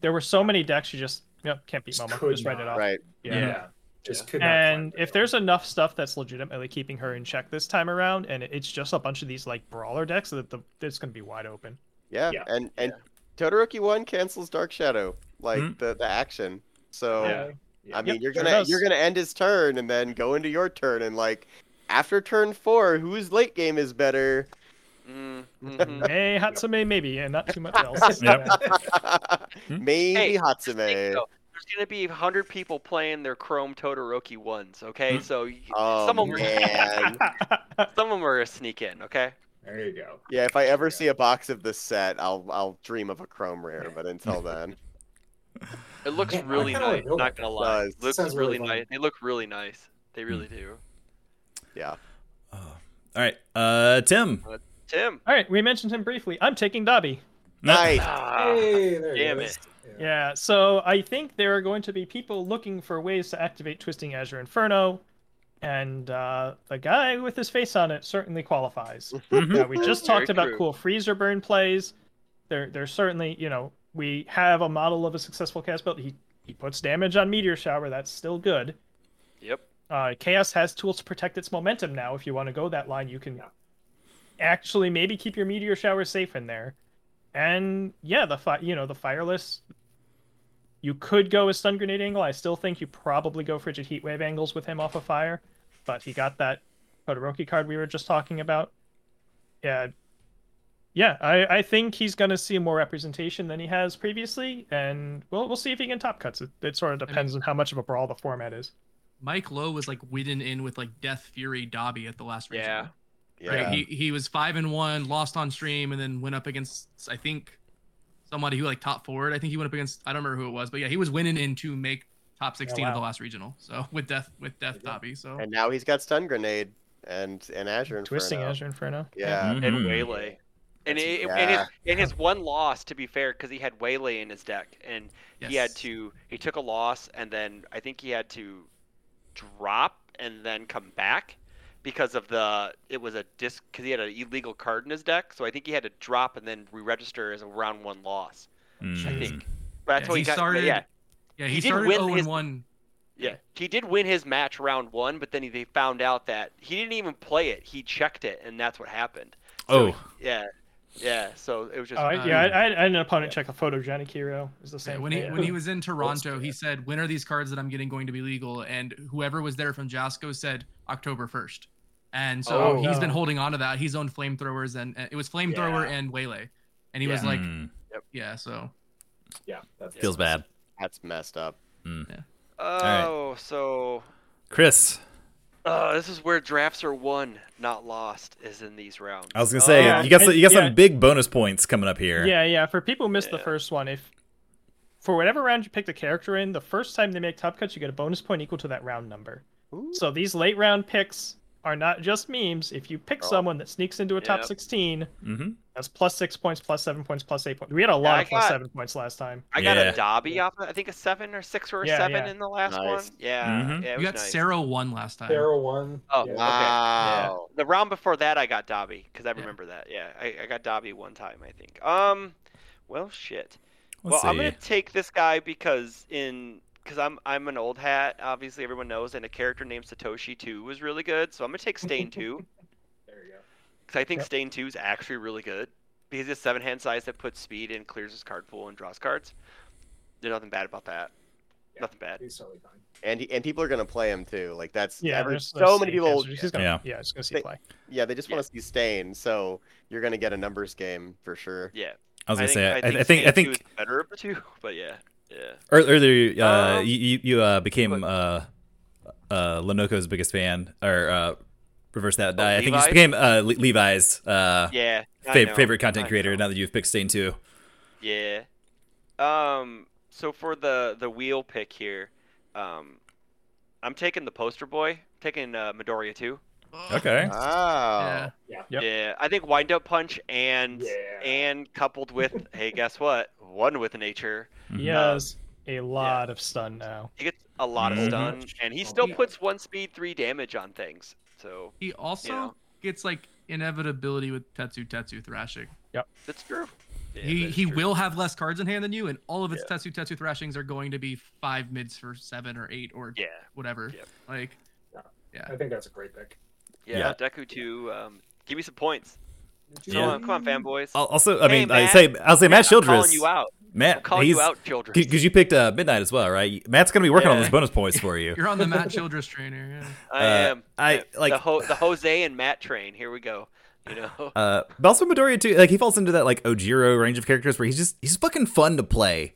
F: there were so many decks you just yep, can't beat
E: Just
F: Momo.
E: could
F: Just write it
E: not,
F: off.
B: Right.
F: Yeah.
E: just could not.
F: And
E: find
F: if
E: it.
F: there's enough stuff that's legitimately keeping her in check this time around, and it's just a bunch of these like brawler decks, that the it's gonna be wide open.
B: Yeah.
E: Yeah.
B: And and Todoroki one cancels Dark Shadow, like
A: Mhm.
B: the, the action.
D: Oh.
B: So
F: Yeah.
B: I mean,
F: Yep,
B: you're
F: sure
B: gonna
F: does.
B: you're gonna end his turn and then go into your turn and like after turn four, whose late game is better?
D: Mm, mhm.
F: Hey, Hatsume, maybe, and not too much else.
A: Yep.
F: Hmm?
B: Maybe
D: Hey, Just think,
B: Hatsume.
D: though, There's gonna be hundred people playing their Chrome Todoroki ones. Okay,
A: Mhm.
E: Mm-hmm.
D: so y- some
B: Oh
D: of 'em are,
B: man.
D: some of 'em are a sneak in. Okay.
E: there you go.
B: yeah, if I ever see a box of this set, I'll I'll dream of a chrome rare, but until then.
D: It looks
E: Yeah, I
D: really
E: kinda
D: nice.
E: like Bill
D: Not gonna lie,
B: does.
D: it looks
E: Sounds
D: really nice.
E: really fun. Mm.
D: They look really nice. They really do.
B: Yeah.
A: Oh. All right, uh, Tim.
D: Tim.
F: All right, we mentioned him briefly. I'm taking Dobby.
B: Nice.
D: Ah,
E: hey, there you
D: damn
E: go.
D: it.
F: Yeah, so I think there are going to be people looking for ways to activate Twisting Azure Inferno, and uh, the guy with his face on it certainly qualifies.
A: Mhm.
F: Uh, we just
D: Very
F: talked about
D: true.
F: cool freezer burn plays. There, there's certainly, you know, we have a model of a successful cast build. He he puts damage on meteor shower. That's still good.
D: Yep.
F: Uh, Chaos has tools to protect its momentum now. If you want to go that line, you can actually maybe keep your meteor shower safe in there. And yeah, the fi- you know the fireless. You could go a stun grenade angle. I still think you probably go frigid heat wave angles with him off of fire, but he got that Todoroki card we were just talking about. Yeah, yeah, I, I think he's gonna see more representation than he has previously, and we'll we'll see if he can top cuts. It, it sort of depends on how much of a brawl the format is.
C: Mike Lowe was like widden in with like Death Fury Dobby at the last regional.
D: Yeah.
B: Yeah.
C: Right? He he was five and one, lost on stream, and then went up against I think somebody who like top forward. I think he went up against I don't remember who it was, but yeah, he was winning in to make top sixteen of the
F: wow.
C: last regional. So with death with death Dobby. So
B: And now he's got stun grenade and and Azure Inferno.
F: Twisting Azure Inferno.
B: Yeah.
D: and
C: Hmm.
A: Mhm.
D: waylay. And,
E: That's-
D: it, and
B: Yeah.
D: his and his one loss, to be fair, because he had waylay in his deck, and he had
C: yes.
D: to he took a loss, and then I think he had to drop and then come back because of the it was a disc because he had an illegal card in his deck, so I think he had to drop and then re-register as a round one loss. I
A: Mm.
D: think, but that's
C: Yeah,
D: what
C: he
D: he, got.
C: started-
D: yeah,
C: Yeah,
D: He
C: he,
D: did
C: started
D: win
C: zero
D: his-
C: and one.
D: yeah, he did win his match round one, but then he, they found out that he didn't even play it. He checked it, and that's what happened.
A: Oh,
D: Yeah, yeah. So it was just
F: Oh, I-
C: Um,
F: yeah, I, I had an opponent check a photogenic hero. Is the
C: Yeah,
F: same.
C: when he
F: thing.
C: when he was in Toronto, he said, "When are these cards that I'm getting going to be legal?" And whoever was there from Jasco said October first. And so
D: Oh,
C: he's been
F: no.
C: holding on to that. He's owned flamethrowers, and, and it was flamethrower and waylay. and he was
A: Yeah.
C: like,
A: Mm,
C: yeah. So
E: Yeah, that's
A: feels bad.
B: That's messed up.
A: right.
D: Oh, so
A: Chris,
D: uh, this is where drafts are won, not lost, is in these rounds.
A: I was gonna say
F: Uh,
A: you got some, you got
F: yeah.
A: some big bonus points coming up here.
F: Yeah, yeah. For people who missed the
D: Yeah.
F: first one, if for whatever round you pick the character in, the first time they make top cuts, you get a bonus point equal to that round number.
B: Ooh.
F: So these late round picks are not just memes. If you pick
D: Oh.
F: someone that sneaks into a top
D: Yep.
F: 16,
A: hmm
F: that's plus six points, plus seven points, plus eight points. We had a lot
D: I
F: of plus
D: got-
F: seven points last time.
D: I got
A: Yeah.
D: a Dobby off, of- I think a seven or six or a
F: Yeah,
D: seven
F: yeah.
D: in the last
B: Nice.
D: one. Yeah,
A: Mhm.
D: yeah, it was
C: you got
D: nice.
C: Sarah one last time.
E: Sarah one.
D: Oh,
E: yeah.
B: Wow.
D: The round before that, I got Dobby because I remember that. Yeah, I, I got Dobby one time, I think. Um, well, shit.
A: Let's
D: well, I'm gonna
A: see.
D: take this guy because in because I'm I'm an old hat. Obviously, everyone knows, and a character named Satoshi Two was really good. So I'm gonna take Stain Two
E: There you go.
D: because I think
F: Yep.
D: Stain Two is actually really good because it's seven hand size that puts speed and clears his card pool and draws cards. There's nothing bad about that.
E: Yeah.
D: Nothing bad.
E: He's totally fine.
B: And he, and people are gonna play him too. Like that's
F: Yeah,
B: every,
F: there's-
B: so
F: there's
B: many
F: same
B: people.
F: answers. He's gonna,
A: Yeah.
F: yeah. he's gonna see
B: They-
F: play.
B: Yeah, they just want to see Stain. So you're gonna get a numbers game for sure.
D: Yeah.
A: I was gonna
D: think,
A: say
D: I think
A: I, I think I
D: Stain 2
A: think
D: is better of the two, but yeah, yeah.
A: ear- earlier uh,
D: Um,
A: you you, you uh, became
D: but-
A: uh, uh, Lenoko's biggest fan or uh, reverse that.
D: Oh,
A: I think you just
D: Levi's?
A: became uh, Le- Levi's uh,
D: Yeah. I
A: fav-
D: know.
A: favorite
D: I
A: content creator.
D: know.
A: Now that you've picked Stain too.
D: Yeah. Um. So for the the wheel pick here, um, I'm taking the poster boy. taking uh, Midoriya too.
C: Ugh.
A: Okay.
B: Oh,
D: Oh.
B: Wow.
C: Yeah.
F: Yep.
D: Yeah. Mm-hmm. I think wind up punch and
E: Yeah.
D: and coupled with hey guess what one with nature
A: Mhm.
F: He has a lot of stun now.
D: he gets a lot of
A: Mhm.
D: stun and he
E: Oh,
D: still
E: yeah.
D: puts one speed three damage on things. So
C: He also
D: Yeah.
C: gets like inevitability with Tetsu Tetsu thrashing.
D: that's true. Yeah,
C: he
D: that's
C: he
D: true.
C: will have less cards in hand than you, and all of its Tetsu Tetsu thrashings are going to be five mids for seven or eight or
D: Yeah.
C: whatever.
D: Yep.
C: Like
E: I think that's a great pick.
D: Yeah. Deku too. Um, give me some points.
E: Did you
D: Come
A: Yeah.
D: on, come on, fanboys.
A: Al- Also, I
D: Hey,
A: mean, I
D: Matt.
A: say I'll say Oh, Matt
D: I'm calling
A: Childress.
D: you out. I'm
A: Matt,
D: calling
A: he's
D: you out, children.
A: because you picked uh, Midnight as well, right? Matt's gonna be working on
D: Yeah.
A: those bonus points for you.
C: you're on the Matt Childress trainer. Yeah.
D: I
A: Uh,
D: am.
A: I,
D: Yeah,
A: like-
D: the, Ho- the Jose and Matt train. Here we go. You know.
A: Uh, but also Midoriya too. Like he falls into that like Ojiro range of characters where he's just he's fucking fun to play.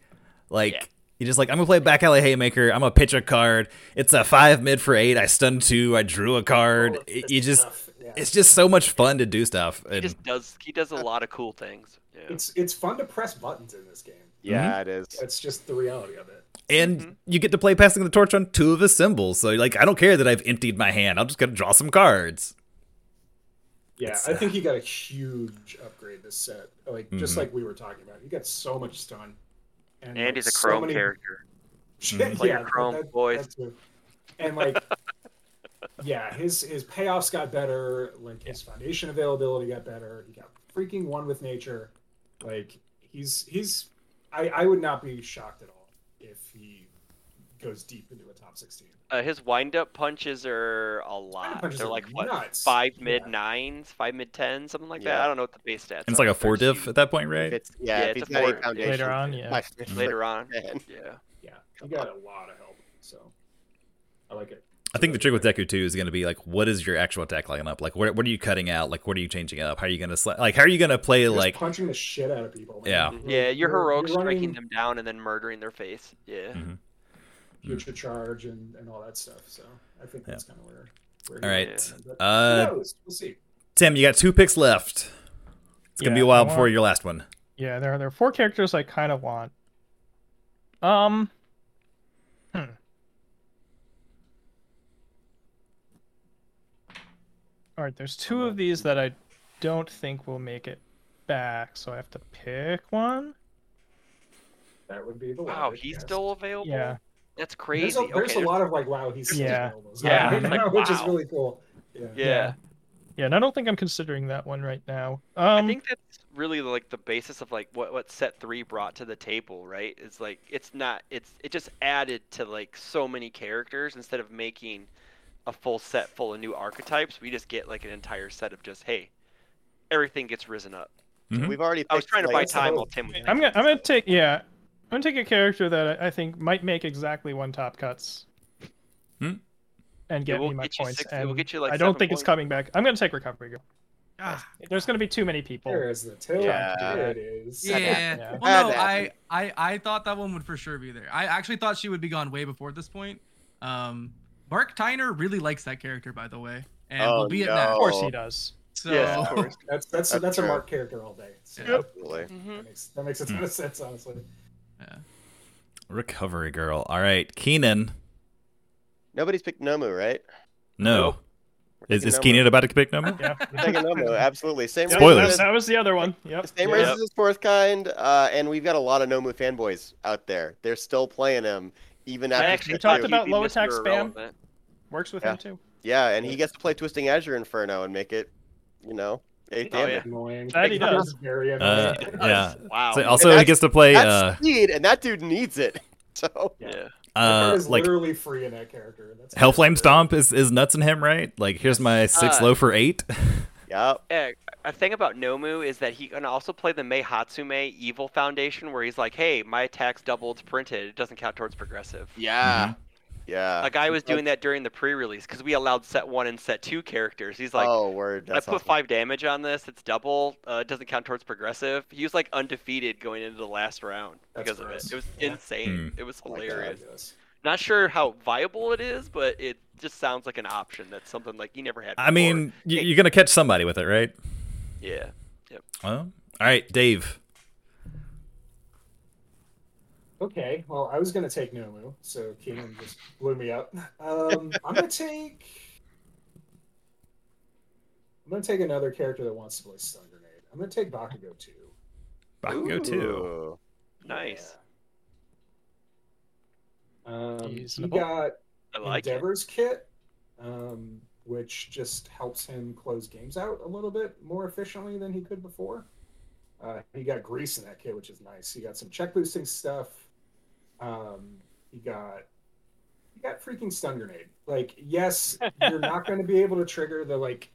A: Like
D: Yeah.
A: you just like I'm gonna play back alley haymaker. I'm gonna pitch a card. It's a five mid for eight. I stunned two. I drew a card.
E: All
A: It-
E: this
A: you just
E: stuff, yeah.
A: it's just so much fun to do stuff.
D: he
A: And
D: just does. He does a lot of cool things. Yeah.
E: it's it's fun to press buttons in this game.
B: Yeah, it is.
E: That's just the reality of it.
A: and you get to play passing the torch on two of his symbols. So like I don't care that I've emptied my hand. I'm just gonna draw some cards.
E: Yeah,
A: It's,
E: I
A: uh,
E: think he got a huge upgrade this set. Like
A: Mhm.
E: just like we were talking about, he got so much stun. like,
D: And he's a
E: so
D: Chrome
E: many-
D: character.
E: Shit,
D: Play your
E: yeah, that-
D: Chrome,
E: that-
D: boys.
E: that's true. And like, yeah, his his payoffs got better. Like his foundation availability got better. He got freaking one with nature. Like he's he's, I I would not be shocked at all if he goes deep into a top sixteen.
D: Uh, his wind-up punches are a lot.
E: punches
D: They're
E: are
D: like what?
E: nuts.
D: Five mid
E: Yeah.
D: nines, five mid tens, something like that.
B: Yeah.
D: I don't know what the base stats.
A: And it's
D: are,
A: like a
D: but
A: four
D: they're
A: diff at
D: huge.
A: that point, right?
B: If it's, yeah,
D: Yeah,
B: if
D: it's
B: he's
D: a
B: got
D: fort
B: a foundation
F: Later on, yeah.
B: my- my-
D: later on.
B: man.
D: Yeah.
E: Yeah, he got a lot of help. So I like it.
A: I think the trick with Deku 2 is going to be like, what is your actual attack lineup? Like, what, what are you cutting out? Like, what are you changing up? How are you going to, sla- like, how are you going to play,
E: Just
A: like,
E: punching the shit out of people. man.
A: Yeah.
E: Like,
D: Yeah, you're heroic
E: you're running
D: striking them down and then murdering their face. Yeah.
A: Mhm.
E: future charge and, and all that stuff. So I think that's kind of where. where he
A: all right.
E: is. But
A: Uh,
E: who knows? We'll see.
A: Tim, you got two picks left. It's going to be a
F: Yeah,
A: while
F: I
A: before
F: want-
A: your last one.
F: Yeah, there are, there are four characters I kind of want. Um. hmm. All right, there's two of these that I don't think will make it back, so I have to pick one.
E: That would be the
D: Wow,
E: logic,
D: he's
E: yes.
D: still available.
F: Yeah.
D: That's crazy.
E: There's a, there's
D: okay.
E: a lot of like, wow, he's still
F: Yeah.
E: available.
D: Yeah,
E: Right
D: like,
E: now, which is
D: wow.
E: really cool. Yeah.
D: Yeah.
F: Yeah, and I don't think I'm considering that one right now.
D: I
F: Um,
D: think that's really like the basis of like what what set three brought to the table, right? It's like it's not it's it just added to like so many characters instead of making a full set full of new archetypes. We just get like an entire set of just hey, everything gets risen up.
A: Mhm.
B: We've already.
D: Mm-hmm. I was
B: picked,
D: trying to buy
B: like,
D: time
E: so-
D: while Tim was.
F: I'm gonna I'm gonna take yeah, I'm gonna take a character that I I think might make exactly one top cuts.
A: Hmm.
F: And get
D: will
F: me my
D: get you
F: points.
D: six- it
F: and
D: will get you, like,
F: I don't
D: seven
F: think it's
D: points.
F: coming back. I'm gonna take recovery girl.
C: Ah,
F: There's going to be too many people.
E: There's the tail.
B: Yeah.
E: There it is.
B: That
C: yeah.
B: happened.
C: Well, no,
B: That
C: I,
B: happened.
C: I, I thought that one would for sure be there. I actually thought she would be gone way before this point. Um, Mark Tyner really likes that character, by the way, and
B: Oh,
C: will be at
B: no.
C: that.
F: Of course he does.
C: So
B: Yeah, of course.
E: That's that's
B: That's
E: that's, a
B: true.
E: mark character all day. So
C: Yeah.
B: Absolutely.
E: that, makes, that makes a ton of sense, honestly.
A: Recovery girl. All right, Keenan.
B: Nobody's picked Nomu, right?
A: No,
B: We're
A: is,
B: taking
A: is
B: Nomu.
A: Keenan about to pick Nomu?
F: Yeah.
B: We're taking Nomu? Absolutely. Same
F: Yep,
A: Spoilers.
F: That, that was the other one. Yep.
B: Same
F: Yep.
B: races as Porthkind, uh, and we've got a lot of Nomu fanboys out there. They're still playing him, even after.
D: actually
B: Split
F: talked
B: two.
D: he'd
F: about
D: be
F: low
D: Mr.
F: attack spam.
D: Irrelevant.
F: Works with
B: Yeah.
F: him too.
B: Yeah, and he gets to play Twisting Azure Inferno and make it, you know, eighth
D: Oh,
B: damage.
D: yeah.
E: Annoying.
F: That he does.
E: Very
A: Uh,
E: annoying.
A: yeah.
D: Wow.
A: So also, he
B: that's-
A: gets to play
B: That's
A: uh,
B: speed, and that dude needs it. So
D: yeah.
E: That
A: uh
E: is
A: like
E: literally free in that character. That's
A: Hellflame Stomp is is nuts in him, right? Like here's my six
D: Uh,
A: low for eight.
B: yeah,
D: Yeah, a thing about Nomu is that he can also play the Meihatsume Evil Foundation, where he's like, "Hey, my attack's double; it's printed. It doesn't count towards progressive."
B: yeah, yeah.
D: A guy was doing that during the pre-release because we allowed set one and set two characters. He's like,
B: oh word,
D: "I
B: that's
D: put
B: awesome.
D: five damage on this. It's double. Uh, it doesn't count towards progressive." He was like undefeated going into the last round
E: That's
D: because
E: gross.
D: of it. It was
E: Yeah.
D: insane.
A: Hmm.
D: It was
B: Oh my God.
D: hilarious.
E: Yes.
D: Not sure how viable it is, but it just sounds like an option. That's something like you never had.
A: I
D: before.
A: mean, you, you're gonna catch somebody with it, right?
D: yeah.
A: Well, all right, Dave.
E: Okay, well, I was gonna take Nomu, so Keenan just blew me up. Um, I'm gonna take. I'm gonna take another character that wants to play stun grenade. I'm gonna take Bakugo too.
A: Bakugo too.
B: Ooh.
D: Nice.
E: Um, he
F: Reasonable.
E: got
D: I like it.
E: Endeavor's kit, um, which just helps him close games out a little bit more efficiently than he could before. Uh, he got grease in that kit, which is nice. He got some check boosting stuff. Um, he got he got freaking stun grenade. Like, yes, you're not going to be able to trigger the like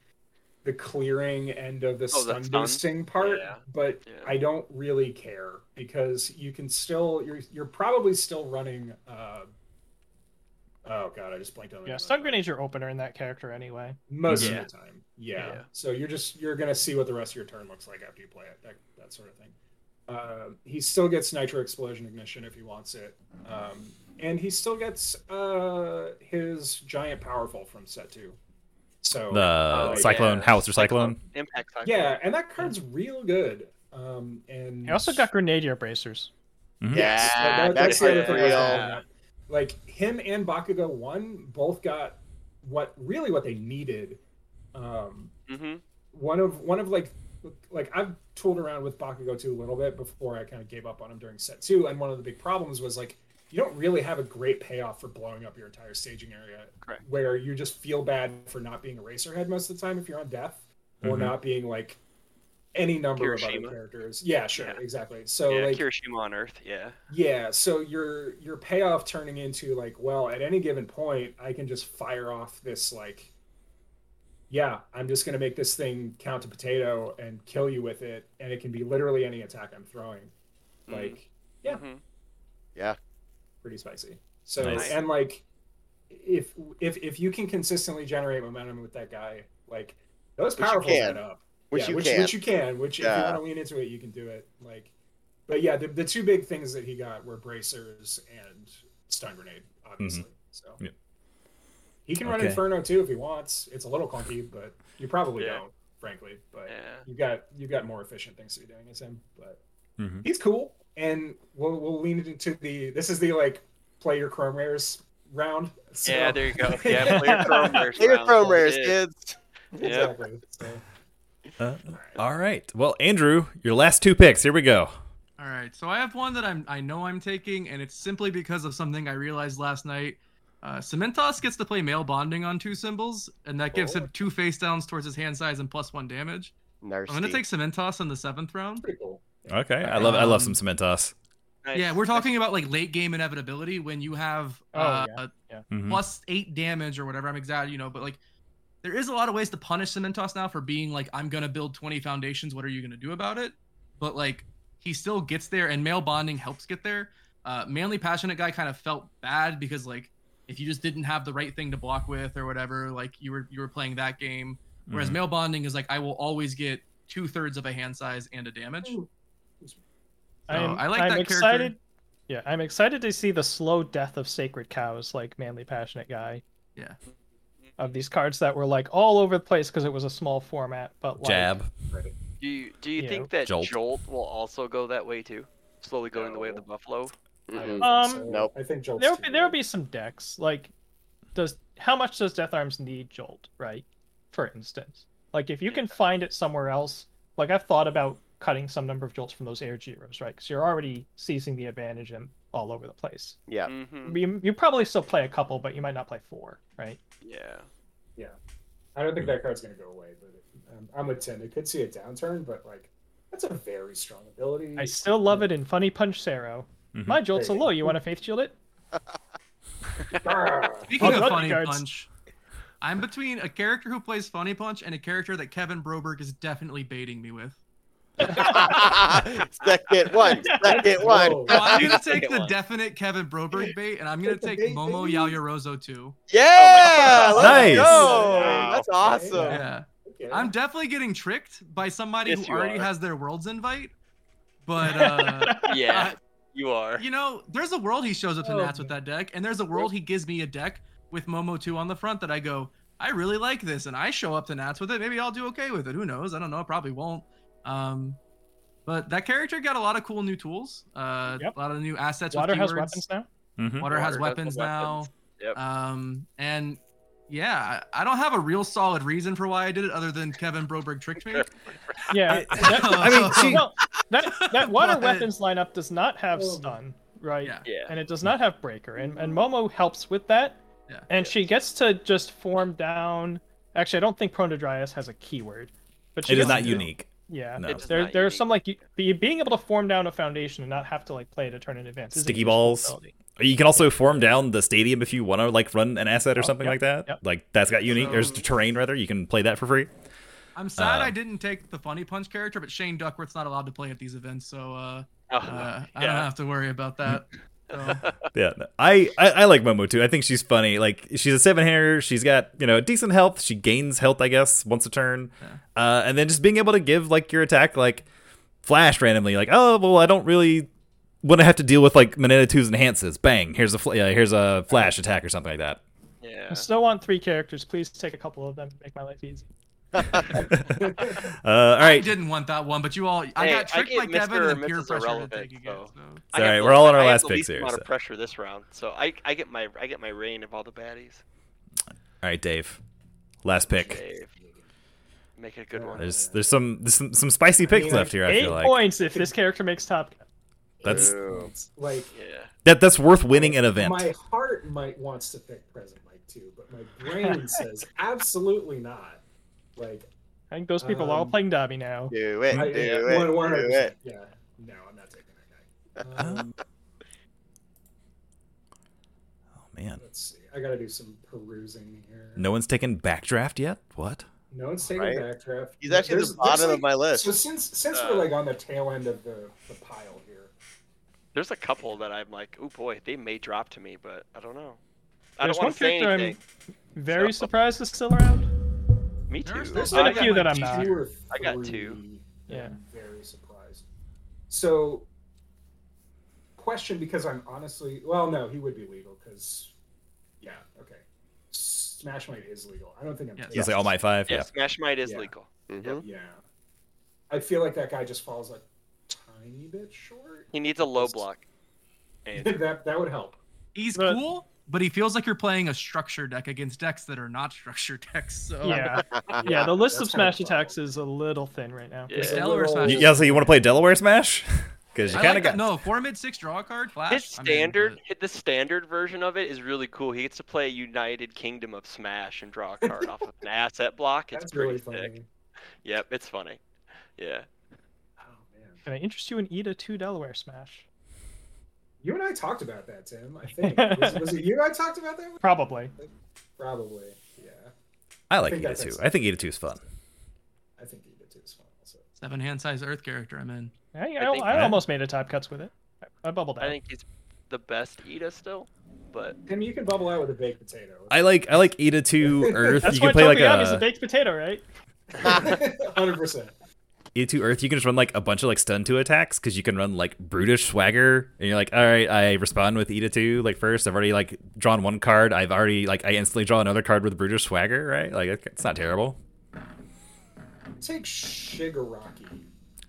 E: the clearing end of the stun
D: Oh, stun?
E: boosting part,
D: Yeah.
E: but
D: Yeah.
E: I don't really care because you can still you're you're probably still running. Uh, oh god, I just blanked on. the name
F: Yeah.
E: of
F: Stun
E: it.
F: grenade's your opener in that character anyway.
E: most
A: Yeah.
E: of the time. Yeah.
D: Yeah.
E: So you're just you're gonna see what the rest of your turn looks like after you play it, that, that sort of thing. Uh, he still gets nitro explosion ignition if he wants it, um, and he still gets uh, his giant powerful from set two. So
A: The
D: Oh,
A: Cyclone
D: yeah.
A: Howitzer Cyclone.
D: Impact cyclone.
E: yeah, and that card's real good. Um, and
F: He also got grenadier bracers.
A: Mhm.
B: Yeah,
E: Yes, that- that-
B: that's
E: that's the other thing. I was
B: real.
E: gonna bring up. Like him and Bakugo one both got what really what they needed. Um,
D: Mm-hmm.
E: one of one of like like I've tooled around with Bakugo two a little bit before I kind of gave up on him during set two, and one of the big problems was like you don't really have a great payoff for blowing up your entire staging area,
D: Correct.
E: where you just feel bad for not being a racer head most of the time if you're on death, or
A: Mhm.
E: not being like any number of
D: Hiroshima.
E: other characters. Yeah, sure,
D: Yeah.
E: exactly. So
D: yeah,
E: like
D: Kirishima on Earth. Yeah.
E: yeah, so your your payoff turning into like, well, at any given point, I can just fire off this like, yeah, I'm just gonna make this thing count to potato and kill you with it, and it can be literally any attack I'm throwing.
D: Mhm.
E: Like, yeah,
D: Mhm.
E: pretty spicy. So
A: Nice.
E: and like, if if if you can consistently generate momentum with that guy, like those
B: Which you
E: powerful
B: can.
E: add up.
B: Which
E: yeah,
B: you
E: which,
B: can.
E: Which you can. Which if you
B: Yeah.
E: want to lean into it, you can do it. Like, but yeah, the, the two big things that he got were bracers and stun grenade, obviously.
F: Mm-hmm.
E: So
A: Yeah.
E: he can run
A: Okay.
E: Inferno too if he wants. It's a little clunky, but you probably
D: Yeah.
E: don't, frankly. But
D: Yeah.
E: you've got you've got more efficient things to be doing as him. But
A: Mhm.
E: he's cool, and we'll we'll lean it into the. This is the like play your Chrome rares round. So,
D: Yeah. There you go. Yeah. Player Chrome Rares.
B: Hey, your
D: round.
B: Chrome rares,
D: Yeah.
B: kids.
D: Yeah.
E: exactly. So,
A: Uh, all right. Well, Andrew, your last two picks. Here we go.
C: All right, so I have one that I'm I know I'm taking, and it's simply because of something I realized last night. Uh, Cementos gets to play male bonding on two symbols, and that gives
E: Oh.
C: him two face downs towards his hand size and plus one damage.
B: Nasty.
C: I'm gonna take Cementos in the seventh round.
E: pretty cool.
A: Okay, I love I love some
C: Um,
A: Cementos.
D: Nice.
C: Yeah, we're talking about like late game inevitability when you have
F: Oh,
C: uh,
A: Mhm.
C: plus eight damage or whatever. I'm exaggerating, you know, but like there is a lot of ways to punish Cementos now for being like, I'm gonna build 20 foundations. What are you gonna do about it? But like he still gets there, and male bonding helps get there. Uh, manly passionate guy kind of felt bad because like if you just didn't have the right thing to block with or whatever, like you were you were playing that game. Whereas
A: Mm-hmm.
C: male bonding is like I will always get two thirds of a hand size and a damage.
E: Ooh.
D: Mm-hmm.
C: No, I like
F: I'm
C: that character.
F: excited. Yeah, I'm excited to see the slow death of sacred cows, like manly passionate guy.
C: Yeah.
F: Of these cards that were like all over the place because it was a small format, but like,
A: Jab.
D: Do you do you
F: Yeah.
D: think that
A: Jolt.
D: Jolt. will also go that way too? Slowly going the way of the buffalo.
B: Mm-mm.
F: Um,
E: So,
B: Nope.
E: I think Jolt's
F: there'll
E: too
F: be there'll
E: good.
F: be some decks like does how much does death arms need jolt right for instance like if you can find it somewhere else like i've thought about cutting some number of jolts from those air gyros right because you're already seizing the advantage and all over the place
B: Yeah.
C: Hmm.
D: Mm-hmm.
F: you, you probably still play a couple but you might not play four right
D: Yeah.
E: I don't think that card's going to go away, but it, um, I'm with Tim. It could see a downturn, but like that's a very strong ability.
F: i still love it in funny punch Saro.
A: Mhm.
F: my jolt's a
E: There you
F: low you want to faith shield it
E: Arr!
C: Speaking
F: Oh,
C: of
F: blood
C: Funny
F: regards.
C: Punch, I'm between a character who plays Funny Punch and a character that Kevin Broberg is definitely baiting me with.
B: second one, second one.
E: Whoa. Oh
C: So I'm gonna take
D: Second
C: the
D: one.
C: definite Kevin Broberg bait, and I'm gonna
E: Take the
C: take
E: bait,
C: Momo
E: baby.
C: Yaoyorozo too.
B: Yeah,
A: my
E: Oh
B: let's
A: God. Nice.
B: go.
D: Wow.
B: That's awesome.
E: Yeah.
C: Yeah,
E: Okay.
C: I'm definitely getting tricked by somebody
D: Yes,
C: who
D: you
C: already
D: are.
C: has their world's invite. But uh,
D: Yeah. you are.
C: you know, there's a world he shows up to
F: Oh,
C: Nats with that deck, and there's a world he gives me a deck with Momo two on the front that I go, I really like this, and I show up to Nats with it. Maybe I'll do okay with it. Who knows? I don't know. I probably won't. Um, but that character got a lot of cool new tools. Uh,
F: Yep.
C: a lot of new assets.
F: water
C: with
F: has
C: keywords.
F: weapons now
A: Mhm.
C: Water has
D: Water has
C: weapons now.
D: weapons. Yep.
C: Um, and yeah, I I don't have a real solid reason for why I did it other than Kevin Broberg tricked me.
F: yeah that-
A: I mean, she-
F: well, that that water
C: What?
F: weapons lineup does not have
E: Oh.
F: stun, right?
C: Yeah.
D: Yeah.
F: And it does not have breaker, and and Momo helps with that.
C: Yeah.
F: And she gets to just form down. Actually, I don't think Prone to Dryas has a keyword, but she
A: It is
F: gets
A: not
F: to-
A: unique.
F: Yeah.
A: No.
D: It's
F: There,
D: not
F: there's
D: unique.
F: some like you, be- being able to form down a foundation and not have to like play it a turn in advance. is a
A: Sticky
F: huge
A: balls.
F: ability.
A: You can also form down the stadium if you want to, like run an asset or
F: Oh,
A: something
F: yep,
A: like that.
F: yep.
A: Like that's got unique. There's
D: So-
A: terrain rather. You can play that for free.
C: I'm sad
A: Uh,
C: I didn't take the Funny Punch character, but Shane Duckworth's not allowed to play at these events, so uh,
D: Oh,
C: uh, I don't have to worry
A: Mm.
C: about that. So,
A: Yeah, no. I, I I like Momo too. I think she's funny. Like she's a seven hander. She's got you know decent health. She gains health, I guess, once a turn. Uh, and then just being able to give like your attack like flash randomly. Like oh well, I don't really want to have to deal with like Mineta twos and enhances. Bang! Here's a fl- uh, here's a flash attack or something like that.
D: yeah.
F: I still want three characters. Please take a couple of them. to Make my life easy.
A: Uh, all
C: I
A: right,
C: didn't want that one, but you all, I
D: Hey, I
C: got tricked
D: get
C: by Kevin
D: Mr.
C: and
D: or
C: peer
D: Mrs.
C: pressure into
D: Irrelevant,
C: taking it.
D: so-
C: So.
D: I
A: Sorry,
D: have the-
A: we're all on our
D: I have
A: last
D: the
A: picks
D: least
A: here,
D: amount
A: so-
D: of pressure this round, so I, I get my I get my reign of all the baddies.
A: all right, Dave. Last pick.
D: Dave. Make it a good one.
A: There's there's some there's some, some spicy picks left here. I
F: Eight
A: feel like
F: points if this character makes top. Gun.
A: that's
B: Boom.
E: like
D: Yeah.
A: that that's worth winning an event.
E: my heart might wants to pick present Mike too, but my brain says absolutely not. Like
F: I think those people are all
E: Um,
F: playing Dobby now.
B: Do it. Do
E: I,
B: it.
E: yeah,
B: Do
E: one-
B: it.
E: 100%, Yeah, no, I'm not taking that guy.
A: Uh-huh.
E: Um,
A: oh man,
E: let's see. I gotta do some perusing here.
A: no one's taken backdraft yet. What?
E: no one's taking
B: Right.
E: backdraft.
B: He's actually at
E: There's-
B: the bottom
E: there's,
B: of my
E: like-
B: list.
E: So since since
D: Uh,
E: we're like on the tail end of the, the pile here,
D: There's a couple that I'm like, oh boy, they may drop to me, but I don't know. I
F: There's
D: don't want
F: one
D: to say
F: character I'm
D: anything.
F: Very
D: So-
F: surprised is still around.
D: Me too.
C: There's- there's
F: been
D: I
F: a
D: got
F: few
D: my-
F: that I'm not.
E: two or
D: I got
E: three
D: two.
E: that
F: Yeah.
E: I'm very surprised. So, question because I'm honestly well, no, he would be legal because, yeah, okay. Smash Might is legal. I don't think I'm.
C: Yes.
E: taking
A: Yes, like all my five.
D: Yeah,
A: Yeah.
D: Smash Might is
E: Yeah.
D: legal.
B: Mhm.
E: Yeah, I feel like that guy just falls a tiny bit short.
D: He needs a low block. And
E: that that would help.
C: He's
F: But-
C: cool, but he feels like you're playing a structure deck against decks that are not structure decks.
B: Oh,
C: So
F: Yeah, yeah. The list of
E: that's kind of
F: smash
E: a
F: attacks is a little thin right now.
D: Yeah.
E: It's a
C: Delaware
E: little-
C: Smash.
A: Y- Yeah, so you want to play Delaware Smash? Because you
C: I
A: kind
C: like
A: of
C: that.
A: got.
C: No, four mid six draw a card flash.
D: his
C: I'm in,
D: standard,
C: but-
D: the standard version of it is really cool. He gets to play United Kingdom of Smash and draw a card off of an asset block. It's
E: That's
D: pretty
E: really
D: sick.
E: funny.
D: Yep, it's funny. Yeah.
E: Oh man,
F: Can I interest you in Ida 2 Delaware Smash?
E: you and I talked about that, Tim. I think was, was it you and I talked about that?
F: Probably.
E: Probably. Yeah,
A: I like
E: I think
A: Eda
E: that's
A: two.
E: it.
A: I think Eda two is fun.
E: I think he did too. It's fun also.
C: Seven hand size Earth character. I'm in.
F: I, I,
D: think-
F: I almost made a top cuts with it. I, I bubbled out.
D: I think he's the best Ida still. but
E: Tim, you can bubble out with a baked potato.
A: I like I like Ida to Earth.
F: That's
A: you
F: why
A: can play like uh,
F: Tokuyami is a
A: a
F: baked potato, right?
E: Hundred percent.
A: Ida to Earth. You can just run like a bunch of like stun to attacks because you can run like brutish swagger, and you're like, all right, I respond with Ida to like first. I've already like drawn one card. I've already like I instantly draw another card with brutish swagger, right? Like it's not terrible.
E: Take Shigaraki.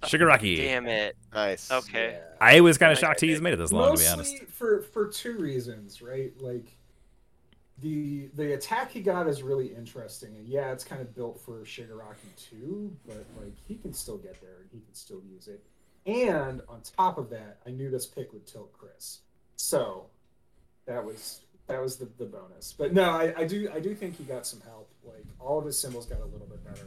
A: Shigaraki.
D: damn it.
B: Nice.
D: Okay.
E: Yeah.
A: I was kind of
D: I-
A: shocked
D: I-
A: he's made it this long, to
E: Mostly
A: be honest.
E: for for two reasons, right? Like the the attack he got is really interesting, and yeah, it's kind of built for Shigaraki too, but like he can still get there and he can still use it. And on top of that, I knew this pick would tilt Chris, so that was that was the, the bonus. But no, I, I do I do think he got some help. Like all of his symbols got a little bit better.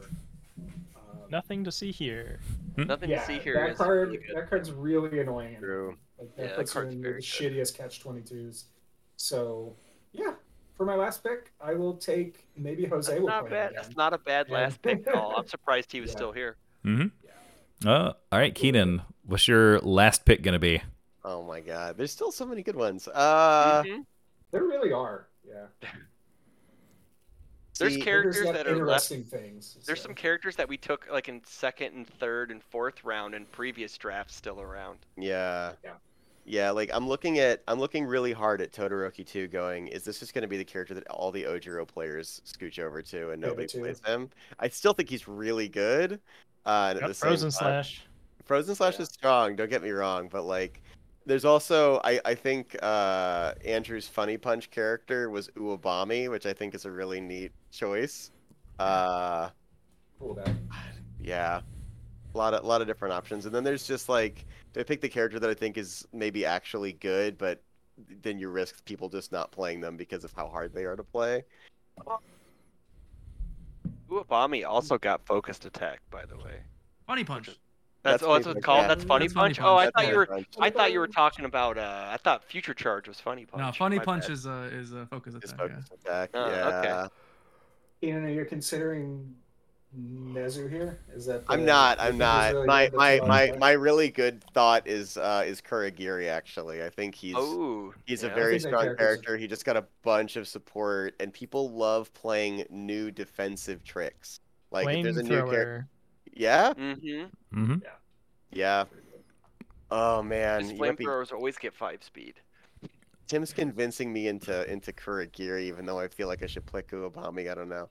E: Um,
F: Nothing to see here.
D: Nothing
E: yeah,
D: to see here.
E: that
D: is
E: card
D: really good.
E: that card's really annoying.
B: True.
E: Like
D: Yeah,
E: that
D: that
E: puts you
D: card's
E: in
D: very
E: the
D: good.
E: shittiest catch twenty twos. So yeah, for my last pick, I will take maybe Jose
D: That's
E: will
D: not
E: play
D: bad.
E: again.
D: That's not a bad
E: Yeah.
D: last pick at all. I'm surprised he was
E: Yeah.
D: still here.
A: Mm-hmm. Oh, all right, Keenan. What's your last pick gonna be?
B: Oh my god. There's still so many good ones. Uh
D: Mhm.
E: There really are. Yeah.
D: There's
B: see,
D: characters
E: There's
D: that are left.
E: interesting things.
D: There's
E: so.
D: some characters that we took like in second and third and fourth round and previous drafts still around.
B: Yeah.
E: Yeah.
B: Yeah, like I'm looking at I'm looking really hard at Todoroki 2 going, is this just gonna be the character that all the Ojiro players scooch over to and
E: Yeah, me
B: nobody
E: too.
B: plays him? I still think he's really good. Uh and at
F: Got
B: the same
F: frozen
B: time-
F: slash.
B: Frozen Slash
E: Yeah.
B: is strong, don't get me wrong, but like there's also I, I think uh Andrew's funny punch character was Uwabami, which I think is a really neat choice. Uh
E: cool that.
B: yeah. A lot of lot of different options. And then there's just like I pick the character that I think is maybe actually good, but then you risk people just not playing them because of how hard they are to play.
D: Uwabami also got focused attack, by the way.
C: Funny punch.
D: That's,
B: That's
D: oh, that's what
B: pretty
D: it's called.
B: much-
D: That's funny
C: That's Funny
D: punch. Oh, I
C: Punch.
D: thought you were.
B: That's
D: I thought you were talking about. Uh, I thought future charge was funny punch.
C: No, funny
B: My
C: punch
B: bad.
C: is a is a focus
B: Just
C: attack. Yeah.
B: focus attack.
D: Oh, okay.
B: yeah.
E: You know, you're considering Nezu here? Is that
B: I'm
E: the-
B: not.
E: you
B: I'm
E: think
B: not.
E: he's really
B: my
E: good?
B: my
E: That's what I'm
B: my
E: saying.
B: my really good thought is uh is Kuragiri actually. I think he's
D: Oh,
B: he's
D: yeah.
B: a very
E: think that
B: strong
E: character's-
B: character. He just got a bunch of support, and people love playing new defensive tricks. Like if there's a new character,
F: Flamethrower.
B: yeah,
D: Mm-hmm.
A: Mm-hmm.
B: yeah. Oh man,
D: His
B: you might be-
D: flamethrowers always get five speed.
B: Tim's convincing me into into Kuragiri, even though I feel like I should play Kuwabami. I don't know.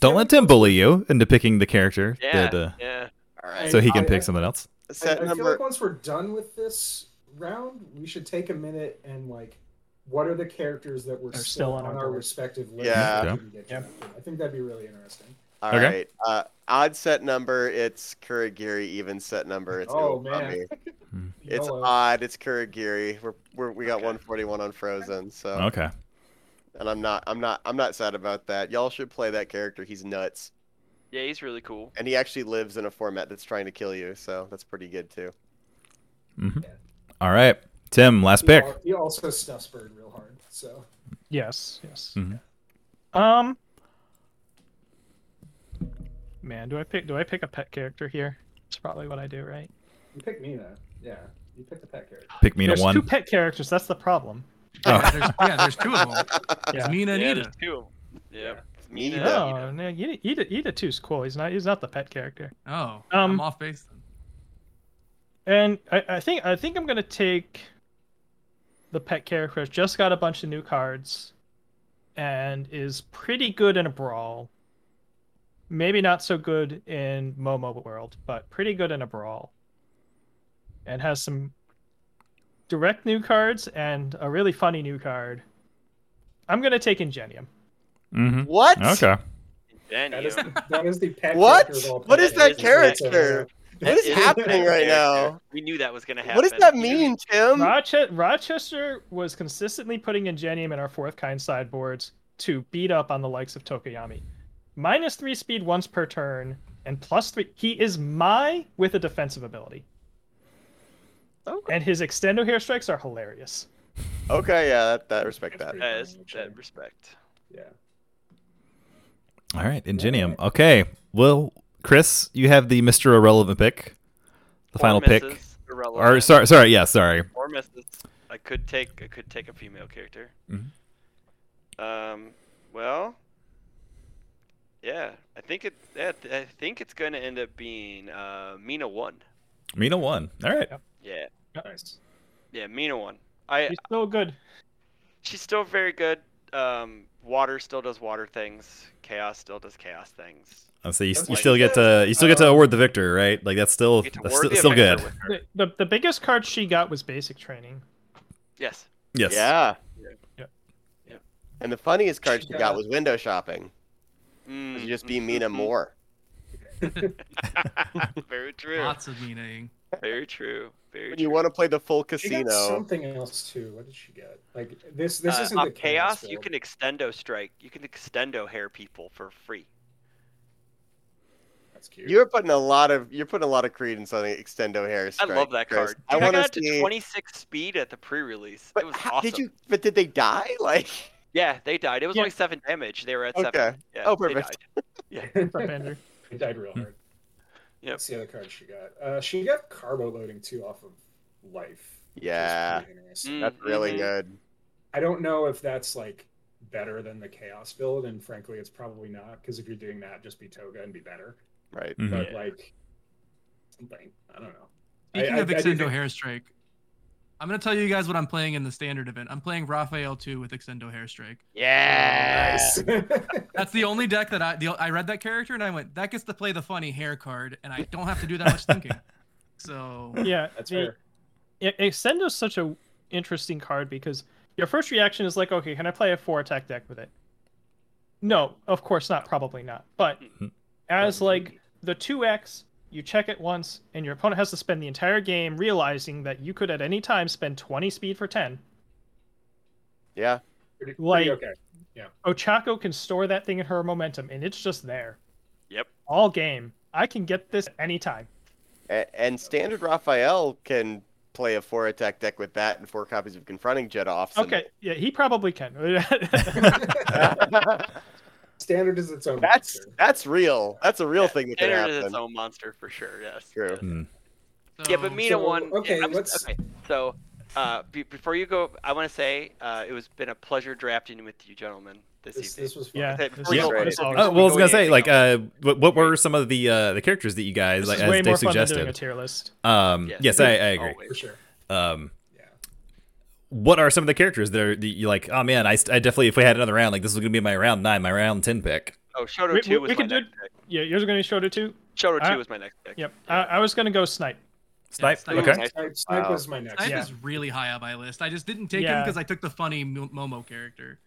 A: Don't let Tim bully you into picking the character
D: Yeah,
A: that, uh,
D: yeah.
B: All right.
A: so he can
E: I-
A: pick
E: I-
A: something else.
E: I, I
B: set
E: feel like
B: number.
E: once we're done with this round, we should take a minute and like, what are the characters that were
F: Are
E: still,
F: still on
E: on,
F: our
E: our,
F: board.
E: respective lists?
B: Yeah.
E: that we can get
F: Yeah.
E: drafted? I think that'd be really interesting.
B: All right.
A: Okay.
B: Uh, odd set number. It's Kuragiri. Even set number. It's
E: Oh,
B: Uwabami.
A: Hmm.
B: It's
E: YOLO.
B: odd. It's Kuragiri. We're, we're we got
D: Okay.
B: 141 on Frozen. So
A: Okay.
B: and I'm not I'm not I'm not sad about that. Y'all should play that character. He's nuts,
D: Yeah, he's really cool.
B: and he actually lives in a format that's trying to kill you. So that's pretty good too.
A: All right, Tim. Last
E: He
A: pick.
E: al- He also stuffs Bird real hard, so
F: Yes, yes.
A: Mhm.
F: Um, man, do I pick? Do I pick a pet character here? It's probably what I do, right?
E: you pick Mina. Yeah, you pick the pet character.
A: Pick me to
F: There's two
A: one.
F: pet characters. That's the problem.
C: Yeah, there's, yeah, there's two of them. It's
F: Yeah.
C: Mina and
D: yeah,
C: Ida.
D: there's two. Yeah.
B: Me
D: Yeah.
B: though.
F: Oh, No, no, Ida, Ida, Ida two's cool. He's not. He's not the pet character.
C: Oh,
F: Um,
C: I'm off base. Then.
F: And I, I think I think I'm gonna take the pet character. Just got a bunch of new cards, and is pretty good in a brawl. Maybe not so good in Momo World, but pretty good in a brawl. And has some direct new cards and a really funny new card. I'm gonna take Ingenium.
A: Mm-hmm.
B: What?
A: Okay.
D: Then
E: That
D: you-
E: is the, that is the pet
B: What?
E: character. of all
B: What
E: pet
B: is that
E: characters, so,
B: character?
D: that
B: What is
D: the
B: happening
D: best
B: right
D: character.
B: now?
D: We knew that was gonna happen.
B: What does that mean, Tim?
F: Roche- Rochester was consistently putting Ingenium in our fourth kind sideboards to beat up on the likes of Tokoyami. Minus three speed once per turn, and plus three. He is my with a defensive ability.
B: Okay.
F: And his extendo hair strikes are hilarious.
B: Okay, yeah, that, that respect that.
D: That is that respect.
E: Yeah. Yeah.
A: All right, Ingenium. Okay. Well, Chris, you have the Mr. Irrelevant pick, the final
D: Four
A: pick.
D: misses, irrelevant.
A: Or sorry, sorry, yeah, sorry.
D: Four misses. I could take I could take a female character.
A: Mhm. Mm-hmm.
D: Um, well, yeah, I think it. yeah, th- I think it's gonna end up being uh, Mina one.
A: Mina won. All right.
F: Yep.
D: Yeah,
E: Nice.
D: yeah, Mina one. I
F: He's so good.
D: she's still very good. Um, water still does water things. Chaos still does chaos things.
A: Uh, So you,
E: That's
A: you
D: like-
A: still get to you still get to award the victor, right? Like that's still
D: You get to
A: that's
D: ward
A: still,
D: the
A: still
D: Avenger
A: good.
D: with her.
F: The, the the biggest card she got was basic training.
D: Yes.
A: Yes.
B: Yeah.
F: Yeah.
D: Yeah.
B: And the funniest card she
E: Yeah.
B: got was window shopping.
D: Mm,
B: You just
D: mm,
B: be
D: mm,
B: Mina
D: mm.
B: more.
D: Very true.
C: Lots of meaning.
D: Very true. Very
B: When
D: true.
B: you want to play the full
E: She got
B: casino.
E: something else too. What did she get? Like this. This
D: Uh,
E: isn't
D: on
E: the
D: chaos, you
E: world.
D: can extendo strike. You can extendo hair people for free.
E: That's cute.
B: You're putting a lot of you're putting a lot of credence on the extendo hair.
D: I
B: Strike,
D: love that
B: Chris.
D: card.
B: I
D: Dude, I
B: want
D: got
B: to
D: it to
B: see.
D: 26 speed at the pre-release.
B: But
D: it was
B: how-
D: awesome.
B: did you? But did they die? Like
D: Yeah, they died. It was
F: Yeah.
D: only seven damage. They were at
B: Okay.
D: seven. Yeah,
B: Oh,
D: they
B: perfect.
D: died.
F: What's up, Andrew?
E: It died
C: Hmm.
E: real hard.
D: Yep.
E: That's the other card she got. Uh, she got carbo loading too off of life. which is
B: Yeah. Hmm.
E: pretty nice.
D: Mm,
B: that's really
D: mhm.
B: good.
E: I don't know if that's like better than the chaos build, and frankly, it's probably not. Because if you're doing that, just be Toga and be better.
B: Right.
C: Hmm.
A: Mhm.
E: But
D: Yeah.
E: like, something I don't know. I-
C: Speaking
E: I-
C: of
E: I do
C: Extendo
E: think-
C: Hair Strike, I'm gonna tell you guys what I'm playing in the standard event. I'm playing Raphael 2 with Extendo Hair Strike.
D: Yeah.
E: Nice.
C: That's the only deck that I the, I read that character and I went, that gets to play the funny hair card, and I don't have to do that much thinking. So
F: Yeah,
E: That's
F: the-
E: fair.
F: Yeah, Extendo's such a interesting card because your first reaction is like, okay, can I play a four attack deck with it? No, of course not, probably not. But as like the two X, you check it once, and your opponent has to spend the entire game realizing that you could at any time spend twenty speed for ten.
B: Yeah.
E: Pretty, pretty
F: Like-
E: okay.
F: Ochako can store that thing in her momentum, and it's just there
D: Yep.
F: all game. I can get this at any time.
B: A- and standard Raphael can play a four attack deck with that and four copies of Confronting Jetta off.
F: Okay, yeah, he probably can.
E: Standard is its own.
B: that's
E: monster.
B: that's real. That's a real
D: Yeah,
B: thing that can
D: Standard is
B: happen.
D: its own monster for sure. Yes.
B: True.
C: so-
D: Yeah, but Mina
E: So,
D: won. yeah,
E: okay,
D: I'm s-
E: let's-
D: okay. So, uh, be, before you go, I want to say uh, it was been a pleasure drafting with you, gentlemen, this,
E: This,
D: evening.
E: this was fun.
F: yeah,
D: Okay,
F: this
D: before
F: is-
D: you go-
F: this is
D: Oh,
F: always-
A: Oh, well, I was
D: Go
A: gonna say,
D: anything
A: like,
D: else.
A: uh, what, what were some of the uh, the characters that you guys
F: This
A: like
F: is
A: as
F: way
A: they
F: more fun than doing a
A: suggested?
F: tier list.
A: Um,
D: Yes.
A: yes, I, I agree.
D: Always.
E: for sure.
A: Um,
E: Yeah.
A: what are some of the characters that are that you like? Oh man, I, I definitely if we had another round, like this was gonna be my round nine, my round ten pick.
D: Oh, Shoto
F: We- we-
D: two was
F: we
D: my
F: can do
D: next
F: it-
D: pick.
F: Yeah, yours are going to be shorter too.
D: Shoto
F: I-
D: two was my next pick.
F: Yep. I, I was gonna go snipe.
A: Snipe.
C: Snipe.
A: Okay.
D: Nice.
E: Snipe, Snipe
B: Wow.
E: was my next.
C: Snipe
F: Yeah.
C: is really high on my list. I just didn't take him
F: Yeah.
C: because I took the funny Mo- Momo character.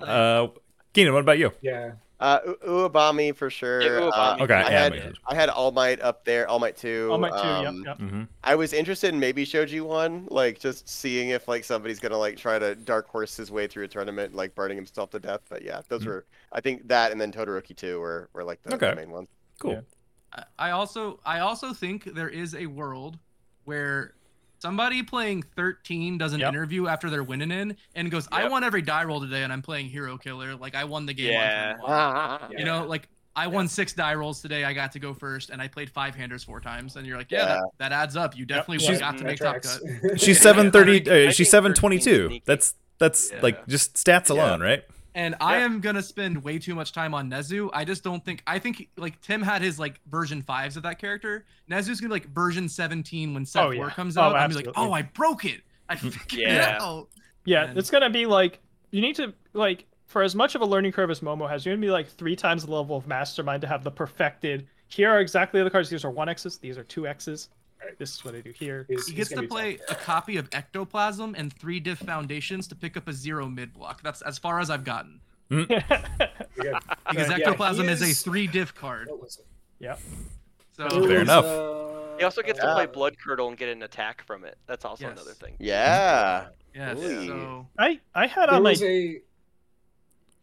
A: Uh, Keenan, what about you?
E: Yeah.
B: Uh, U- Uwabami for sure.
D: Yeah,
B: Uh,
D: Uwabami.
A: Okay,
B: I
A: yeah,
B: had
A: makes sense.
B: I had All Might up there. All Might two.
F: All my two.
B: um,
F: yep. Yep.
A: Mm-hmm.
B: I was interested in maybe Shoji one, like just seeing if like somebody's gonna like try to dark horse his way through a tournament, like burning himself to death. But yeah, those
A: Mhm.
B: were I think that and then Todoroki two were, were like the, the
A: Okay.
B: main ones.
A: Cool.
F: Yeah.
C: I- I also I also think there is a world where somebody playing 13 does an
F: Yep.
C: interview after they're winning in and goes, "I
D: Yep.
C: won every die roll today, and I'm playing Hero Killer. Like I won the game." on turn
D: Yeah.
C: one."
B: Yeah.
C: You know, like I won six die rolls today. I got to go first, and I played five handers four times. And you're like, "Yeah,
B: Yeah.
C: That, that adds up. You definitely
A: She's-
C: got to
E: my
C: make top
E: tracks.
C: cut."
A: She's
D: Yeah.
A: seven thirty.
D: I think-
A: Uh,
D: I
A: she's
D: think
A: seven
D: 13's
A: twenty-two.
D: sneaky.
A: That's that's
D: Yeah. Mm-hmm.
A: like just stats
B: Yeah.
A: alone, right?
C: And I
D: Yeah.
C: am gonna spend way too much time on Nezu. I just don't think I think like Tim had his like version fives of that character. Nezu's gonna be like version seventeen when set
F: Oh,
C: four
F: yeah.
C: comes
F: Oh,
C: out. I'm like,
F: absolutely.
C: oh, I broke it. I figured
D: Yeah.
C: it out.
F: Yeah,
C: And-
F: it's gonna be like you need to like for as much of a learning curve as Momo has, you're gonna be like three times the level of mastermind to have the perfected. Here are exactly the cards. These are one X's. These are two X's.
E: Right.
F: This is what I do here.
E: He's-
C: He gets
E: he's
C: to
E: gonna be tough.
C: play a copy of Ectoplasm and three diff foundations to pick up a zero mid block. That's as far as I've gotten.
E: We got-
F: Uh,
C: Because
E: Yeah, he
C: Ectoplasm is...
E: is-
C: a three diff card.
E: what was it?
C: So
E: It was,
A: enough.
E: uh,
D: He also gets to
E: uh,
D: play Blood Curdle and get an attack from it. That's also
C: Yes.
D: another thing.
B: Yeah.
C: yes,
B: Ooh.
C: so
F: I I had
E: There
F: on my
E: was a.
F: Oh,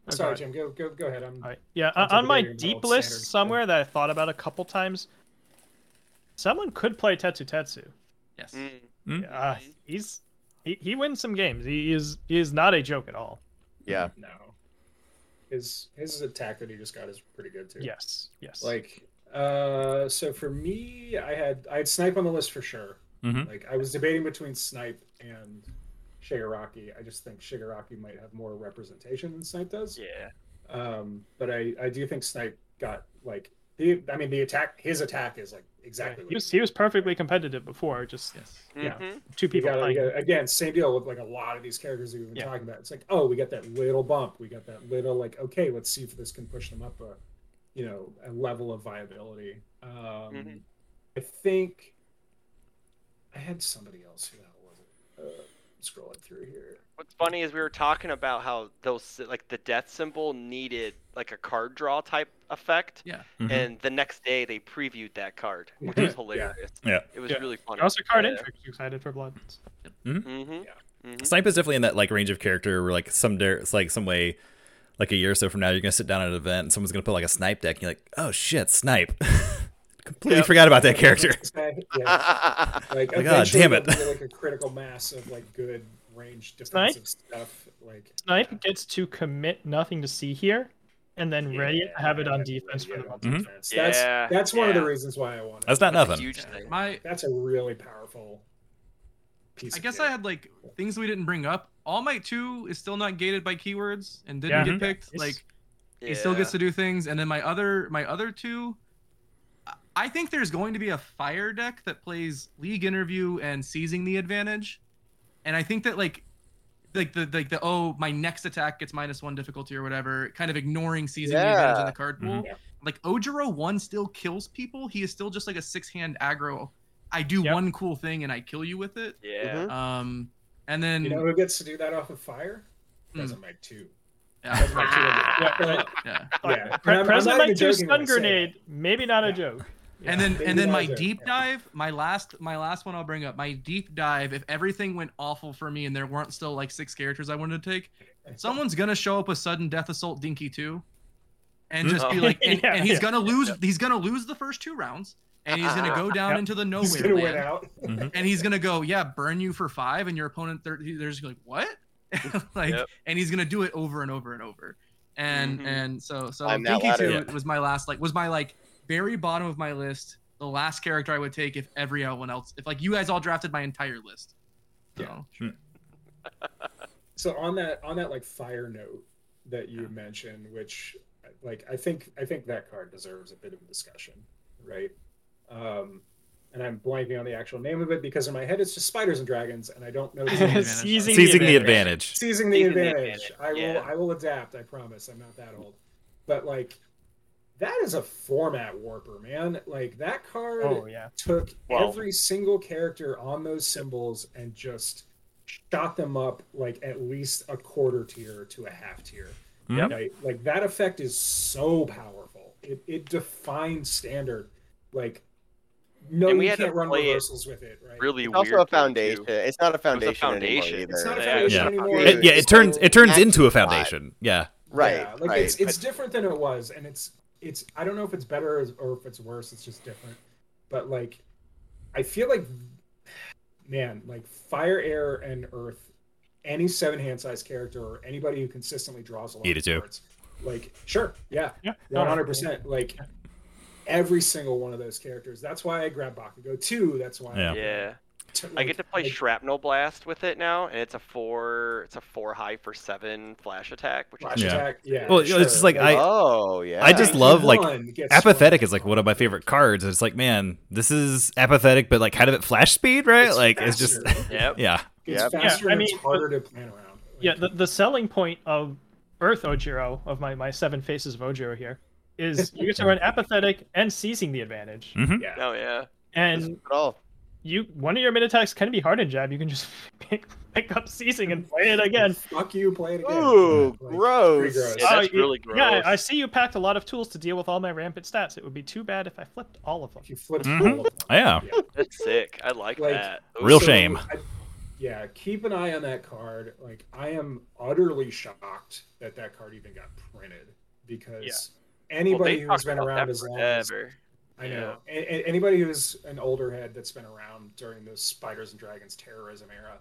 F: go
E: Sorry,
F: ahead.
E: Jim. Go go go ahead. I'm.
F: All right. Yeah,
E: Sounds like
F: on
E: a
F: my
E: very
F: deep
E: involved
F: list
E: standard.
F: somewhere that I thought about a couple times, someone could play Tetsu Tetsu.
C: yes.
D: Mm.
F: Uh, he's he, he wins some games. He is he is not a joke at all.
B: Yeah.
E: No. His his attack that he just got is pretty good too.
F: Yes, yes.
E: Like, uh, so for me, I had I had snipe on the list for sure.
F: Mm-hmm.
A: Mhm.
E: Like I was debating between Snipe and Shigaraki. I just think Shigaraki might have more representation than Snipe does.
D: Yeah.
E: Um, but I, I do think Snipe got like he, I mean the attack his attack is like exactly
F: He
E: what
F: was, he was perfectly competitive before, just
C: Yes.
F: Yeah.
D: Mhm.
F: two
E: Mm-hmm. you
F: people
E: gotta,
F: playing.
E: you gotta- again, same deal with like a lot of these characters that we've been
F: Yeah.
E: talking about. It's like, oh, we got that little bump, we got that little like, okay, let's see if this can push them up a, you know, a level of viability. Um,
F: Mm-hmm.
D: Mhm.
E: I think I had somebody else who that was. Uh, scrolling through here.
D: What's funny is we were talking about how those like the death symbol needed like a card draw type effect,
C: Yeah.
A: Mhm.
B: Mm-hmm.
D: and the next day they previewed that card, which was hilarious.
A: Yeah.
D: It was
F: Yeah.
D: really funny.
F: Also, card intrigue. Excited for blood.
D: Mm-hmm. Mhm.
A: Snipe is definitely in that like range of character where like some dare, it's like some way, like a year or so from now, you're gonna sit down at an event and someone's gonna put like a snipe deck, and you're like, oh shit, snipe. Completely
D: Yep.
A: forgot about that character.
E: Yeah, like,
A: God
E: eventually
A: damn it.
E: there'll be, like a critical mass of like good range defensive stuff. Like
F: Snipe gets to commit nothing to see here, and then ready to have it on defense for the month.
A: Mhm.
E: defense. That's
D: Yeah,
E: that's one of the
D: yeah.
E: reasons why I wanted.
A: That's not
D: That's a
A: nothing.
D: Huge
C: Yeah,
D: thing.
C: My,
E: That's a really powerful piece.
C: I
E: of
C: guess
E: data.
C: I had like things we didn't bring up. All Might 2 is still not gated by keywords and didn't
F: Yeah.
C: get picked.
F: It's-
C: Like, he still gets to do things and then my other my other two I- i think there's going to be a fire deck that plays league interview and seizing the advantage and i think that like like the like the oh my next attack gets minus one difficulty or whatever kind of ignoring seizing the advantage in
B: Yeah.
C: the card pool
E: Mhm. Yeah.
C: like ojiro one still kills people he is still just like a six hand aggro i do
F: Yep.
C: one cool thing and i kill you with it
D: Yeah.
B: Mhm.
C: um and then
E: You know who gets to do that off of fire?
C: Hmm.
E: Doesn't make two.
C: yeah,
E: Doesn't make two of them.
F: Yeah,
C: yeah.
E: Yeah. And
F: Pre-
E: I'm- I'm
F: President
E: not even
F: Mike 2
E: joking when
F: stun
E: I say that.
F: grenade, maybe not
E: Yeah.
F: a joke.
C: and then
E: Maybe
C: and then
E: not
C: my
E: a joke.
C: deep
E: Yeah.
C: dive my last my last one i'll bring up my deep dive if everything went awful for me and there weren't still like six characters i wanted to take someone's gonna show up with sudden death assault dinky 2 and just be
D: Oh.
C: like and,
F: Yeah,
C: and he's
F: yeah.
C: gonna lose he's gonna lose the first two rounds and he's gonna go down
F: Yep.
C: into the
E: He's
C: nowhere
E: gonna win
C: land,
E: out.
C: and he's gonna go yeah burn you for five and your opponent they're, they're just like what like
D: Yep.
C: and he's gonna do it over and over and over and
E: Mm-hmm.
D: Mhm.
C: and so so
B: Climb that
C: Dinky
B: ladder.
C: Two was my last like was my like very bottom of my list the last character I would take if everyone else if like you guys all drafted my entire list so,
E: Yeah. so on that on that like fire note that you mentioned which like i think i think that card deserves a bit of a discussion right um and i'm blanking on the actual name of it because in my head it's just spiders and dragons and i don't know the name.
C: advantage.
F: Seizing,
A: Seizing the
F: the advantage.
A: advantage.
E: seizing the
D: Seizing the
E: advantage
D: advantage,
E: i will
D: yeah.
E: i will adapt i promise i'm not that old but like that is a format warper man like that card
F: Oh yeah.
E: took
B: Wow.
E: every single character on those symbols and just shot them up like at least a quarter tier to a half tier.
A: Yep.
E: Right? Like that effect is so powerful. It it defines standard. Like no,
D: And we
E: you
D: had to
E: can't run
D: play it
E: reversals with it, right?
D: Really
B: It's
D: weird.
B: also a
D: thing, too.
B: foundation. It's not a foundation,
D: foundation.
B: anymore either.
E: It's not a
D: Yeah.
E: foundation
A: Yeah.
E: anymore.
A: It- yeah, it turns it turns into a
B: Action lot.
A: foundation. Yeah.
B: Right.
E: Yeah, like
B: right.
E: it's it's different than it was, and it's it's I don't know if it's better or- or if it's worse. It's just different. But like, I feel like, man, like fire, air, and earth. Any seven hand size character or anybody who consistently draws a lot
A: Eat
E: of
A: it, Joe.
E: cards, like sure, yeah,
F: Yeah.
E: one hundred percent. Like every single one of those characters. That's why I grabbed Bakugo two. That's why
A: Yeah.
D: Yeah.
E: t-
D: I
E: like,
D: get to play
E: like,
D: Shrapnel Blast with it now, and it's a four. It's a four high for seven flash attack, which
E: Flash
D: is
A: Yeah.
E: Attack. Yeah.
A: Well, it's just like I
B: oh yeah.
A: I just love like
E: One gets
A: apathetic
E: one.
A: is like one of my favorite cards. It's like man, this is apathetic, but like kind of at flash speed, right?
E: It's
A: like it's just
E: faster.
D: Yep.
A: yeah.
E: It's
B: Yep.
F: Yeah,
E: faster
F: I
E: and
F: mean,
E: it's harder to plan around.
F: Yeah,
E: Like,
F: the, the selling point of Earth Ojiro, of my, my seven faces of Ojiro here, is you get to run apathetic and seizing the advantage.
A: Mhm.
E: yeah.
D: Oh yeah.
F: And
B: at all.
F: you one of your mid attacks can be hardened jab, you can just pick, pick up seizing and play it again.
E: Fuck you, play it again.
B: Ooh,
E: Like,
B: gross.
E: pretty gross.
D: Yeah, that's
F: you-
D: really gross.
F: Yeah, I, I see you packed a lot of tools to deal with all my rampant stats. It would be too bad if I flipped all of them.
E: If you flip
A: Mhm.
E: all of them.
A: Yeah.
D: That's sick. I like,
E: Like,
D: that. Ooh.
A: Real shame.
E: I- yeah, keep an eye on that card. Like, I am utterly shocked that that card even got printed because
D: Well, they
E: anybody who's
D: talked
E: been
D: about
E: around
D: that
E: as long as
D: forever.
E: I know. A- a- anybody who's an older head that's been around during the spiders and dragons terrorism era,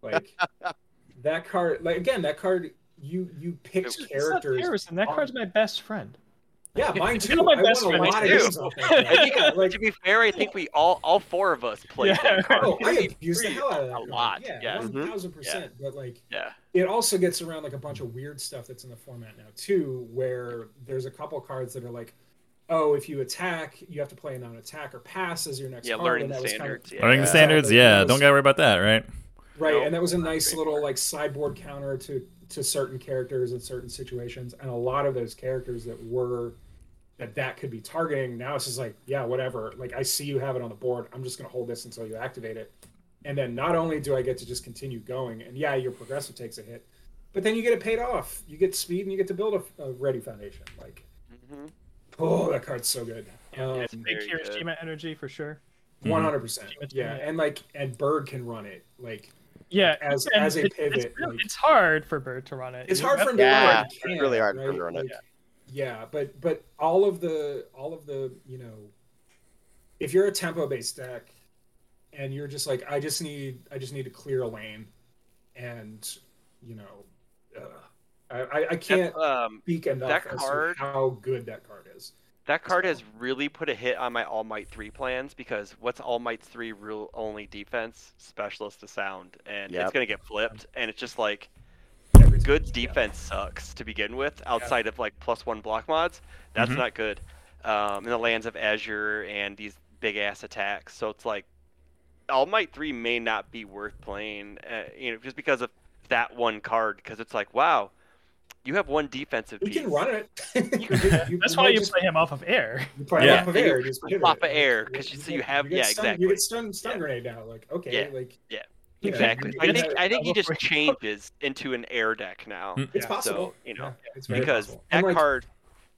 E: like that card, like again, that card, you you picked
D: It's
F: It's not
E: characters.
F: terrorism. That card's my best friend.
E: Yeah, mine too.
F: You're my
E: I
F: best
E: won a
F: friend,
E: lot of
D: too.
E: this stuff back then.
D: I think,
E: Yeah, like,
D: to be fair, I think we all all four of us played
F: Yeah.
D: that card.
E: oh, I
D: Maybe
E: abused the
D: three.
E: hell out of that.
D: a
E: card.
D: lot,
E: Yeah,
D: yeah.
B: Mhm.
E: 1000%. But like,
D: Yeah.
E: it also gets around like a bunch of weird stuff that's in the format now too where there's a couple cards that are like oh if you attack you have to play a non-attack or pass as your next
D: Yeah,
E: card
D: learning
E: and that
D: the
E: was
D: standards.
E: kind
D: Yeah.
A: Learning the standards,
E: Yeah,
A: yeah.
E: those-
A: Don't gotta worry about that, right?
E: of, right
D: Nope.
E: and that was a nice
D: great
E: little
D: card.
E: like sideboard counter to to certain characters in certain situations and a lot of those characters that were that that could be targeting now it's just like yeah whatever like i see you have it on the board i'm just going to hold this until you activate it and then not only do i get to just continue going and yeah your progressive takes a hit but then you get it paid off you get speed and you get to build a, a ready foundation like
D: Mhm.
E: oh that card's so good um,
D: it's
F: Big
D: Very
F: Kira's
D: good.
F: Jima energy for sure.
E: 100%
F: Mhm.
E: yeah and like and bird can run it like
F: Yeah,
E: As-
F: and
E: as a
F: it-
E: pivot,
F: it's, real-
E: like-
F: it's hard for Bird to run it.
E: it's
F: You
E: hard
F: have
E: for him to
B: Yeah,
E: run it. He
B: it's
E: can,
B: really hard for
E: right?
B: him to run it.
E: Like, yeah but but all of the all of the you know if you're a tempo based deck and you're just like i just need i just need to clear a lane and you know uh, I, I i can't
D: That, um,
E: speak enough
D: that
E: as
D: card-
E: to how good that card is
D: that card has really put a hit on my All Might three plans because what's All Might three rule only defense specialist to sound, and it's
B: Yep.
D: gonna get flipped, and it's just like
E: Every time.
D: good defense sucks to begin with outside of like plus one block mods that's
E: Mm-hmm.
A: Mhm.
D: not good um, in the lands of azure and these big ass attacks so it's like all might 3 may not be worth playing uh, you know just because of that one card because it's like wow you have one defensive
E: we
D: piece
E: can run it
F: That's
E: might
F: why you
E: just-
F: play him off of air.
E: you play
A: Yeah.
E: off of
D: Yeah, you
E: air, you just hit
D: pop
E: it.
D: of air,
E: Like,
D: 'cause you-
E: you
D: so you
E: get-
D: have-
E: get
D: yeah,
E: stun-
D: exactly.
E: you get stun stun
D: Yeah.
E: grenade now like okay
D: Yeah.
E: like
D: Yeah.
E: you know,
D: exactly
E: you
D: i
E: get
D: think
E: that-
D: i think he just
F: level three.
D: changes into an air deck now
A: Mm.
E: it's
D: So,
E: possible
D: you know
E: Yeah, it's very
D: because
E: possible.
D: that
E: And, like,
D: card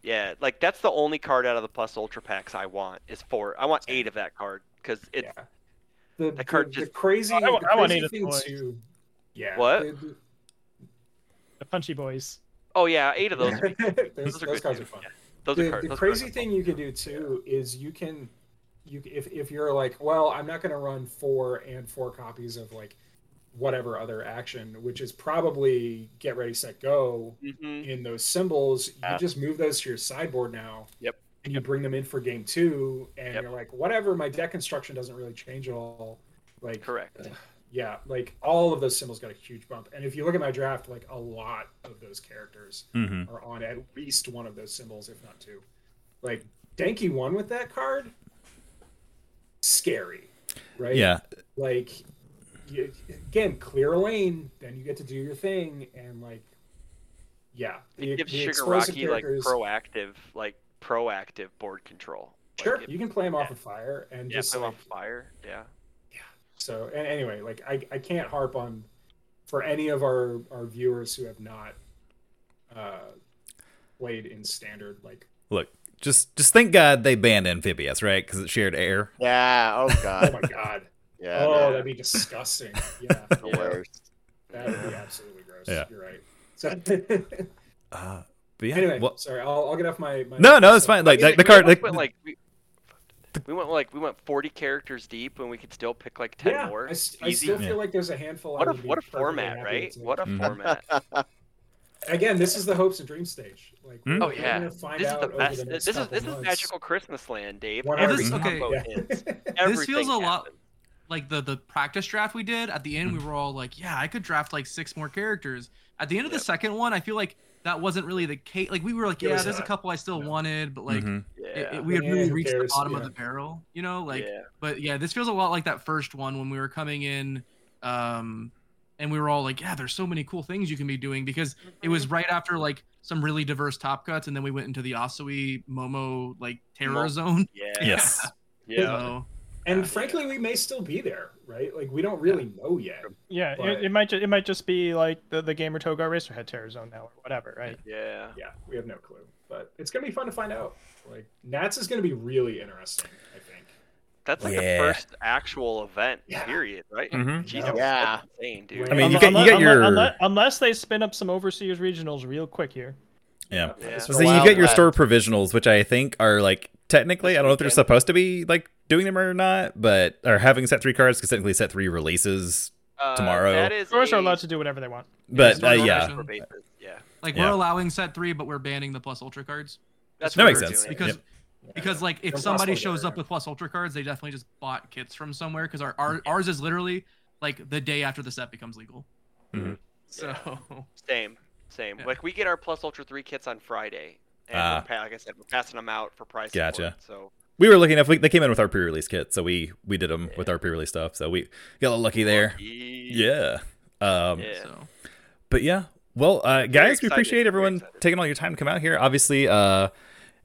D: yeah like that's the only card out of the plus ultra packs i want is four i want eight of that card because it's
E: Yeah. the,
D: That card
E: the, the
D: just-
E: crazy,
F: I wa-
E: the
F: I want
E: crazy
F: Edith
E: thing
F: Lloyd.
E: too. Yeah.
D: What?
E: the- the-
F: The punchy boys.
D: Oh yeah, eight of those.
E: those,
D: those are
E: those
D: good
E: cards
D: too.
E: are fun.
D: Those
E: The,
D: are cards.
E: the
D: those
E: crazy
D: cards
E: thing you can do too is you can, you if if you're like, well, I'm not going to run four and four copies of like whatever other action, which is probably get ready, set, go
D: hmm
E: in those symbols. You
B: Yeah.
E: just move those to your sideboard now.
D: Yep.
E: And you bring them in for game two, and
D: Yep.
E: you're like, whatever. My deck construction doesn't really change at all. Like,
D: Correct.
E: yeah, like all of those symbols got a huge bump. And if you look at my draft, like a lot of those characters
A: Mm-hmm.
E: are on at least one of those symbols, if not two. Like Danky won with that card. Scary, right?
A: Yeah.
E: Like you, again, clear a lane, then you get to do your thing, and like, yeah, the,
D: It gives
E: the explosive
D: Shigaraki like
E: characters-
D: proactive, like proactive board control. Like,
E: Sure,
D: if-
E: you can play them off
D: yeah.
E: of fire and
D: yeah,
E: just
D: put 'em
E: like,
D: on fire. Yeah.
E: So and anyway, like I, I can't harp on for any of our our viewers who have not uh played in standard like
A: Look, just just thank God they banned amphibious, right? Because it shared air.
B: Yeah. Oh
E: oh
B: god.
E: my god.
B: Yeah.
E: oh,
B: no,
E: that'd be disgusting. Yeah.
B: the worst.
E: That would be absolutely gross.
A: Yeah.
E: You're right. So
A: Uh, but yeah.
E: anyway,
A: well-
E: sorry, I'll, I'll get off my, my
A: no, no, it's fine. Like
D: Yeah,
A: the, the
D: we
A: card,
D: almost
A: like,
D: went, like we, we went like we went forty characters deep, and we could still pick like ten
E: yeah,
D: more.
E: I, s- I
D: Easy.
E: still
A: Yeah.
E: feel like there's a handful. I
D: What a
E: would be
D: what a
E: perfectly
D: format,
E: happy
D: right?
E: to-
D: What a
C: Mm-hmm.
A: Mhm.
D: format.
E: Again, this is the hopes and dreams stage. Like,
A: Hmm?
E: we're
D: Oh, yeah.
E: gonna find
D: This is
E: out
D: the
E: over
D: best.
E: next
D: This is
E: couple
D: this is
E: months.
D: magical Christmas land, Dave.
E: One
D: Every
E: hundred
C: percent.
D: combo
E: Yeah.
D: hits.
C: This
D: Everything
C: feels a lot
D: happens.
C: like the the practice draft we did at the end
E: Mm.
C: we were all like yeah i could draft like six more characters at the end of the
D: Yep.
C: second one i feel like that wasn't really the case like we were like
E: It
C: yeah
E: was
C: there's a
E: not.
C: couple i still
E: No. Mm-hmm.
C: wanted but like
A: Mhm.
D: Yeah.
C: it, it- we had
E: Yeah,
C: really
E: who
C: reached the
E: cares?
C: bottom of
E: Yeah.
C: the barrel you know like
D: yeah.
C: but yeah this feels a lot like that first one when we were coming in um and we were all like yeah there's so many cool things you can be doing because it was right after like some really diverse top cuts and then we went into the asui momo like terror
D: Mo-
C: zone
D: Yeah.
A: Yes.
D: Yeah.
C: so
E: And frankly, we may still be there, right? Like, we don't really know yet.
F: Yeah,
E: But-
F: it, it might ju- it might just be like the, the gamer Togar Racer had Terror Zone now or whatever, right?
D: Yeah.
E: Yeah, we have no clue, but it's gonna be fun to find out. Like, Nats is gonna be really interesting. I think.
D: That's like
A: Yeah.
D: the first actual event,
E: Yeah.
D: period, right?
C: Mm-hmm.
E: Mm-hmm.
A: Mhm.
D: Jesus,
E: Yeah.
D: that's insane, dude.
A: I mean, you
F: Um, Unle-
A: get you get
F: unle-
A: your
F: unle- unless they spin up some overseas regionals real quick here.
A: yeah.
D: Yeah.
E: It's
A: So
E: been a
A: then you
B: Wild
A: get your
B: West.
A: store provisionals, which I think are like technically, I don't know if they're
D: Weekend.
A: supposed to be like doing them or not, but or having set three cards because technically set three releases.
D: Uh,
A: tomorrow.
D: That is
F: Stores are
D: a-
F: allowed to do whatever they want.
A: But
C: store
A: uh,
D: on a
A: yeah,
C: provision.
D: basis, Yeah.
C: like
A: Yeah.
C: we're allowing set three but we're banning the plus ultra cards
D: That's
A: That
D: what
A: makes
D: we're
A: sense.
D: doing.
C: because because like if
E: Impossible
C: somebody
E: to
C: shows
E: get
C: up with plus ultra cards, they definitely just bought kits from somewhere because our, our ours is literally like the day after the set becomes legal.
A: Mhm.
C: So
D: Same, same.
C: Yeah.
D: Like we get our Plus Ultra Three kits on Friday, and
A: Ah.
D: we're pa- like I said, we're passing them out for price.
A: Gotcha.
D: Support, so
A: We were looking at we, they came in with our pre-release kit, so we we did them with our pre-release stuff. So we got a little lucky there. Yeah. Um,
D: Yeah.
C: so
A: But yeah, well, uh, guys, we
D: excited,
A: appreciate
D: very
A: everyone
D: excited.
A: taking all your time to come out here. Obviously, uh,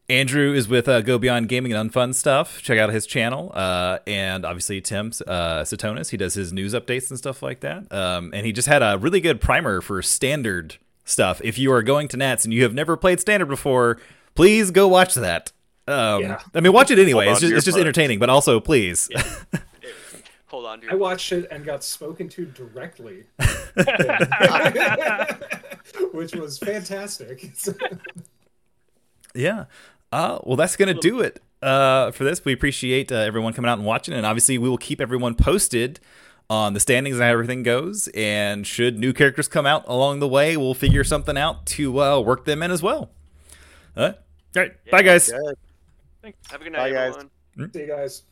A: Andrew is with uh, Go Beyond Gaming and Unfun Stuff. Check out his channel, uh, and obviously Tim uh, Satonis. He does his news updates and stuff like that. Um, and he just had a really good primer for standard stuff. If you are going to Nats and you have never played standard before, please go watch that. Um,
E: Yeah.
A: I mean, watch it anyway.
B: Hold
A: It's just,
B: on to your
A: it's just
B: butts.
A: entertaining, but also please.
D: Hold on to
E: I
D: your.
E: watched it and got spoken to directly, which was fantastic.
A: Yeah. Uh, well, that's going to do it uh, for this. We appreciate uh, everyone coming out and watching. And obviously, we will keep everyone posted on the standings and how everything goes. And should new characters come out along the way, we'll figure something out to uh, work them in as well. Uh, all right. Bye, guys.
B: Good.
D: Have a good
B: Bye,
D: night,
B: guys.
D: everyone.
E: See you guys.